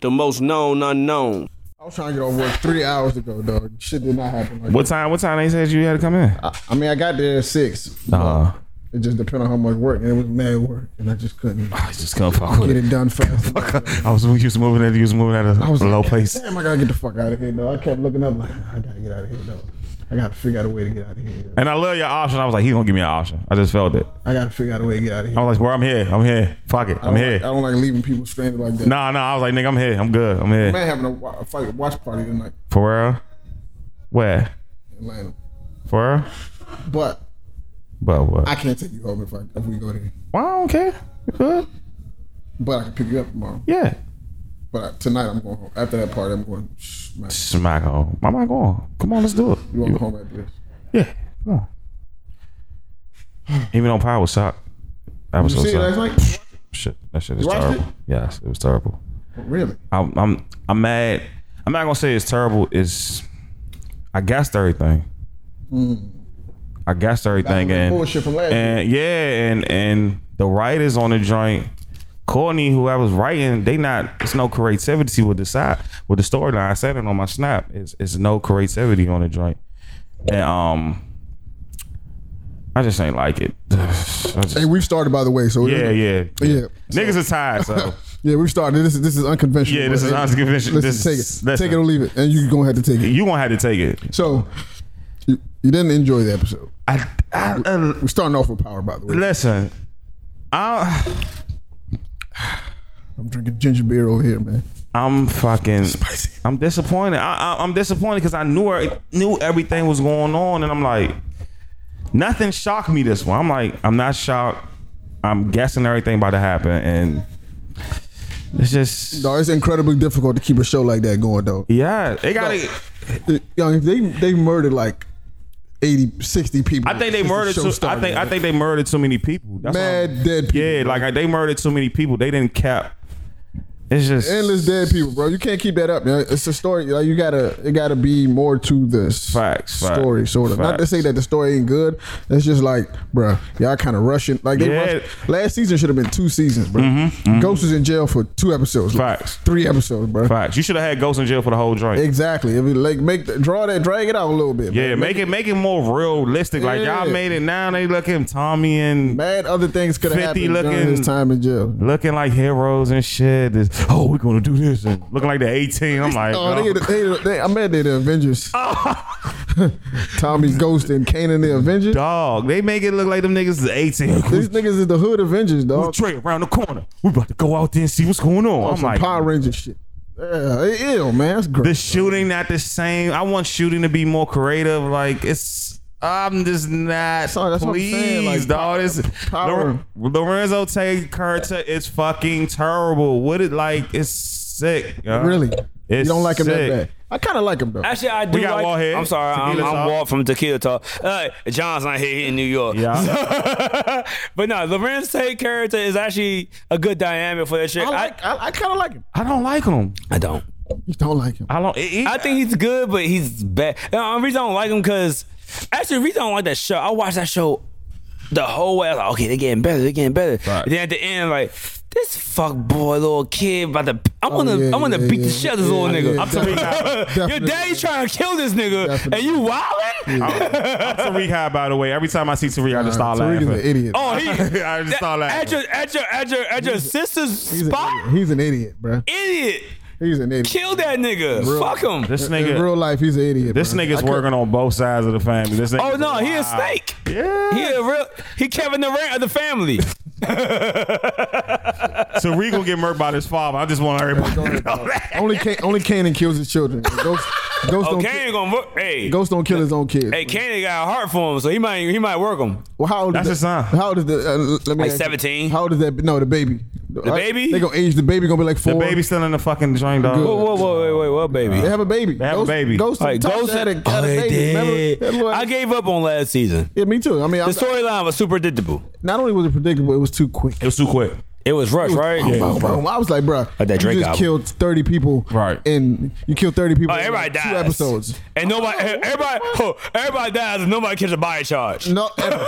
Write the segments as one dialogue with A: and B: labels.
A: the most known unknown.
B: I was trying to get off work three hours ago, dog. Shit did not happen. Like
C: What time? What time they said you had to come in?
B: that. I mean, I got there at six.
C: Uh,
B: It just depended on how much work, and it was mad work, and I just couldn't
C: I was just gonna Ah, fuck with
B: get
C: it.
B: it done fast.
C: I was you was moving at you was moving at a,
B: was
C: a low
B: like,
C: place.
B: Damn, I gotta get the fuck out of here, dog. I kept looking up like I gotta get out of here, dog. I gotta figure out a way to get out of here.
C: And I love your option. I was like, he's gonna give me an option. I just felt it.
B: I gotta figure out a way to get out of here.
C: I was like, bro, I'm here. I'm here. Fuck it. Oh,
B: I don't
C: I'm
B: like- I
C: here.
B: don't like leaving people stranded like that.
C: Nah, nah. I was like, nigga, I'm here. I'm good. I'm here.
B: Man, having a, wa- a fight watch party tonight
C: For real? Where?
B: in Atlanta,
C: For real?
B: but
C: But what?
B: I can't take you home if I if we go there.
C: Well, I don't care. You good?
B: But I can pick you up tomorrow.
C: Yeah.
B: But I, tonight I'm going home. After that party, I'm going. Shh, man,
C: Smack home. I'm not going. Come on, let's do it.
B: you want to go home after this?
C: Yeah. Come on. Even though Power was shocked. I was
B: You
C: so
B: see it last
C: shocked.
B: night?
C: Shit, that shit is
B: You watched
C: terrible.
B: it?
C: Yes, it was terrible.
B: Really?
C: I'm, I'm, I'm mad. I'm not gonna say it's terrible. It's, I guessed everything. I guessed everything,
B: Hmm. That
C: and
B: bullshit from last
C: and yeah, and and the writers on the joint, Courtney, who I was writing, they not. It's no creativity with the side with the storyline. I said it on my snap. It's it's no creativity on the joint, and um. I just ain't like it. I just-
B: Hey, we've started by the way. So it
C: yeah,
B: isn't-
C: yeah,
B: Yeah.
C: Niggas is tired, so
B: yeah, we've started. This is this is unconventional.
C: Yeah, this is
B: Hey, Listen,
C: unconventional. This
B: take
C: is-
B: it,
C: listen.
B: take it or leave it, and you're gonna have to take it.
C: you gonna have to take it.
B: So you, you didn't enjoy the episode.
C: I, I, I
B: We're starting off with power, by the way.
C: listen. I,
B: I'm drinking ginger beer over here, man.
C: I'm fucking. I'm disappointed. I, I, I'm disappointed because I knew her, knew everything was going on, and I'm like, nothing shocked me this one. I'm like, I'm not shocked. I'm guessing everything about to happen, and it's just
B: No, it's incredibly difficult to keep a show like that going, though.
C: yeah. They got to
B: It- you know, they they murdered like 80, 60 people.
C: I think they
B: since the
C: murdered.
B: show
C: Too, I
B: started,
C: think I
B: man.
C: think they murdered too many people. That's what I'm-
B: mad dead people.
C: Yeah, like I- they murdered too many people. They didn't cap. It's just
B: endless dead people, bro. You can't keep that up. man. It's a story. Like you gotta, it gotta be more to the s-
C: Facts, facts,
B: story, sort of. Not to
C: facts.
B: say that the story ain't good. It's just like, bro, y'all kind of rushing. Like they
C: Yeah. Mm-hmm,
B: rushed. last season should have been two seasons, bro. Ghost was in jail for two episodes, like,
C: Facts.
B: three episodes, bro.
C: Facts. You should have had Ghost in jail for the whole joint.
B: Exactly. If you like make the, draw that, drag it out a little bit.
C: yeah,
B: man.
C: make it make it more realistic. Like y'all
B: Yeah.
C: made it now. They looking Tommy and
B: Mad other things could have
C: 50
B: happened during
C: looking-
B: his time in jail.
C: looking like heroes and shit. This, oh, we're gonna do this and looking like the eighteen. I'm like,
B: Oh, they,
C: oh.
B: the- they, the- they, I met they the Avengers. Tommy Ghost and Kanan the Avengers.
C: dog. They make it look like them niggas is eighteen.
B: These niggas is the hood Avengers, dog.
C: Trey around the corner. We about to go out there and see what's going on. I'm
B: Oh, Some
C: like,
B: Power Ranger shit. Yeah, it- ew, man, that's great.
C: the shooting not the same. I want shooting to be more creative. Like it's. I'm just not.
B: all- that's what I'm
C: please,
B: saying, like,
C: dog. This
B: power.
C: Lor- Lorenzo Tay Curta is fucking terrible. What it like? It's sick. yo.
B: really,
C: It's
B: you don't like him
C: sick.
B: that bad. I kind of like him though.
A: Actually, I do.
C: got
A: like,
C: Walt here.
A: I'm sorry, I'm,
C: Tequila
A: I'm
C: Talk.
A: Walt from Tequila Talk. Uh, John's not here he in New York.
C: Yeah.
A: but no, Lorenz Tate character is actually a good dynamic for that shit.
B: I
A: I,
B: like. I, I kind of like him.
C: I don't like him.
A: I don't.
B: You don't like him.
C: I don't. It, it-
A: I think he's good, but he's bad. The only reason I don't like him because actually, the reason I don't like that show, I watched that show the whole way. I was like, okay, they're getting better, they're getting better.
C: Right.
A: Then at the end, like this fuck boy, little kid, about to, I want to,
B: Oh, yeah,
A: I want to
B: yeah,
A: beat
B: yeah.
A: the shit out of this
B: Yeah,
A: little nigga.
B: yeah,
A: I'm sorry.
B: definitely.
A: Your daddy's trying to kill this nigga, and
B: Definitely.
A: you wildin'?
C: I'm Tariq High, by the way. Every time I see Tariq, I just
B: Nah,
C: start
B: Tariq
C: laughing.
B: is an idiot.
A: Oh, he.
C: I just saw that.
A: At your, at your, at your, at your sister's
B: he's an
A: spot,
B: idiot. He's an idiot, bro.
A: idiot.
B: He's an idiot.
A: Kill that nigga.
B: Real.
A: Fuck him.
C: This
B: In
C: nigga.
B: real life, he's an idiot.
C: this
B: bro.
C: nigga's
B: I could-
C: working on both sides of the family. This
A: oh
C: nigga's
A: no, he a
C: wild.
A: snake.
C: Yeah.
A: He a real. He Kevin Durant of the family.
C: Tariq gonna get murdered by his father. I just want everybody
B: Go
C: to
B: ahead,
C: know
B: dog.
C: that.
B: Only Can- only Kanan kills his children. Ghost, Ghost don't.
A: Oh,
B: Kill,
A: Kane gonna work. Hey,
B: Ghost don't kill his own kids.
A: hey, Kane got a heart for him, so he might he might work him.
B: Well, how old
C: That's
B: is
C: his
B: that-
C: son.
B: How old is the? Uh, let me
A: Like
B: ask you.
A: 17?
B: How old is that? No, the baby. The
A: baby?
B: They gonna age the baby. Gonna be like four.
C: The baby's still in the fucking joint, dog.
B: Good.
A: Whoa, whoa, whoa, wait, wait, what, baby?
B: They have a baby.
C: have a
B: Ghost-
C: baby.
B: Ghost,
A: All right, Ghost.
B: Had a, had
A: oh,
B: a
A: they
B: baby.
A: did.
B: Remember? That little-
A: I gave up on last season.
B: yeah, me too. I mean, I,
A: The storyline was super predictable.
B: not only was it predictable, it was too quick.
C: It was too quick.
A: It was Rush, right?
B: Boom, boom, boom. I was like, bruh,
A: Like that Drake
B: you just
A: album.
B: killed thirty people,
C: Right.
B: And you killed thirty people.
A: Oh, everybody
B: in like
A: dies.
B: Two episodes.
A: and nobody, everybody, oh, everybody dies, and nobody catches a body charge.
B: No, ever.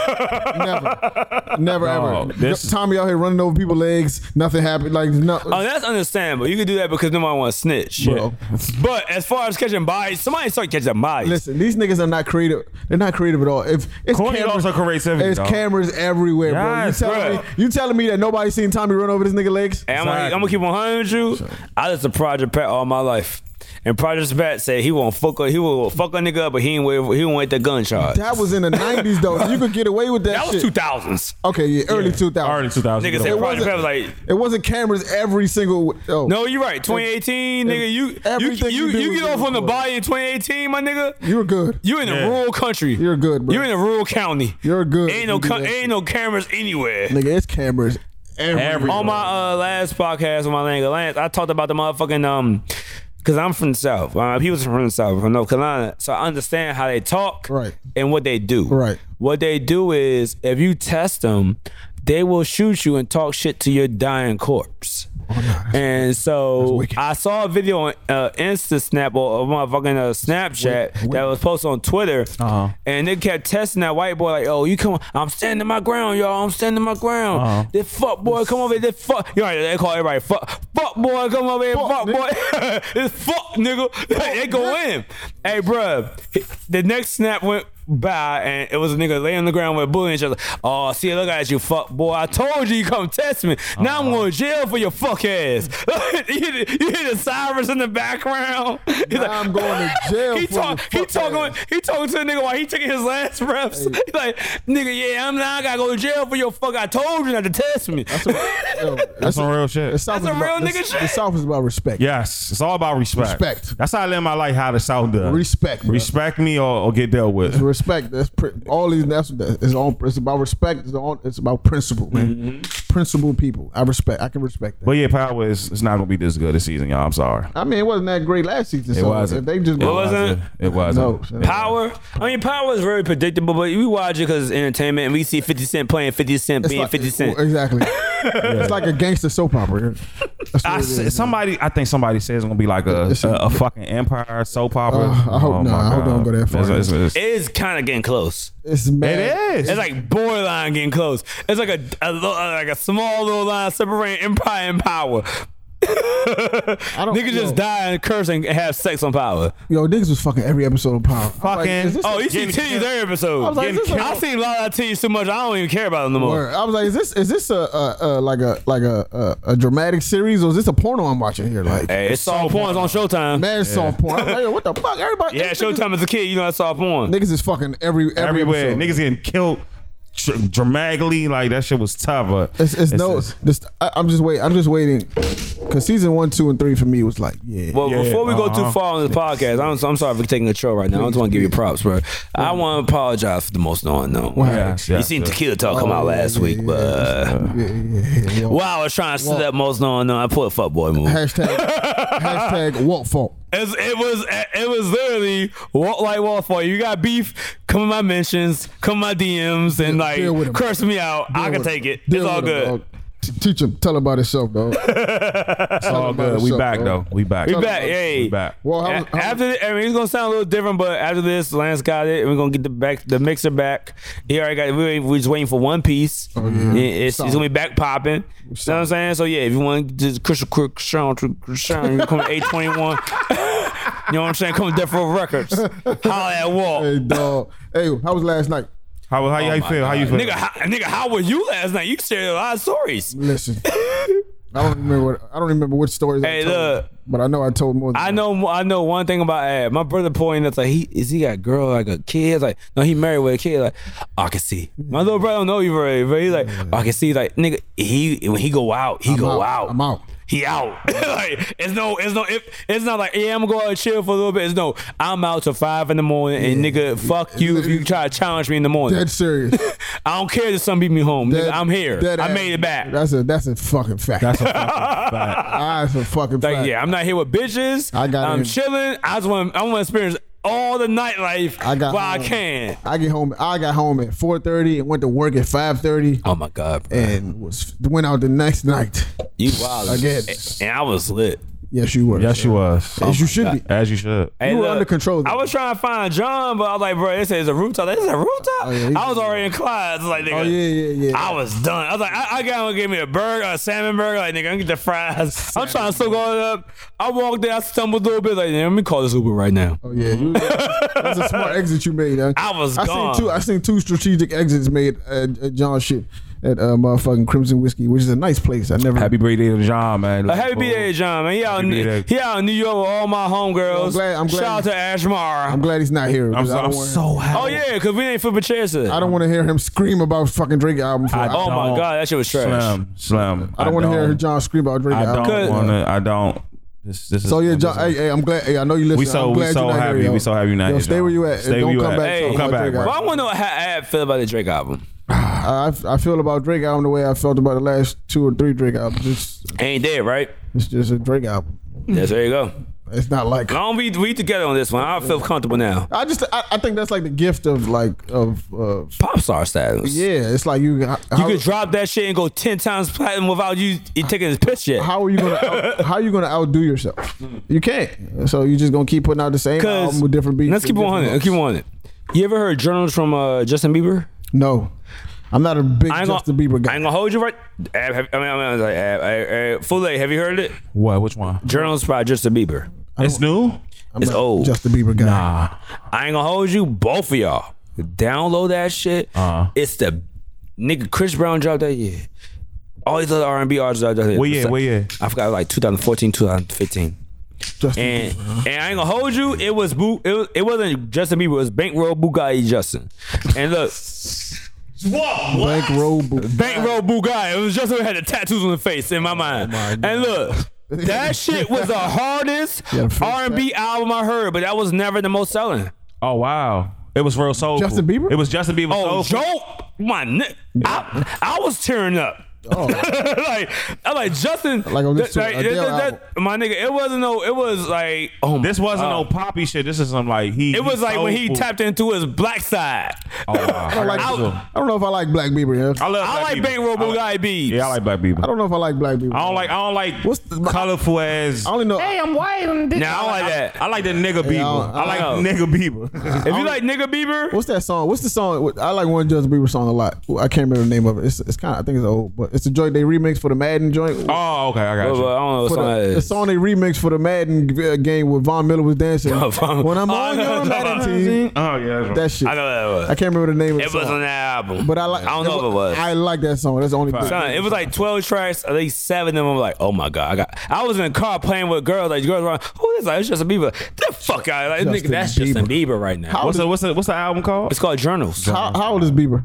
B: never, never,
C: No,
B: ever.
C: this-
B: Tommy out here running over people's legs. Nothing happened. Like no,
A: Oh, that's understandable. You can do that because nobody wants to snitch.
B: Bro.
A: But as far as catching bodies, somebody start catching bodies.
B: Listen, these niggas are not creative. They're not creative at all. If it's
C: Corny dogs are creativity,
B: it's
C: dog.
B: cameras everywhere,
C: Yes,
B: bro. You
A: bruh.
B: telling me? You telling me that nobody seen Tommy run over this nigga legs?
A: And I'm, gonna, I'm gonna keep on hundred with you. I listened to Project Pat all my life, and Project Pat said he won't fuck a, he will fuck a nigga up, but he ain't wait, he won't wait the gun charge. That,
B: That was in the nineties though. You could get away with that.
A: was
B: shit.
A: two thousands.
B: Okay, yeah, early two
C: Early
B: thousand.
C: 2000.
A: Nigga said
B: It
A: Project
B: wasn't-
A: Pat was like.
B: It wasn't cameras every single. Oh.
A: No, you're right. 2018, nigga. You you
B: everything
A: you,
B: you do
A: you
B: is
A: get off on the
B: recorded.
A: body in 2018, my nigga.
B: you were good.
A: You in a
C: Yeah.
A: rural country.
B: You're good, bro.
A: You in a rural county.
B: You're good.
A: Ain't no
B: You do
A: co-
B: that shit.
A: ain't no cameras anywhere.
B: Nigga, it's cameras everywhere.
C: Everywhere.
A: On my uh, last podcast on my Langa Lance, I talked about the motherfucking um, cause I'm from the South. Uh, people from the South, from North Carolina, so I understand how they talk,
B: Right.
A: and what they do,
B: Right.
A: What they do is if you test them, they will shoot you and talk shit to your dying corpse.
B: Oh,
A: and so
B: wicked.
A: I saw a video on uh, Insta Snap or or motherfucking uh, Snapchat that was posted on Twitter,
C: Uh-huh.
A: and they kept testing that white boy like, "Oh, you come, I'm standing my ground, y'all. I'm standing my ground."
C: Uh-huh.
A: This fuck boy, come over here. This fuck. You know, they call everybody fuck. Fuck boy, come over here. Fuck,
B: Fuck,
A: boy. this fuck nigga. they go in. Hey, bruh. The next snap went by and it was a nigga laying on the ground with a bullet in his chest. Oh, see, look at you, fuck boy. I told you you come test me. Now
B: Uh-huh.
A: I'm going to jail for your fuck ass. you, hear the- you hear the sirens in the background. He's
B: Now I'm going to jail
A: he
B: for
A: talk,
B: your
A: he
B: fuck
A: talking
B: ass.
A: he talking to a nigga while he taking his last breaths. He like, nigga, yeah, I'm not. I gotta go to jail for your fuck. I told you not to test me.
B: Yo,
C: That's some real
B: the
C: shit.
B: South
A: That's a
B: is
A: real
B: about, the-
A: nigga shit.
B: The South is about respect.
C: Yes, it's all about respect.
B: Respect.
C: That's how I live my life. How the South does.
B: Respect, bro.
C: Respect me or, or get dealt with.
B: Respect. That's pr- all these. That's that is on. It's about respect. It's on. It's about principle, man.
A: Mm-hmm.
B: Principle people. I respect. I can respect that.
C: But yeah, power is it's not gonna be this good this season, y'all. I'm sorry.
B: I mean, it wasn't that great last season.
C: It
B: so
C: wasn't.
B: If they just
A: It wasn't.
C: It wasn't.
B: No.
A: Power. I mean, power is very predictable, but we watch it because it's entertainment, and we see Fifty Cent playing Fifty Cent
B: it's
A: being
B: like-
A: Fifty Cent.
B: Exactly. It's like a gangster soap opera. That's what
C: I
B: it is,
C: s-
B: man.
C: somebody, I think somebody says it's gonna be like a a, a fucking empire soap opera. Oh
B: Uh, I hope not.
C: my
B: I hope they don't
C: God.
B: go that far.
C: It's, it's, it's,
A: It is kind of getting close.
B: It's mad.
C: it is.
A: It's like borderline getting close. It's like a, a lo- uh, like a small little line separating empire and power.
B: I don't-
A: Niggas just
B: yo.
A: die and curse and have sex on power.
B: Yo, niggas was fucking every episode of Power. I'm like,
C: Fucking-
B: is this
A: Oh,
B: a-
A: you see
C: Getting
A: titties
C: killed.
A: every episode. I,
B: I was like, is this a-
A: seen a lot of titties so much I don't even care about them no more.
B: Word. I was like, is this is this a, a, a like a like a, a a dramatic series or is this a porno I'm watching here? Like,
A: Hey, it's soft porns on Showtime.
B: mad soft porn. I'm like, yo, what the fuck? Everybody,
A: yeah,
B: niggas,
A: Showtime as a kid, you know that's soft porn.
B: Niggas is fucking every every
C: everywhere.
B: Episode.
C: Niggas getting killed tr- dramatically. Like that shit was tough. But
B: It's, it's, no. This, I, I'm just wait. I'm just waiting. Cause season one, two, and three for me was like, yeah.
A: Well,
C: Yeah,
A: before we go too
C: uh-huh.
A: far on this podcast, I'm, I'm sorry for taking control right now. I just want to give you props, bro. I want to apologize for the most unknown.
C: Yes,
A: You
C: yes,
A: seen
C: yes.
A: Tequila Talk come out last week, but uh,
B: Oh, yeah, yeah, yeah, yeah.
A: while I was trying to set up most unknown, I put a fuckboy move.
B: Hashtag hashtag Walt fault.
A: It's, it was it was literally walk like waterfall. You got beef, come in my mentions, come in my DMs, and
B: deal
A: like
B: with 'em.
A: curse me out. I can
B: with
A: take it.
B: Deal
A: it's all
B: with him,
A: good.
B: dog. T- Teach him. Tell him about himself, dog.
C: it's all good. We back though. We back.
A: We back.
B: about-
A: Hey,
C: We back.
B: Well, how,
A: A-
B: how,
A: after th- I mean, it's gonna sound a little different, but after this, Lance got it, and we're gonna get the back the mixer back. He already got. We we just waiting for one piece.
B: Oh, yeah.
A: It- it's, it's
B: Solid.
A: gonna be back popping. You know what I'm saying? So yeah, if you want to crystal quick sound, sound, you come to 821. you know what I'm saying? Come to Death Row Records. Holla at Walt.
B: hey, dog. Hey, how was last night?
C: How how, you feel? How you feel?
A: Oh Nigga, how, nigga, how were you last night? You shared a lot of stories.
B: Listen, I don't remember. What, I don't remember which stories.
A: Hey,
B: I told,
A: look.
B: but I know I told more. Than
A: I know, I know one thing about Ab. My brother pointing that's like, he is he got a girl like a kid? Like, no, he married with a kid. Like, I can see. My little brother don't know you very, but he like, I can see. Like, nigga, he when he go out, he go out.
B: out. I'm out.
A: He out. like, it's no, it's no, it, it's not like, yeah, I'm gonna go out and chill for a little bit. It's no, I'm out till five in the morning, and nigga, fuck you if you try to challenge me in the morning.
B: Dead serious.
A: I don't care that some beat me home. Nigga,
B: Dead-
A: I'm here.
B: dead
A: I
B: ass.
A: made it back.
B: That's a that's a fucking fact.
C: That's a fucking fact.
B: that's a fucking
A: Like,
B: fact.
A: yeah, I'm not here with bitches.
B: I got
A: I'm
B: in.
A: chilling. I just want I want to experience all the nightlife
B: I got
A: while I
B: home.
A: can.
B: I get home. I got home at four thirty and went to work at five thirty
A: Oh my god, bro.
B: and was went out the next night
A: you wild
B: again.
A: And I was lit.
B: Yes, you were.
C: Yes, you was.
B: Yes, you should be.
C: As you should.
A: Hey,
B: were
A: look,
B: under control then.
A: uh, I was trying to find John, but I was like, bro, this is a rooftop. This is a rooftop.
B: Oh, yeah, he-
A: I was already in class. Like, nigga,
B: Oh yeah, yeah, yeah.
A: I was done. I was like, I, I got gonna give me a burger, a salmon burger. Like, nigga, I'm gonna get the fries. I'm trying to soak all it up. I walked there, I stumbled a little bit. Like, nigga, let me call this Uber right now.
B: Oh yeah, you, that's a smart exit you made. Huh?
A: I was
B: I
A: gone.
B: seen two. I seen two strategic exits made at, at John's shit at uh, motherfucking Crimson Whiskey, which is a nice place. I never.
C: Happy birthday to John, man.
A: But happy birthday, John, man. He out, in,
C: Happy birthday.
A: he out in New York with all my homegirls.
B: I'm glad- I'm glad-
A: Shout out to
B: I'm
A: Ashmar.
B: glad he's not here.
C: I'm,
B: because I
C: so,
B: don't
C: I'm
B: wanna-
C: so happy.
A: Oh, yeah, because we ain't flipping chairs today.
B: I don't want to hear him scream about fucking Drake album. For, I,
A: Oh,
B: don't,
A: my
C: Don't.
A: God, that shit was trash.
C: Slim, Slim.
B: I don't want to hear John scream about Drake
C: I
B: album.
A: Cause-
C: don't want to. I don't. This, this
B: So
C: is,
B: yeah,
C: this
B: John,
C: is-
B: hey, hey, I'm glad. Hey, I know you listen.
C: We so-
B: I'm
C: we
B: glad
C: so
B: you're not
C: happy.
B: Here, yo.
C: We so happy you're not
B: Yo,
C: here,
B: stay
C: John.
B: where you at.
C: Stay
B: and
C: where
B: don't
C: you
B: come
C: at.
B: back.
A: Hey,
B: talking
A: come
B: about
C: back,
B: Drake
C: bro.
A: Well,
B: album.
A: I want to know how I feel about the Drake album.
B: I, I feel about Drake album the way I felt about the last two or three Drake albums. It's,
A: Ain't dead, right?
B: it's just a Drake album.
A: Yes, there you go.
B: It's not like
A: Long we we together on this one. I feel comfortable now.
B: I just I, I think that's like the gift of like of uh,
A: Pop star status.
B: yeah. It's like you how,
A: You could drop that shit and go ten times platinum without you you taking his pitch yet.
B: how are you gonna out, how are you gonna outdo yourself? You can't. So you just gonna keep putting out the same
A: Cause
B: album with different beats.
A: let's keep
B: and
A: on
B: different
A: it. Let's keep on it. You ever heard journals from uh, Justin Bieber?
B: No, I'm not a big
A: I ain't gonna,
B: Justin Bieber
A: I
B: guy.
A: ain't gonna hold you right. Ab, have, I mean, I mean, like, Ab, Ab, Ab, Fule, have you heard it?
C: What? Which one?
A: Journals by Justin Bieber.
C: It's new.
B: I'm
A: it's
B: not a
A: old.
B: Justin Bieber guy.
C: Nah.
A: I ain't gonna hold you. Both of y'all download that shit.
C: Uh-huh.
A: It's the nigga Chris Brown dropped that year. All these other R and B artists dropped that year.
C: Where you at? Where you at?
A: I forgot like 2014, 2015.
B: Justin
A: And and I ain't gonna hold you. It was boo. It, was, it wasn't Justin Bieber. It was Bankroll Bugatti Justin. And look,
B: Blank Road.
A: Bankroll Bugatti. It was Justin who had the tattoos on the face in Oh my mind. and look. That shit was the hardest
B: Yeah, face
A: R and B album I heard, but that was never the most selling.
C: Oh wow. It was real soulful.
B: Justin Bieber?
C: It was Justin Bieber.
A: Oh,
C: soulful.
A: Joe, my ni- I, I was tearing up. like I'm like Justin,
B: Like on this
A: th-
B: tour, Adele
A: my nigga. It wasn't no. It was like oh, my-
C: This wasn't
A: uh,
C: no poppy shit. This is some like he.
A: It was like when he
C: soulful.
A: tapped into his black side.
C: Oh, wow. I,
B: like-
C: got you.
A: I-
B: I don't know if I like Black Bieber. Yeah.
C: I love.
A: I like
C: Bieber.
A: Bankroll
C: I like-
A: Bugatti Beats.
C: Yeah, I like black people.
B: I don't know if I like Black Bieber.
C: I don't like. I don't like.
B: What's the-
C: colorful as?
B: I only know.
C: I'm white. I'm this.
A: Nah, I don't like that.
C: I, like the nigga Bieber.
B: don't-
C: I, like
A: I don't.
C: nigga Bieber.
A: If you like nigga Bieber,
B: What's that song? What's the song? I like one Justin Bieber song a lot. I can't remember the name of it. It's, it's kind of I think it's old, but it's a joint they remix for the Madden joint.
C: oh, okay. I
A: I
C: got
A: don't
C: you.
A: know what
B: For
A: song that
B: the, the
A: is.
B: song they remixed for the Madden uh, game where Von Miller was dancing.
A: Von-
B: when I'm
A: Oh,
B: on
A: I know what
B: your
A: you're
B: Madden
A: talking
B: team,
C: Oh yeah. That's right.
B: that shit.
A: I know what that was.
B: I can't remember the name of the
A: It
B: song.
A: was on that album,
B: but I like.
A: I don't know if it was.
B: I like that song. That's the only. Thing.
A: Son, it was like 12 tracks. I think seven of them were like, oh my God. I got. I was in a car playing with girls. Like, girls were like, who is that? It's Justin Bieber. The fuck out. Like,
B: Justin
A: nigga, that's Justin
B: Bieber.
A: Bieber right now.
B: How-
C: What's the what's the what's the album called?
A: it's called Journals.
B: How, how old is Bieber?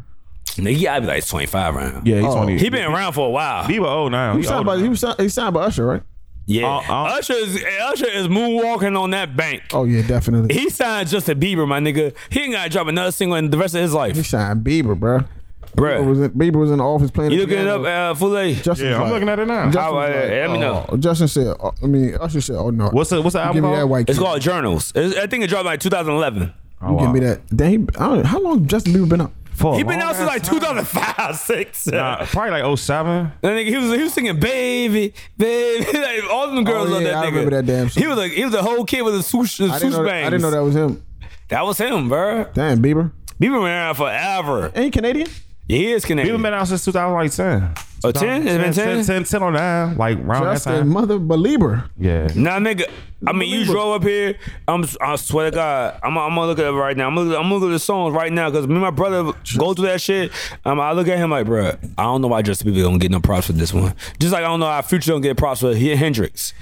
A: Nigga, I'd be like 25 right now.
C: Yeah, he's
B: Oh.
C: twenty.
A: He been around for a while.
C: Bieber old now.
B: He
C: He's
B: signed
C: older
B: by he
C: now.
B: was signed, he signed by Usher, right?
A: Yeah.
C: Uh, uh.
A: Usher, is, Usher is moonwalking on that bank.
B: Oh yeah, definitely.
A: He signed Justin Bieber, my nigga. He ain't gotta drop another single in the rest of his
B: He
A: life,
B: signed Bieber, bro. Beyber
A: bruh.
B: was in, Bieber was in the office playing.
A: You
B: the
A: looking it up,
B: piano.
A: uh, Fule?
B: Justin
C: Yeah,
B: was
C: I'm
B: like-
C: looking at it now.
B: Justin
A: How-
B: was
A: uh, let me know.
B: oh, Justin said. oh, I mean, Usher said. Oh no.
C: What's the what's the
B: You
C: album
B: give me that
C: called?
B: white.
A: It's
B: kid.
A: called Journals. It's- I think it dropped like 2011.
C: Oh,
B: You
C: wow.
B: give me that. Damn, he, I don't, how long Justin Bieber been up?
C: For a
A: He been
C: long
A: out since
C: ass
A: like
C: time.
A: 2005, six.
C: Nah, probably like 07.
A: That nigga, he was he was singing "Baby, Baby." Like, all them girls
B: Oh,
A: love
B: yeah,
A: that nigga.
B: I remember that damn song.
A: He was like he was a whole kid with a swoosh, a
B: I
A: swoosh
B: didn't, know that,
A: bangs.
B: I didn't know that was him.
A: That was him, bro.
B: Damn, Bieber.
A: Bieber been around forever.
B: Ain't he Canadian?
A: Yeah, he is Canadian.
C: Bieber been out since 2010.
A: oh, 10? It's been 10?
C: 10, 10 or 9. oh Like round that
B: Justin,
C: time.
B: mother believer.
C: Yeah.
A: Nah, nigga. I mean, you
B: Unbelievable.
A: drove up here. I'm. I swear to God, I'm. I'm gonna look at it right now. I'm. Gonna, I'm gonna look at the songs right now because me and my brother go through that shit. Um, I look at him like, bruh, I don't know why Justin Bieber don't get no props for this one. Just like I don't know how Future don't get props for he- Hendrix.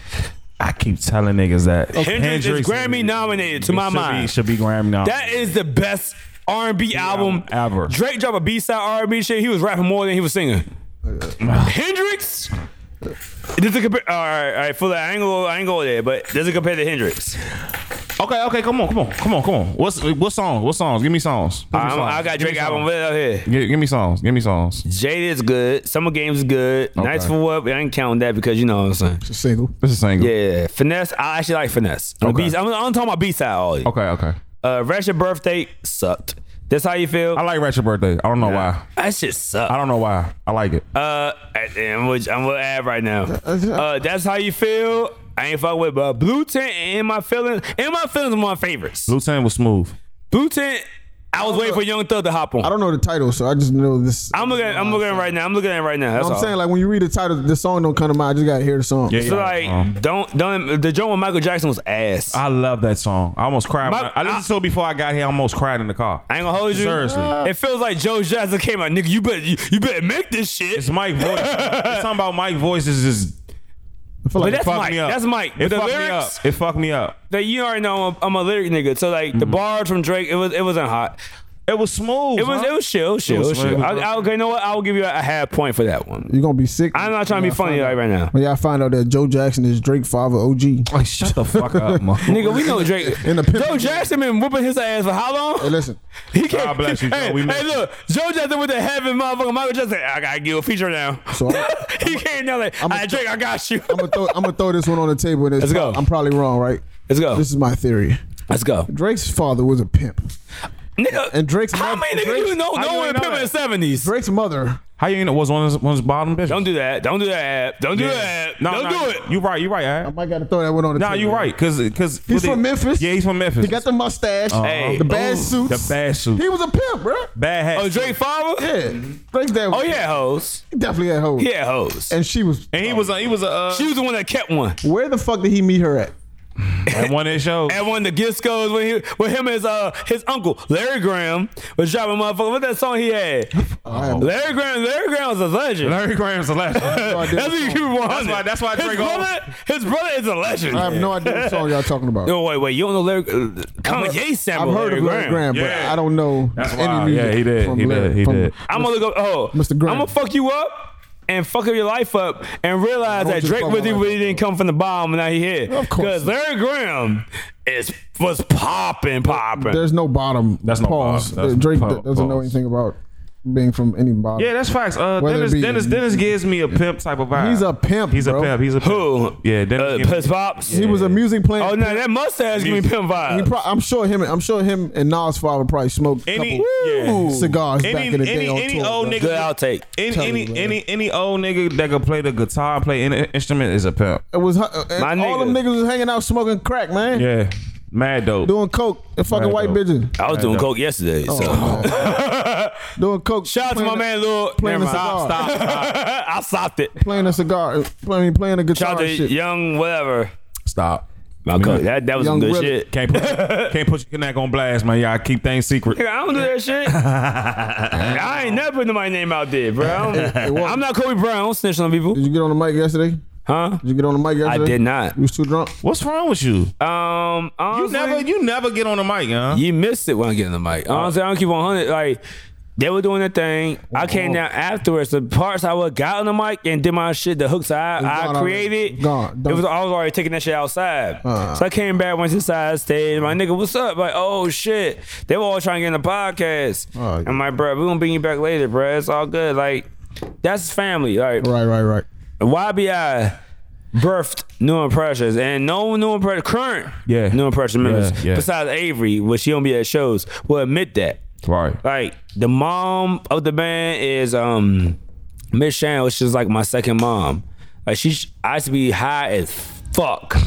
C: I keep telling niggas that.
A: Hendrix, is Grammy nominated to my
C: should Be,
A: mind.
C: should be Grammy nominated.
A: that is the best R&B album
C: album ever.
A: Drake dropped a B-side R&B shit. He was rapping more than he was singing. Hendrix. Does it compare? All right, all right. Full I ain't go. I ain't go there. But does it compare to Hendrix?
C: okay, okay, come on, come on, come on, come on. What's what song? What songs? Give me songs. Give me
A: I'm,
C: songs.
A: I got
C: Give me
A: Drake
C: songs.
A: album right out here.
C: Give, give me songs. Give me songs.
A: Jade is good. Summer Games is good. Nights for What? I ain't counting that because you know what I'm saying.
B: It's a single.
C: This is single.
A: Yeah, finesse. I actually like finesse. On the
C: Okay.
A: B- I'm, I'm talking about B side all.
C: Okay, okay.
A: Uh, Ratchet birthday sucked. This how you feel?
C: I like Ratchet Birthday. I don't know why.
A: that shit sucked.
C: I don't know why. I like it.
A: Uh, I'm gonna, I'm gonna add right now. Uh, that's how you feel. I ain't fuck with, but blue tint and my feelings and my feelings are my favorites.
C: Lieutenant was smooth.
A: Blue tint. I was waiting for Young Thug to hop on.
B: I don't know the title, so I just know this.
A: I'm looking. At, I'm looking at it right now. I'm looking at it right now. That's
B: I'm
A: all.
B: saying like when you read the title, the song don't come to mind. I just gotta hear the song.
C: Yeah,
A: So like,
C: Um,
A: don't don't the joint with Michael Jackson was ass. I,
C: I love that song. I almost cried.
A: My-
C: when I, I listened to it before I got here. I almost cried in the car.
A: ain't gonna hold you.
C: Seriously.
A: it feels like Joe Jackson came out, nigga. You better you, you better make this shit.
C: It's Mike voice. it's something about Mike voice is just
B: I feel
A: but
B: like
A: that's
C: fucked
A: Mike.
C: me up.
A: That's Mike.
C: It
A: But the
C: fucked me up.
A: lyrics,
C: It fucked me up.
A: that you already know, I'm a- I'm a lyric nigga. So like the bars from Drake, it was it wasn't hot.
C: Mm-hmm. It was smooth.
A: It was
C: huh?
A: it was chill, chill,
C: was
A: chill.
C: smooth.
A: I, I, okay, you know what? I will give you a, a half point for that one.
B: you're gonna be sick.
A: I'm not trying to
B: when
A: be
B: y'all
A: funny
B: find
A: like
B: out-
A: right now.
B: When y'all find out that Joe Jackson is Drake father OG.
C: Like, shut the fuck up, man.
A: Nigga, we know Drake.
B: In the pimp-
A: Joe Jackson been whooping his ass for how long?
B: Hey, listen,
A: He can't.
C: God bless you, Joe.
A: Hey,
C: We miss
A: hey
C: you.
A: look, Joe Jackson with the heaven, motherfucker. Michael Jackson. I gotta give you a feature now.
B: So I'm-
A: he can't know that.
B: a-
A: I Drake, I got you.
B: I'm gonna throw I'm gonna throw this one on the table. And it's
A: Let's go.
B: I'm probably wrong, right?
A: Let's go.
B: This is my theory.
A: Let's go,
B: Drake's father was a pimp.
A: nigga.
B: And Drake's
A: How
B: mother-
A: many niggas
B: Drake's-
A: you know?
C: how you
A: No one
C: ain't know
A: pimp in the
C: that?
A: seventies.
B: Drake's mother.
C: How you ain't was on his, on his bottom bitch?
A: Don't do that. Don't do that. Don't do that.
C: No,
A: Don't
C: no,
A: do it.
C: You right. You right.
B: I
C: Ab.
B: might gotta throw that one on the
C: Nah,
B: table.
C: you right. Cause, cause
B: He's
C: what
B: from
C: they-
B: Memphis.
C: Yeah, he's from Memphis.
B: He got the mustache,
A: Hey.
B: the bad
A: Ooh,
B: suits.
C: Oh. The bad Mm-hmm. suit.
B: He was a pimp, bro.
C: bad hat.
A: oh,
C: suit.
A: Drake father.
B: Yeah, Drake's dad. Was
A: Oh yeah, hoes.
B: he definitely had hoes.
A: Yeah, hoes.
B: and she was.
C: And he was a, he was a uh,
A: She was the one that kept one.
B: Where the fuck did he meet her at?
C: at one of his shows.
A: At one of the discos when he with him and his uh his uncle Larry Graham was dropping motherfucker. What that song he had?
C: Oh,
B: I have-
A: Larry Graham. Larry Graham was a legend.
C: Larry Graham's a legend.
B: I
A: That's what you keep it 100.
C: That's why- that's why
A: his
C: Drake always-
A: brother, his brother is a legend.
B: I have no idea what song y'all talking about.
A: No, wait, wait. You don't know Larry? Uh, Kanye
B: I've
A: sample.
B: heard
A: Larry
B: of Larry Graham, but
C: Yeah.
B: I don't know
C: That's
B: any
C: wild.
B: music.
C: Yeah, he did.
B: from
C: He did.
B: Larry-
C: He
B: from-
C: did.
A: I'm gonna look up. Oh,
B: Mr. Graham.
A: I'm gonna fuck you up and fuck up your life up and realize
B: I
A: that
B: hope you
A: Drake
B: fuck my
A: really,
B: life
A: really
B: up.
A: didn't come from the bottom and now he here.
B: Of course.
A: Because Larry Graham is was popping, popping.
B: There's no bottom.
C: That's no
B: pause.
C: bottom. That's
B: Drake
C: no
B: doesn't know
C: pause.
B: anything about being from any bottom.
C: Yeah, that's facts. Uh,
B: Whether it
C: Dennis,
B: be-
C: Dennis, Dennis gives me a pimp type of vibe.
B: He's a pimp,
C: He's
B: bro.
C: a pimp. He's a pimp.
A: Who?
C: Yeah, Dennis.
A: Uh,
C: gives me-
A: Puss Pops.
B: he was a music player.
A: Oh no, that mustache give me pimp
B: He
A: vibes.
B: pro- I'm sure him. I'm sure him and Nas father probably smoked a
C: Any-
B: couple
C: yeah.
B: cigars
C: Any-
B: back in the day
C: any-
B: on
C: any
B: tour.
C: old
B: bro.
C: nigga-
A: Good outtake.
C: Any
B: Tell
C: any,
B: you, man.
C: any any old nigga that can play the guitar and play any instrument is a pimp.
B: It was uh, and
A: My
B: all
A: nigga.
B: them niggas was hanging out smoking crack, man.
C: Yeah, mad dope.
B: Doing coke and fucking
C: Right,
B: white
C: though.
B: bitches.
A: I was doing
C: though.
A: coke yesterday. So
B: Doing coke.
A: shout out to my
B: Oh. playing-
A: man Lil.
B: playing
A: Never
B: a
A: mind.
B: cigar.
A: Stop, stop. I stopped it.
B: Playing a cigar. uh, I mean, playing a guitar.
A: Shout out to
B: and shit.
A: Young whatever.
C: Stop.
A: My coke. That that was some
B: Young
A: good shit.
B: Relic.
C: Can't put can't put your connect on blast, man. Y'all keep things secret.
A: Nigga, I don't do that shit. I ain't never putting my name out there, bro. I don't- I'm not Kobe Brown. I don't snitch on people,
B: Did you get on the mic yesterday? Did
A: huh?
B: you get on the mic yesterday?
A: I did not.
B: You was too drunk.
C: What's wrong with you?
A: Um,
C: You
A: honestly,
C: never you never get on the mic, huh?
A: you missed it when I get on the mic. Honestly, I don't keep on hundred. Like they were doing their thing. I came down afterwards. The parts I would got on the mic and did my shit. The hooks I
B: gone
A: I
B: already.
A: created.
B: Gone.
A: It was
B: Don't-
A: I was already taking that shit outside.
B: Uh.
A: so I came back, went to the side stage. My nigga, what's up? Like, oh shit, they were all trying to get in the podcast.
B: Oh, yeah.
A: I'm like, bro, we gonna bring you back later, bro. It's all good. Like. That's family. Like,
B: Right, right, right.
A: YBI birthed new impressions and no new impression current
C: Yeah.
A: new impression members
C: Yeah, yeah.
A: besides Avery, which she don't be at shows, will admit that.
C: Right.
A: Like the mom of the band is um Miss Shan, which is like my second mom. Like she, I used to be high as fuck,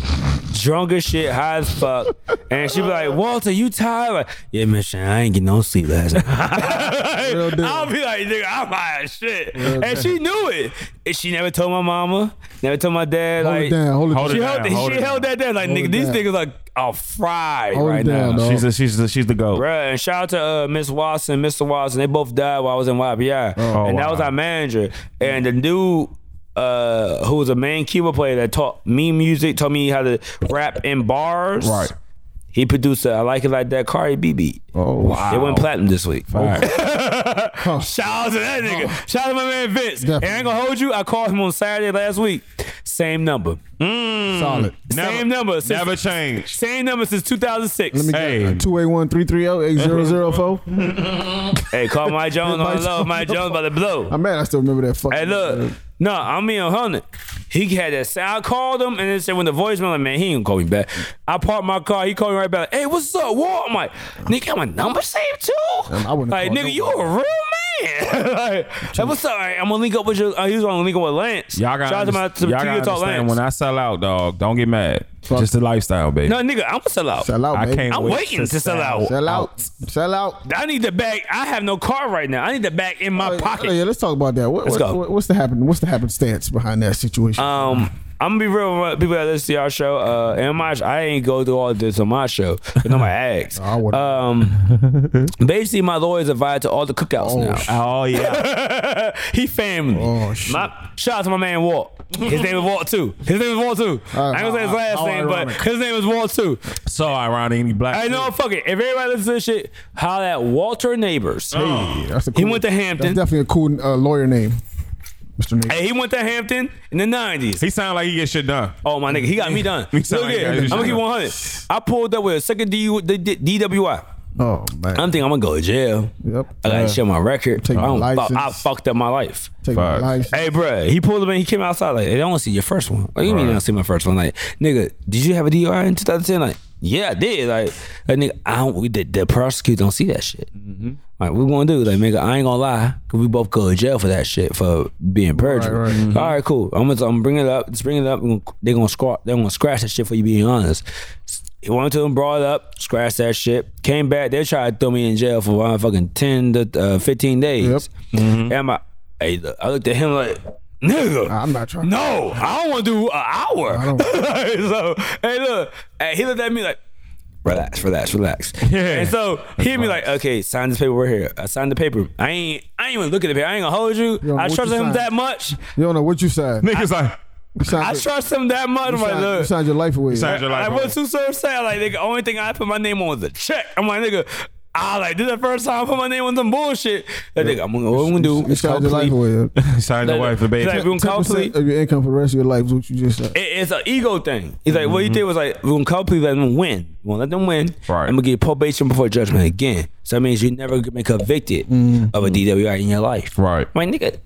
A: drunk as shit, high as fuck, and she be like, "Walter, you tired?" Like, yeah, Miss Shan, I ain't get no sleep last night.
B: Real deal.
A: I'll be like, "Nigga, I'm high as shit," and she knew it. And she never told my mama, never told my dad.
B: Hold
A: like,
B: it down. Hold it
C: Hold
B: down.
C: it
A: she
C: down,
A: held,
C: hold
A: she
C: it
A: held
C: down.
A: that down. Like,
B: Hold
A: nigga,
B: it
A: these
B: down.
A: niggas like are fried
B: Hold it
A: right
B: down,
A: now.
B: dog.
C: She's the she's the she's the goat.
A: Bruh, and shout out to uh, Miss Watson, Mr. Watson. They both died while I was in YBI. and that
C: Oh, wow.
A: was our manager. And the dude uh, who was a main keyboard player that taught me music, taught me how to rap in bars.
C: Right.
A: He produced a I Like It Like That Cardi B beat.
B: Oh,
A: They went platinum this week.
C: Right.
A: Shout out to that nigga. Shout out to my man Vince.
B: Definitely.
A: And I ain't gonna hold you. I called him on Saturday last week. Same number.
C: Mm.
B: solid.
A: Same number. Since,
C: Never change.
A: Same number since 2006.
B: Let me
C: Hey.
B: get two eight one three three zero eight zero zero four.
A: hey, call Mike Jones on
B: Mike
A: the low.
B: Jones.
A: Mike Jones about to blow.
B: I'm mad. I still remember that. Fucking
A: Hey, look, No, I mean a hundred. He had that sound. I called him and then said when the voicemail, like, man, he ain't gonna call me back. I parked my car. He called me right back. Hey, what's up, Walt? I'm like, nigga, got my number saved too.
B: Damn, I wouldn't
A: like,
B: call
A: nigga, you a real man. like, hey, what's up? Hey, I'm gonna link up with you. Uh, he was gonna link up with Lance.
C: Y'all got
A: Shout out to my to,
C: y'all
A: to
C: gotta
A: Utah
C: understand
A: Lance.
C: when I sell out, dog. Don't get mad. Just the lifestyle, baby.
A: no, nigga, I'm gonna sell out.
B: Sell out,
C: I
B: baby.
C: can't.
A: I'm
C: wait
A: waiting to sell out.
B: Sell out. Sell out.
A: I need the bag. I have no car right now. I need the bag in my
B: Oh, yeah,
A: pocket.
B: oh, yeah, let's talk about that. What,
A: Let's
B: what-
A: go.
B: what- what's the happen? What's the happen stance behind that situation?
A: Um, I'm gonna be real with people that listen to our show. Uh, and my I ain't go through all this on my show. But on my ex.
B: I wouldn't.
A: um, basically, my lawyer's invited to all the cookouts
B: Oh,
A: now.
B: shit.
C: Oh yeah.
A: he family.
B: Oh, shit.
A: My, shout out to my man Walt. His name is Walt too. His name is Walt too. I ain't gonna say his
B: how-
A: last
B: Uh, how
A: name,
B: ironic.
A: but his name is Walt too.
C: so ironic. Any black.
A: I know. Fuck it. If everybody listens to this shit, holla at Walter Neighbors.
B: Yeah, that's a
A: He
B: cool-
A: went to Hampton.
B: That's definitely a cool uh, lawyer name, Mr. Nate.
A: Hey, he went to Hampton in the nineties.
C: He sound like he get shit done.
A: Oh my nigga, he got me done.
C: He
A: Look
C: sound like
A: here,
C: he got
A: I'm
C: you
A: gonna
C: done.
A: keep 100. I pulled up with a second DU, D, D, DWI.
B: Oh man.
A: I'm thinking I'm gonna go to jail.
B: Yep.
A: I gotta
B: Yeah.
A: show my record.
B: Take
A: I,
B: my
A: don't, fuck- I
B: license.
A: fucked up my life.
B: Take my
C: Fuck.
B: life.
A: Hey, bruh, he pulled up and he came outside like, "They don't want to see your first one. Like, you mean you don't see my first one? Like, nigga, did you have a DUI in 2010? Like, yeah, I did. Like, like nigga, I don't. We, the, the prosecutor don't see that shit.
B: Mm-hmm.
A: Like, we gonna do? Like, nigga, I ain't gonna lie, 'cause we both go to jail for that shit for being perjured.
B: right. Mm-hmm.
A: All right, cool. I'm gonna, I'm bring it up. Just bring it up. and They gonna scratch. They gonna scratch that shit for you being honest. He went to them, brought it up, scratched that shit, came back. They tried to throw me in jail for one fucking ten to uh, fifteen days.
B: Yep.
A: And I'm like, hey, look, I looked at him like, nigga,
B: I'm not trying.
A: no, I don't want to do an hour.
B: don't-
A: so, hey, look, hey, he looked at me like, relax, relax, relax. And so he hit me like, okay, sign this paper right here. I signed the paper. I ain't, I ain't even look at the paper. I ain't gonna hold you.
B: don't know
A: I
B: what
A: trust
B: you
A: him
B: signed.
A: that much.
B: You don't know what you said.
C: Niggas like
B: You signed,
A: I
B: your-
A: trust him that much.
B: you
A: I'm like,
B: signed- you
A: look.
B: signed your life away.
C: signed your life
A: I
C: away.
A: went too so sad. Like, nigga, only thing I put my name on was a check. I'm like, nigga, I like this is the first time I put my name on some bullshit. That nigga, I'm gonna, what I'm gonna do
B: You
A: is call
B: signed your
A: police.
B: life away. yeah.
C: signed your wife and
A: He's
C: baby.
A: like, we gonna call
B: 10%
A: police.
B: of your income for the rest of your life is what you just said.
A: It- it's an ego thing. He's like, what he did was like, we're gonna call police, let them win. We're gonna let them win.
C: Right.
A: I'm gonna get probation before judgment again. So that means you never gonna get convicted of a DWI in your life.
C: Right.
A: My nigga,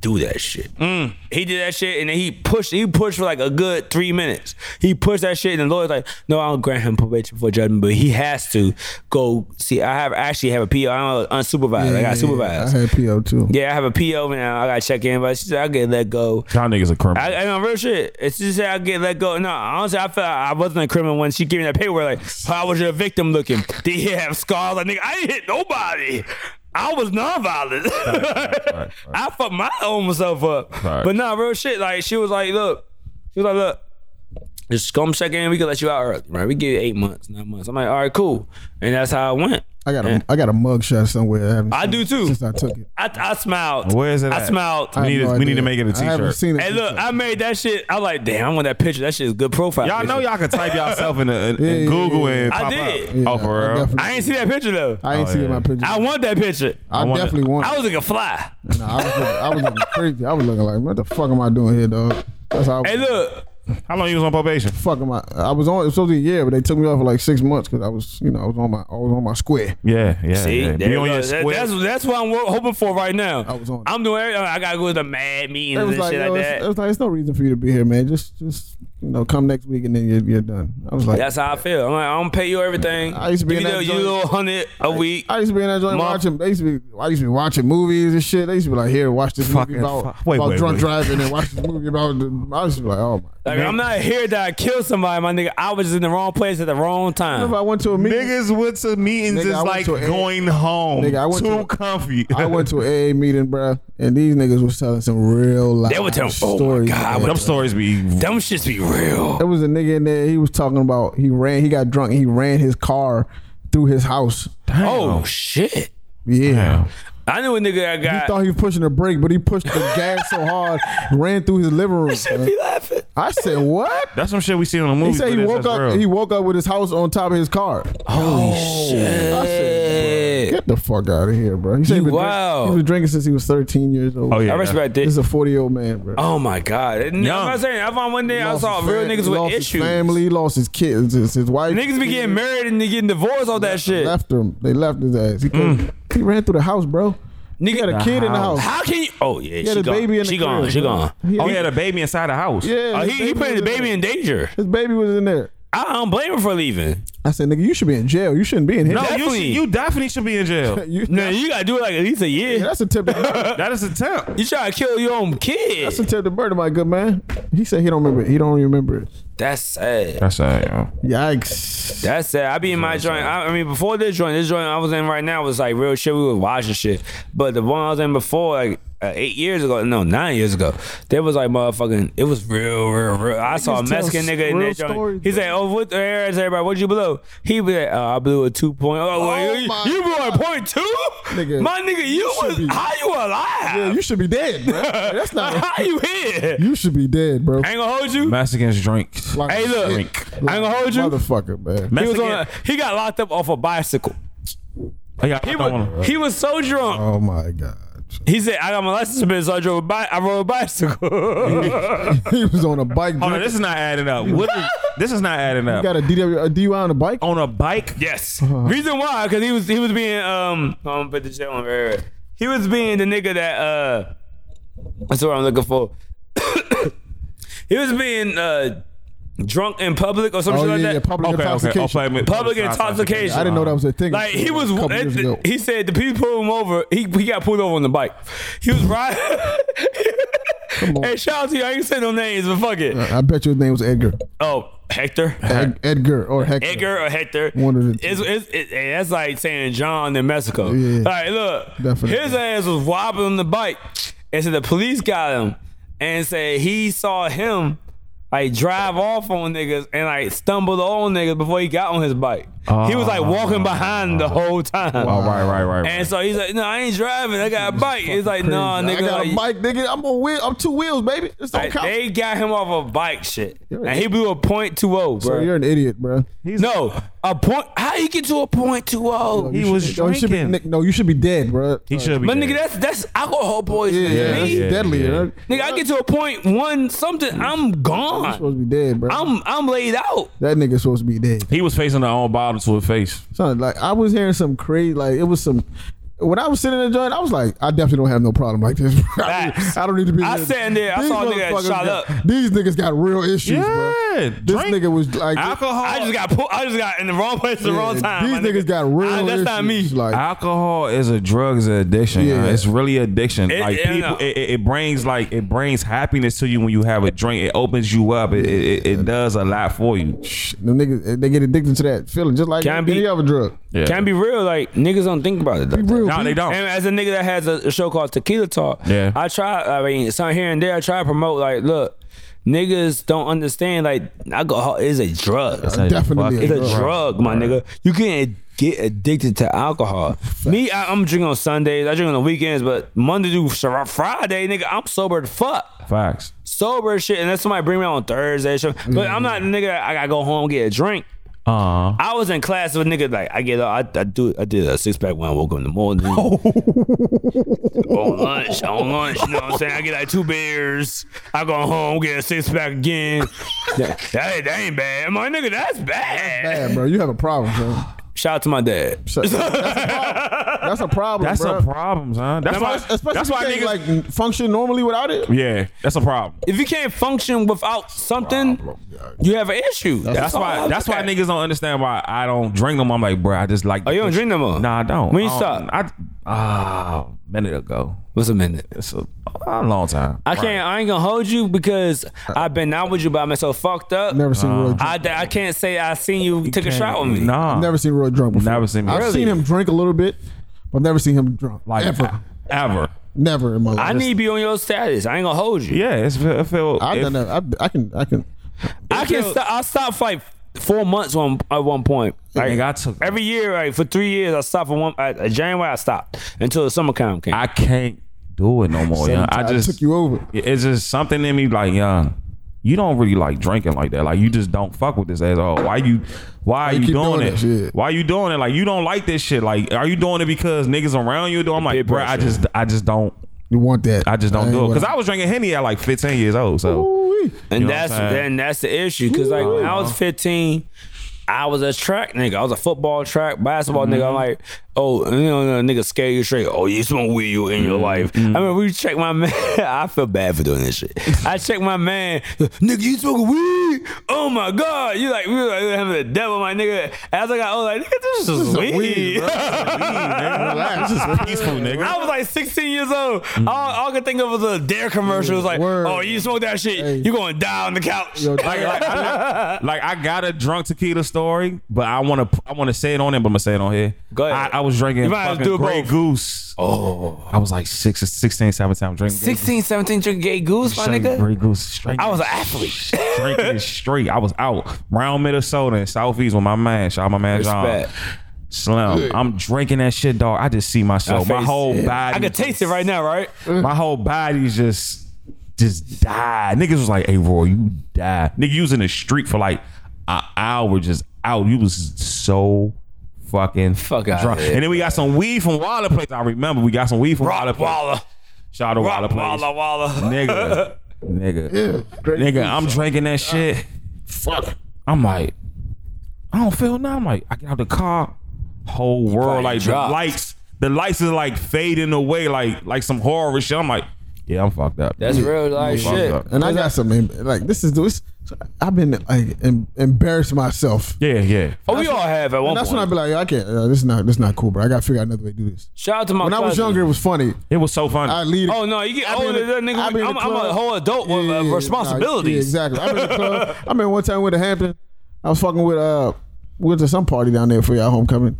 A: do that shit. Mm. He did that shit and then he pushed, he pushed for like a good three minutes. He pushed that shit and the lawyer's like, no, I don't grant him probation before judgment, but he has to go see. I have I actually have a PO, I'm unsupervised. I got supervised.
B: I
A: Yeah,
B: had PO too.
A: I have a PO now. I gotta check in, but she said, I get let go.
C: Y'all niggas a criminal.
A: I, I know real shit. It's just that I get let go. No, honestly, I felt I wasn't a criminal when she gave me that paperwork. Like, how was your victim looking? Did he have scars? Like, nigga, I didn't hit nobody. I was nonviolent.
C: right,
A: I fucked my own self up.
C: Right.
A: But no, real shit. Like, she was like, look, she was like, look, just come check in. We can let you out early, right? We give you eight months, nine months. I'm like, all right, cool. And that's how I went.
B: I got a I got a mug shot somewhere. I, haven't
A: I
B: seen
A: do too.
B: Since I took it.
A: I, I smiled.
C: Where is it
A: I
C: at?
A: smiled.
B: I have
C: need to- we need to make it a
B: I haven't
C: t-shirt.
B: seen it.
A: Hey,
B: since
A: look,
B: I-
A: I made that shit. I like, damn, I want that picture. That shit is good profile.
C: y'all
A: picture.
C: know y'all can type yourself in, a, in, in
B: yeah,
C: Google
B: yeah.
C: and
A: I
C: pop
A: did.
C: up.
B: Yeah,
C: oh, for real.
B: definitely-
A: I ain't see that picture though.
B: I ain't
C: Oh,
B: seen
C: yeah.
B: my picture.
A: I want that picture.
B: I,
C: want it.
B: definitely want.
A: I
B: it.
A: was looking fly.
B: Nah, I was, looking, I was looking crazy. I was looking like, what the fuck am I doing here, dog? That's how. I was,
A: Hey, look,
C: How long you was on probation?
B: Fuck am I? I was on. It was supposed to be a year, but they took me off for like six months because I was, you know, I was on my, I was on my square.
C: Yeah, yeah.
A: see,
C: yeah.
A: there
C: Be
A: you
C: on
A: go.
C: your
A: That-
C: square.
A: that's that's what I'm wo- hoping for right now. I
B: was on it.
A: am doing everything. I gotta go to the mad meetings
B: It was
A: and
B: like,
A: shit
B: yo,
A: like
B: it's,
A: that.
B: it was like, it's no reason for you to be here, man. Just, just, you know, come next week and then you're, you're done. I was like,
A: that's how I feel. I'm like, I don't pay you everything.
B: I used to be
A: Give me
B: in that
A: the- you
B: joint.
A: little hundred a week.
B: I used to be in that joint
A: Mom-
B: watching. They used to be, I used to be watching movies and shit. They used to be like, here, watch this
C: Fucking
B: movie about,
C: fu- wait,
B: about
C: wait,
B: drunk
C: wait.
B: driving and watch this movie about. The, I used to be like, oh my.
A: like, I'm not here that I killed somebody, my nigga. I was in the wrong place at the wrong time.
B: If I went to a meeting,
C: Niggas went to meetings
B: Nigga, I
C: is
B: went
C: like
B: to a-
C: going home.
B: Nigga, I went
C: Too
B: to-
C: comfy.
B: I went to a AA meeting, bruh, and these niggas was telling some real life.
A: They were telling- oh my
B: stories.
A: God, I
B: bruh.
A: went
C: Them stories be.
A: Them shits be real.
B: There was a nigga in there. He was talking about he ran. He got drunk. and He ran his car through his house.
A: Oh shit!
B: Yeah.
A: I knew a nigga I
B: He
A: got.
B: thought he was pushing the brake, but he pushed the gas so hard, ran through his living room. bruh.
A: be laughing.
B: I said, "What?"
C: That's some shit we see in the
B: He
C: movies.
B: said he
C: but it's-
B: woke
C: that's
B: up.
C: real.
B: He woke up with his house on top of his car.
A: Holy shit!
B: Oh. I said, "Bruh, "Get the fuck out of here, bro." He said he
A: You
B: was, drink-
A: wild.
B: he was drinking since he was 13 years old.
C: Oh yeah.
A: I respect that.
B: This is a 40 year old man, bro.
A: Oh my god! And
C: Young.
A: I'm not saying. I found one day I saw real niggas with
B: lost
A: issues.
B: His family he lost his kids, his, his wife.
A: Niggas be getting married and they getting divorced, all that shit. Mm.
B: Left him. They left his ass. He, couldn't- he ran through the house, bro.
A: Nigga,
B: had a kid in the
C: house.
B: house.
A: how can you? Oh yeah,
B: had
A: she
B: a
A: gone.
B: baby in the
A: she gone.
B: crib,
A: She
B: bro.
A: gone.
B: He
C: Oh, he
B: had-
C: had a baby inside the house.
B: yeah.
A: Uh,
B: his
A: he he putting
B: was
A: the
B: in
A: baby
B: there.
A: in danger.
B: His baby was in there.
A: I don't blame her for leaving.
B: I said, nigga, you should be in jail. You shouldn't be in here.
C: No, you,
A: Definitely.
C: should, you definitely should be in jail.
B: You-
A: No, you gotta do it like at least a year.
B: that's a tip. To,
C: that is a temp.
A: You try to kill your own
B: that's a
A: kid.
B: tip to Bird, my good man. He said he don't remember. It. He don't remember it.
A: That's sad.
C: That's a
B: Yikes.
A: That's sad. I be in my joint. I, I mean, before this joint, this joint I was in right now was like real shit. We was watching shit. But the one I was in before, like uh, eight years ago, no, nine years ago, there was like motherfucking. It was real, real, real. I saw a
B: Niggas tell
A: Mexican nigga in
B: real
A: that joint.
B: stories,
A: he
B: bro.
A: said, "Oh, what the air is everybody? What'd you blow?" He was like, uh, "I blew a two point. Oh, well, you,
B: my
A: you blew a point two,
B: Nigga,
A: my nigga. You, was
B: should be-
A: how you alive?
B: Yeah, you should be dead, bro. That's not.
A: how you here?
B: You should be dead, bro.
A: I ain't gonna hold you.
C: Mexicans drink.
B: Like,
A: Hey, look,
B: shit.
A: I ain't gonna hold you.
B: motherfucker, man.
A: He was
C: Mexican.
A: on. A, he got locked up off a bicycle.
C: I got- I
A: He
C: don't wanna-
A: was, he was so drunk.
B: Oh my god.
A: He said, "I got my license suspended, so I drove a bi- I rode a bicycle."
B: He was on a bike.
C: Hold on,
B: drunk.
C: Oh, this is not adding up. What is, this is not adding
B: He
C: up.
B: got a DW, a DUI on a bike.
A: Oh,
C: On a bike,
A: yes. Reason why? Because he was he was being um. I'm gonna put the shit on right, right. He was being the nigga that uh. That's what I'm looking for. he was being uh drunk in public or something
B: Oh
A: like
B: yeah,
A: that.
B: yeah, public intoxication.
A: Public intoxication.
B: I didn't know that was a thing.
A: Like he was,
B: a couple years ago.
A: he said the people pulled him over. He he got pulled over on the bike. He was riding.
B: on.
A: hey, shout out to you. I ain't saying no names, but fuck it.
B: I bet you his name was Edgar,
A: Oh, Hector.
B: Ed, Edgar or Hector.
A: Edgar or Hector.
B: One of the two.
A: It's, it's, it- hey, that's like saying John in Mexico.
B: Yeah.
A: Like, look,
B: Definitely.
A: his ass was wobbling on the bike, and so the police got him, and said he saw him like drive off on niggas and like stumble on niggas before he got on his bike. he was like walking behind the whole time.
C: Oh, right, right, right.
A: And so he's like, "No, I ain't driving. I got a bike." It's like,
B: Crazy.
A: "No, nah, nigga."
B: I got
A: like,
B: a bike, nigga. I'm on wheel. I'm two wheels, baby. This don't
A: like,
B: count.
A: they got him off a bike shit,
B: You're-
A: and he blew a point two zero, bro.
B: Bro, you're an idiot, bro.
A: no, a point. How you get to a point two oh? zero?
C: he was
B: no, you should be,
C: drinking.
B: Nick, no, you should be dead, bro.
C: he should be.
A: But nigga,
C: dead.
A: that's that's alcohol poisoning.
B: yeah, yeah,
A: to
B: that's
A: me.
C: yeah,
B: deadly.
C: yeah.
B: bruh.
A: Nigga, I get to a point one something, I'm
B: You're
A: gone.
B: supposed to be dead, bro.
A: I'm I'm laid out.
B: that nigga's supposed to be dead.
C: he was facing the own bottle to his face.
B: Son, like I was hearing some crazy, like it was some. When I was sitting in the joint, I was like, I definitely don't have no problem like this. bro. I,
A: Facts.
B: don't- I don't need to be.
A: I
B: here.
A: sat in there, I
B: These
A: saw a nigga that
B: motherfuckers
A: shot
B: got-
A: up.
B: These niggas got real issues, bro.
C: Yeah,
B: This nigga was like
C: alcohol.
A: I just got pulled. I just got in the wrong place at the
B: yeah,
A: wrong time.
B: These
A: my
B: niggas
A: nigga.
B: got real.
A: Ah, That's
B: issues.
A: not me.
B: Like,
C: Alcohol is a drug is an addiction.
B: Yeah.
C: Yeah. It's really addiction.
A: It- uh,
C: like
A: yeah,
C: people,
A: no.
C: it, it it brings like it brings happiness to you when you have a drink. It opens you up. It it, it- it does a lot for you.
B: the niggas, they get addicted to that feeling, just like
A: Can be-
B: any other drug.
C: Yeah.
A: Can be real, like niggas don't think about it. Though.
B: Real
C: No, they
B: people.
C: don't.
A: And as a nigga that has a, a show called Tequila Talk,
C: Yeah.
A: I try. I mean, some here and there, I try to promote. Like, look, niggas don't understand. Like, alcohol is a drug.
B: Definitely
A: It's
B: a
A: a
B: drug.
A: drug, my nigga. You can't get addicted to alcohol. Me, I, I'm drinking on Sundays. I drink on the weekends, but Monday through Fri- Friday, nigga, I'm sober to fuck.
C: Facts.
A: Sober as shit, unless somebody bring me out on Thursday. Shit. But I'm not the nigga. that I gotta go home get a drink.
C: Uh
A: I was in class with nigga like I get up, I, I do I did a six pack when I woke up in the morning. on lunch, on lunch, you know what I'm saying? I get like two beers. I go home, get a six pack again. that, that, that ain't bad. My nigga, that's bad.
B: Bad, bro. You have a problem, bro.
A: Shout out to my dad.
B: So- that's, a problem. that's a problem. bro.
C: That's a problem, son. That's why.
B: Especially
C: That's why
B: if
C: niggas.
B: you can't, like function normally without it.
C: yeah, that's a problem.
A: If you can't function without something, you have an issue. That's,
C: That's why. That's why niggas don't understand why I don't drink them. I'm like, bro, I just like.
A: Oh, you don't drink no more?
C: Nah, I don't.
A: When you
C: I don't-
A: stop?
C: I ah minute ago.
A: What's a minute?
C: It's a, a long time.
A: I can't. I ain't gonna hold you because I've been out with you, but I'm so fucked up.
B: Never seen real. Drunk.
A: I, I can't say I seen you, took a shot with me.
C: Nah,
B: never seen real drunk. Before.
C: Never seen me
B: I've
C: drunk.
B: seen him drink a little bit, but I've never seen him drunk.
C: like
B: ever,
C: ever.
B: never in my life.
A: I need to be on your status. I ain't gonna hold you.
C: Yeah, it's I feel.
B: I've
C: it-
B: done that. I, I can. I can.
A: I can.
C: feel-
A: Stop, I stopped for like four months on at one point. Like
C: Nigga, I took-
A: every year, like for three years, I stopped for one. I, uh, January, I stopped until the summer camp came.
C: I can't do it no more. Young. I just
B: took you over.
C: It's just something in me like young. You don't really like drinking like that. Like you just don't fuck with this ass. Oh, why you? Why, are you,
B: you keep
C: doing,
B: doing
C: it?
B: this shit?
C: Why you doing it? Like you don't like this shit. Like are you doing it because niggas around you? do? I'm like, bro, I
A: pressure.
C: just, I just don't,
B: You want that?
C: I just don't
B: ain't
C: do it.
B: with
C: Cause I was drinking henny at like 15 years old. So
B: Ooh-wee.
A: and
C: know what
A: that's
C: I'm saying?
A: and that's the issue because like when I was 15, I was a track nigga. I was a football track, basketball nigga. I'm like, oh, you know, nigga scare you straight. Oh, you smoke weed you in your life. I mean, we check my man. I feel bad for doing this shit. I check my man. Nigga, you smoking weed? Oh my god, you like we were like having the devil, my nigga. As I got older, like nigga, this is
B: is
A: weed.
B: weed, bro.
C: Relax, it's peaceful, nigga.
A: I was like 16 years old. All, all I could think of was a dare commercial. It was like,
B: Word.
A: oh, you smoke that shit,
B: Hey.
A: you going to die on the couch.
B: Yo,
C: Like, like, I, like, I got a drunk tequila story, but I want to I want to say it on him, but I'm gonna say it on here.
A: Go ahead.
C: I, I was drinking
A: You might as
C: fucking
A: well do
C: Grey
A: both.
C: Goose.
A: Oh.
C: I was like six, 16, 17. I'm drinking Grey
A: 16, 17 drink gay goose, my
C: Straight
A: nigga.
C: Grey Goose. Straight.
A: I was an athlete.
C: drinking it straight. I was out round Minnesota and Southeast with my man. Shout out my man John.
A: Respect.
C: Slim. I'm drinking that shit, dog. I just see myself. My
A: face-
C: whole body.
A: I can taste it right now, right?
C: My whole body's just just died. Niggas was like, "Hey, Roy, you died." Nigga, you was in the street for like an hour, just out. You was so fucking
A: Fuck outta
C: drunk.
A: here,
C: and then we got some weed from Waller Place. I remember we got some weed from Waller
A: Walla,
C: Place.
A: walla.
C: Shout out to
A: Walla,
C: Waller Place,
A: walla, walla.
C: nigga, nigga.
B: Great
C: Nigga,
B: piece.
C: I'm drinking that shit. Fuck. I'm like, I don't feel nothing. I'm like, I get out the car, whole world
A: probably
C: like the
A: dropped.
C: lights, the lights is like fading away, like like some horror shit. I'm like, yeah, I'm fucked up.
A: That's real life
C: fucked
A: shit.
C: up.
B: and I got some em- like this is this. I've been like em- embarrassed myself.
C: yeah, yeah.
A: Oh, we all have at one
B: And that's when I
A: point.
B: be like, yo, I can't. Uh, this is not. This is not cool, bro. I gotta figure out another way to do this.
A: Shout out to my
B: When I was
A: cousin.
B: younger, it was funny.
C: It was so funny.
B: I lead.
A: Oh, no, you get
B: I be in
A: older,
B: the-
A: that nigga,
B: I be in the
A: I'm, I'm a
B: club.
A: whole adult with
B: Yeah,
A: uh,
B: nah, yeah,
A: responsibilities.
B: exactly. I remember, the club. I remember one time we went to Hampton. I was fucking with uh, we went to some party down there for y'all homecoming,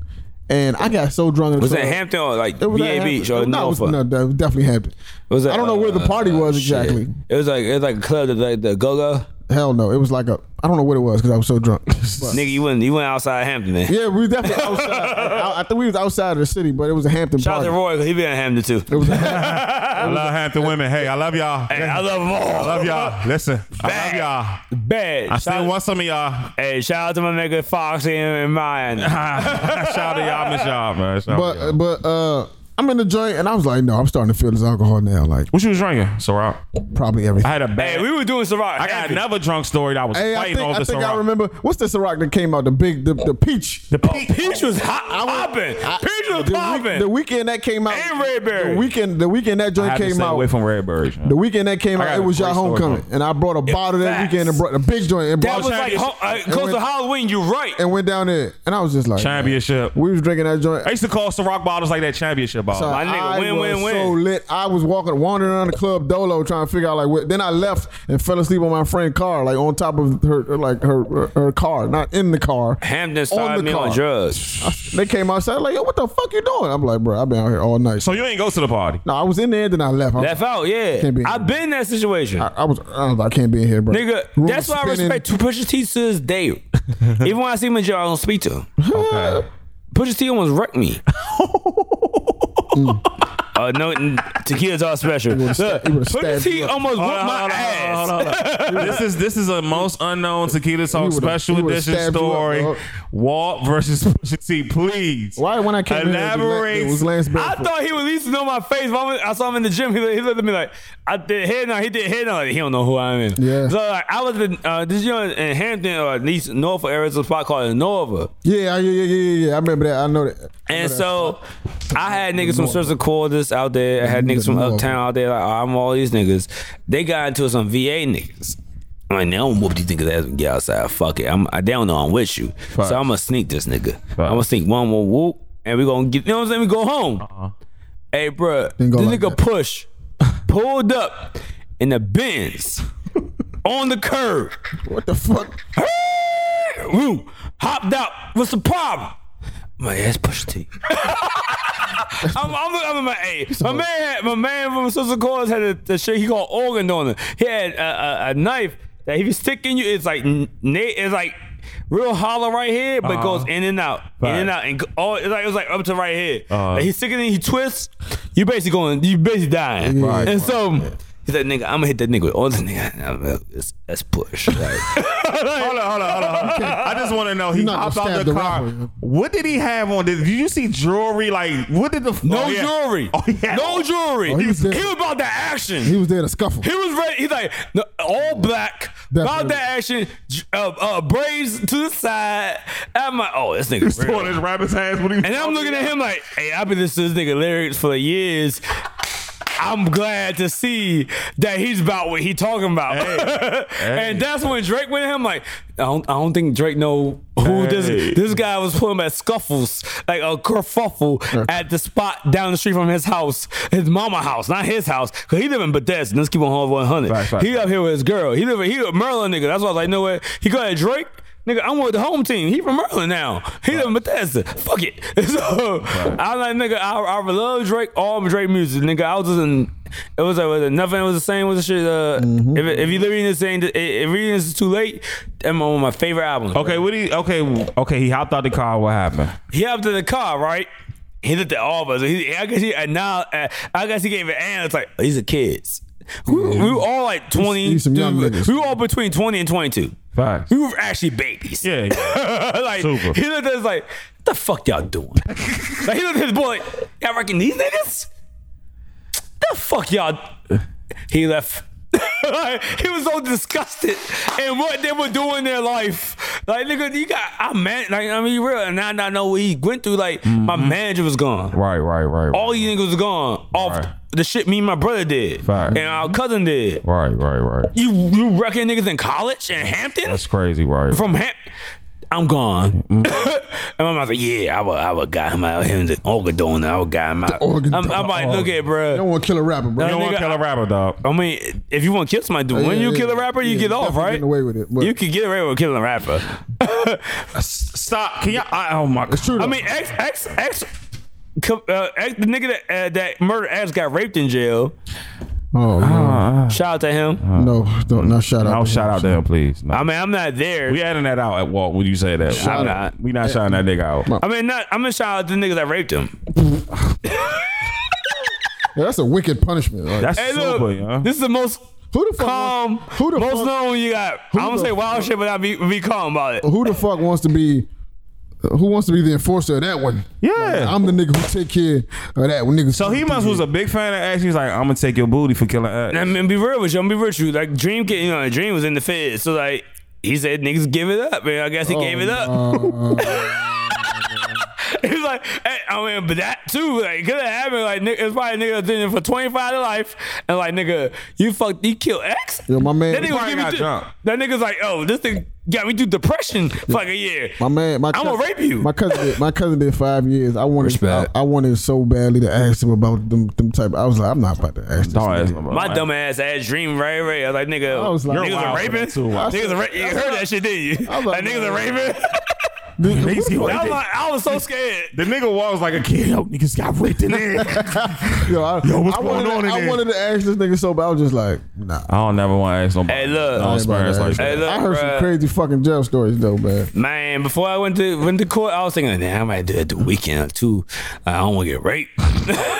B: and I got so drunk. In the
A: Was
B: club.
A: it Hampton or like
B: It was at
A: VA
B: Hampton.
A: Beach or
B: no, it was,
A: Norfolk?
B: no, that was definitely Hampton.
A: It was at,
B: I don't know where the party
A: Oh,
B: was exactly.
A: It was like it was like a club that like the go go.
B: Hell no, it was like a. I don't know what it was because I was so drunk. But-
A: Nigga, you went you went outside Hampton then.
B: yeah, we definitely outside. I, I think we was outside of the city, but it was a Hampton
A: Shout out
B: party.
A: to Roy, 'cause he been in Hampton too.
B: It was a,
C: I love Hampton women. Hey, I love y'all.
A: Hey, I love them all.
C: I love y'all. Listen,
A: Bad.
C: I love y'all.
A: Bad.
C: I
A: shout,
C: still want some of y'all.
A: hey, shout out to my nigga Foxy and and Ryan.
C: Shout out to y'all, I miss y'all, man. Shout out to
B: but
C: y'all.
B: but uh, I'm in the joint and I was like, no, I'm starting to feel this alcohol now. Like
C: What you was drinking? Sorrel.
B: probably everything.
C: I had a bad.
A: hey, we were doing Ciroc.
C: I got another drunk story that I was
B: Hey, I
C: fighting
B: think,
C: over
B: I, think I
C: Ciroc.
B: remember. What's this rock that came out? The big, the, the peach.
C: The
A: Oh, Peach was hot, popping.
B: I-
A: Peach was
B: the week-
A: popping.
B: the weekend that came out.
A: And Red Berry.
B: The weekend, the weekend that joint
C: I had to
B: came
C: stay
B: out.
C: away from Red Birds.
B: the weekend that came
C: I got
B: out,
C: a
B: it was
C: great
B: your
C: story,
B: homecoming,
C: bro.
B: and I brought a bottle that
A: facts.
B: weekend and brought a big joint and
A: that
B: brought
A: was like
C: Championship.
A: ho- uh, close to
B: went-
A: Halloween. You right?
B: and went down there, and I was just like,
C: championship.
B: we was drinking that joint.
C: I used to call Ciroc bottles like that championship bottle.
B: So
A: My nigga,
B: I
A: win,
B: was
A: win, win.
B: So lit. I was walking, wandering around the club, dolo, trying to figure out like what. Then I left and fell asleep on my friend's car, like on top of her, like her, her, her car, not in the car.
A: Hampton
B: the
A: started me on
B: car.
A: drugs.
B: They came outside like, yo, what the fuck you doing? I'm like, bro, I've been out here all night.
C: so you ain't go to the party.
B: No, I was in there, then I left. I was,
A: Left out, yeah.
B: Can't be-
A: I've been in that situation.
B: I, I was, I, was like, I can't be in here, bro.
A: Nigga,
B: Room
A: that's why I
B: spinning.
A: respect to Pusha T to this day. Even when I see him in jail, I don't speak to him.
C: Okay.
A: Pusha T almost wrecked me. Uh, no, n- tequila's all special. Look,
B: he would've
A: Pusha
B: stabbed
A: T
B: you up.
A: almost
C: Hold
A: whooped
C: on,
A: my
C: hold on,
A: ass.
C: hold on, hold on. this is this is a most unknown tequila talk
B: would've- he
C: special
B: would've
C: edition
B: stabbed you up,
C: story.
B: bro.
C: Walt versus Pusha T. Please.
B: Why when I came
C: Elaborate.
B: in, it was Lance
A: I
B: Barefoot.
A: thought he was at least know my face. But I went- I saw him in the gym. He, he looked at me like, I did head now. He did head now. Like, he don't know who I am.
B: Yeah.
A: So like, I was in uh, this year in Hampton uh, or at least Norfolk area. There's a spot called Nova.
B: Yeah, yeah, yeah, yeah, yeah. I remember that. I know that.
A: And so I had niggas from certain quarters out there. I had
B: You
A: niggas from
B: know.
A: uptown out there. Like, oh, I'm all these niggas. They got into some VA niggas. I'm like, now I'm whoop these niggas ass and get outside. Fuck it. I'm, I, they don't know I'm with you. So I'm going to sneak this nigga. I'm going to sneak one more whoop and we going to get, you know what I'm saying? We go home. Hey, bruh, this
B: Uh-huh. Didn't go like
A: nigga
B: that.
A: push, pulled up in the bins on the curb.
B: What the fuck?
A: Woo, hopped out. What's the problem? My ass pushed T. I'm, I'm, I'm in my A. My man, had, my man from Sister Collins had a, the shit he called organ donor. He had a, a, a knife that he was sticking you. It's like na- it's like real hollow right here, but it goes
B: Uh-huh.
A: in and out, in and out, and go- all it's like it was like up to right here.
C: Uh-huh.
A: Like, he's sticking it, he twists. You basically going, you basically dying.
B: Right,
A: and so He's like, nigga, I'm gonna hit that nigga with all this nigga. I'm like, Let's, let's push. Like,
C: hold on, hold on, hold on. I just want to know. He
B: You're not
C: hopped
B: gonna
C: out
B: stab
C: the
B: the
C: car.
B: rapper.
C: What did he have on? Did, did you see jewelry? Like, what did the
A: no
C: oh, yeah.
A: jewelry.
C: Oh, yeah.
A: No jewelry.
B: Oh,
A: he,
B: he
A: was,
B: was dead.
A: about the action.
B: He was there to scuffle.
A: He was ready. He's like no, all black, about
B: Definitely.
A: the action, j- uh, uh, braids to the side. I'm like, oh, this
C: He was
A: nigga. real.
C: throwing his rabbit's ass. What he
A: And I'm looking at him like, hey, I've been listening to this nigga lyrics for years. I'm glad to see that he's about what he talking about. and that's when Drake went at him like, I don't, I don't think Drake know who
C: Hey.
A: this this guy was putting him at scuffles, like a kerfuffle at the spot down the street from his house, his mama house, not his house, cause he live in Bethesda. Let's keep on home 100.
C: Facts, facts,
A: he up here with his girl. He live he a Maryland nigga. That's why I was like, no way. He go at Drake. Nigga, I'm with the home team. He from Maryland now. He live in Bethesda. Fuck it. So I'm like, nigga, I, I love Drake, all Drake music. Nigga, I was just in, it was like, was it nothing was the same with the shit. Uh,
B: Mm-hmm.
A: if, if you living in the same, if reading this is too late, that's one of my favorite albums.
C: Okay, what he? Okay, okay. He hopped out the car. What happened?
A: He hopped in the car, right? He looked at all of us. He, I guess he and now uh, I guess he gave an answer. It's like these are kids. We, we were all like twenty.
B: These some young
A: we,
B: niggas.
A: were all between twenty and twenty-two.
C: Facts.
A: We were actually babies.
C: Yeah,
A: like
C: Super.
A: he looked at us like, "What the fuck y'all doing?" like he looked at his boy. Like, y'all reckon these niggas? The fuck y'all? He left. Like, he was so disgusted and what they were doing in their life. Like nigga, you got I man. Like I mean, you real. And now I know what he went through. Like my manager was gone.
C: Mm-hmm. Right, right, right.
A: All you niggas was gone off
C: Right.
A: the shit me and my brother did
C: Fact.
A: and our cousin did.
C: right, right, right.
A: You you reckon niggas in college in Hampton?
C: That's crazy, right?
A: from him. I'm gone. and my mom's like, yeah, I would, I would got him out. Him the Ogadona, I would got him out.
B: Ogadona.
A: I'm, I'm like, look at
B: I
A: bro.
B: don't want to kill a rapper, bro.
A: You don't
C: you don't want
A: nigga,
C: to kill a
A: I-
C: rapper, dog.
A: I mean, if you want to kill somebody, dude, when
B: Oh, yeah,
A: you kill a
B: yeah.
A: rapper, you
B: Yeah,
A: get off,
B: definitely
A: right?
B: getting away with it, but-
A: You can get away with killing a rapper.
C: Stop. Can y'all? I, oh my. It's true.
A: I mean, X, X, X, co- uh, X the nigga that, uh, that murdered X got raped in jail.
B: Oh, no.
A: Shout out to him.
B: no, don't, no, shout out.
C: Uh, I'll
B: to him.
C: shout out to him, please. No.
A: I mean, I'm not there.
C: we adding that out at Walt. Would you say that?
A: I'm
C: I'm
A: not.
C: We not shouting that nigga out.
A: I mean, not. I'm gonna shout out to the niggas that raped him.
B: Yeah, that's a wicked punishment. Like,
C: That's
A: Hey,
C: super,
A: look,
C: yeah.
A: this is the most
B: who the fuck?
A: calm.
B: wants- who the
A: most
B: fuck?
A: known you got. I'm gonna
B: the
A: say wild shit, but I be be calm about it.
B: who the fuck wants to be? Who wants to be the enforcer of that one?
C: Yeah.
B: Like, I'm the nigga who take care of that one. Nigga.
C: so he must was a big fan of X. He's like, I'm gonna take your booty for killing X.
A: I mean, be real with you. I'm gonna be real with you. Like Dream, get- you know, Dream was in the Fed, so like he said, niggas give it up, and I guess he
B: Oh,
A: gave it up. He was like, hey, I mean, but that too, like, could have happened. Like, nigga, it's probably a nigga that's in it for 25 to life, and like, nigga, you fucked, you killed X.
B: Yo, my man-
A: That
B: He
A: nigga, was
C: probably
A: giving
C: got
A: to-
C: drunk.
A: that nigga's like, oh, this thing got me through depression for like a year.
B: My man, my
A: I'm gonna
B: cousin-
A: rape you.
B: My cousin, did, my cousin did five years. I wanted, I,
A: Respect.
B: I wanted so badly to ask him about them, them type. I was like, I'm not about to ask. This
C: Don't
B: nigga.
C: ask him about
A: My
C: it.
A: dumb ass ass dream right Ray. I was like, nigga,
B: I was like- You're
A: niggas are
C: wild for
A: raping.
C: that too, wild.
A: Niggas are ra- you heard that shit, didn't you?
B: I
A: Like,
B: was like,
A: niggas are
B: man.
A: raping.
C: Niggas get
A: I was
C: raped.
A: like, I was so scared.
C: The nigga was like a kid. Yo, niggas got raped in there.
B: Yo, I,
C: Yo, what's
B: I
C: going
B: wanted,
C: on
B: to-
C: in
B: I
C: there?
B: wanted to ask this nigga so bad. I was just like, nah.
C: I don't never want to ask nobody.
A: Hey, look.
C: No
A: Hey,
C: experience
B: look,
C: like that.
A: Hey, look,
B: I heard
A: bruh.
B: some crazy fucking jail stories though, man.
A: Man, before I went to went to court, I was thinking, nah, I might do it the weekend too. I don't want to get raped.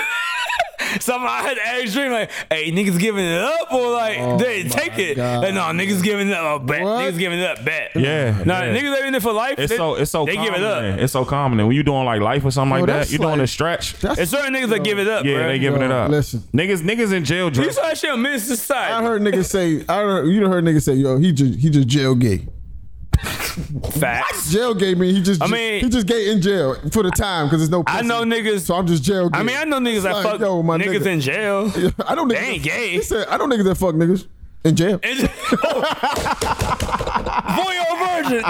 A: Somehow I had to ask dream like, hey, niggas giving it up or like they
B: Oh my
A: take it.
B: God.
A: Like, no, niggas giving it up. bet.
B: What?
A: Niggas giving it up. Bet.
C: Yeah,
A: Nah,
C: yeah.
A: niggas ain't in it for life.
C: It's
A: they,
C: so it's so
A: They
C: common.
A: give it up.
C: there. It's so common. And when you doing like life or something
B: Yo,
C: like that,
B: that's
C: you doing
B: like-
C: a stretch.
B: That's
A: It's certain niggas that give it up.
C: Yeah,
A: bruh.
C: they giving
B: Yo,
C: it up.
B: listen.
C: niggas niggas in jail.
A: You
C: Drink.
A: saw that shit on Men's Society.
B: I heard niggas say, I heard, you done heard niggas say, yo, he just he just jail gay.
A: facts.
B: Jail gay mean he just,
A: I mean-
B: he just gay in jail for the time because there's no.
A: I
B: pussy.
A: know niggas-
B: so I'm just jail. Gay.
A: I mean, I know niggas that
B: Like,
A: fuck
B: yo, my
A: niggas
B: nigga.
A: in jail.
B: I don't.
A: They
B: niggas
A: ain't
B: that-
A: gay.
B: He said, I don't niggas that fuck niggas in jail.
A: It's- Voyeur virgin.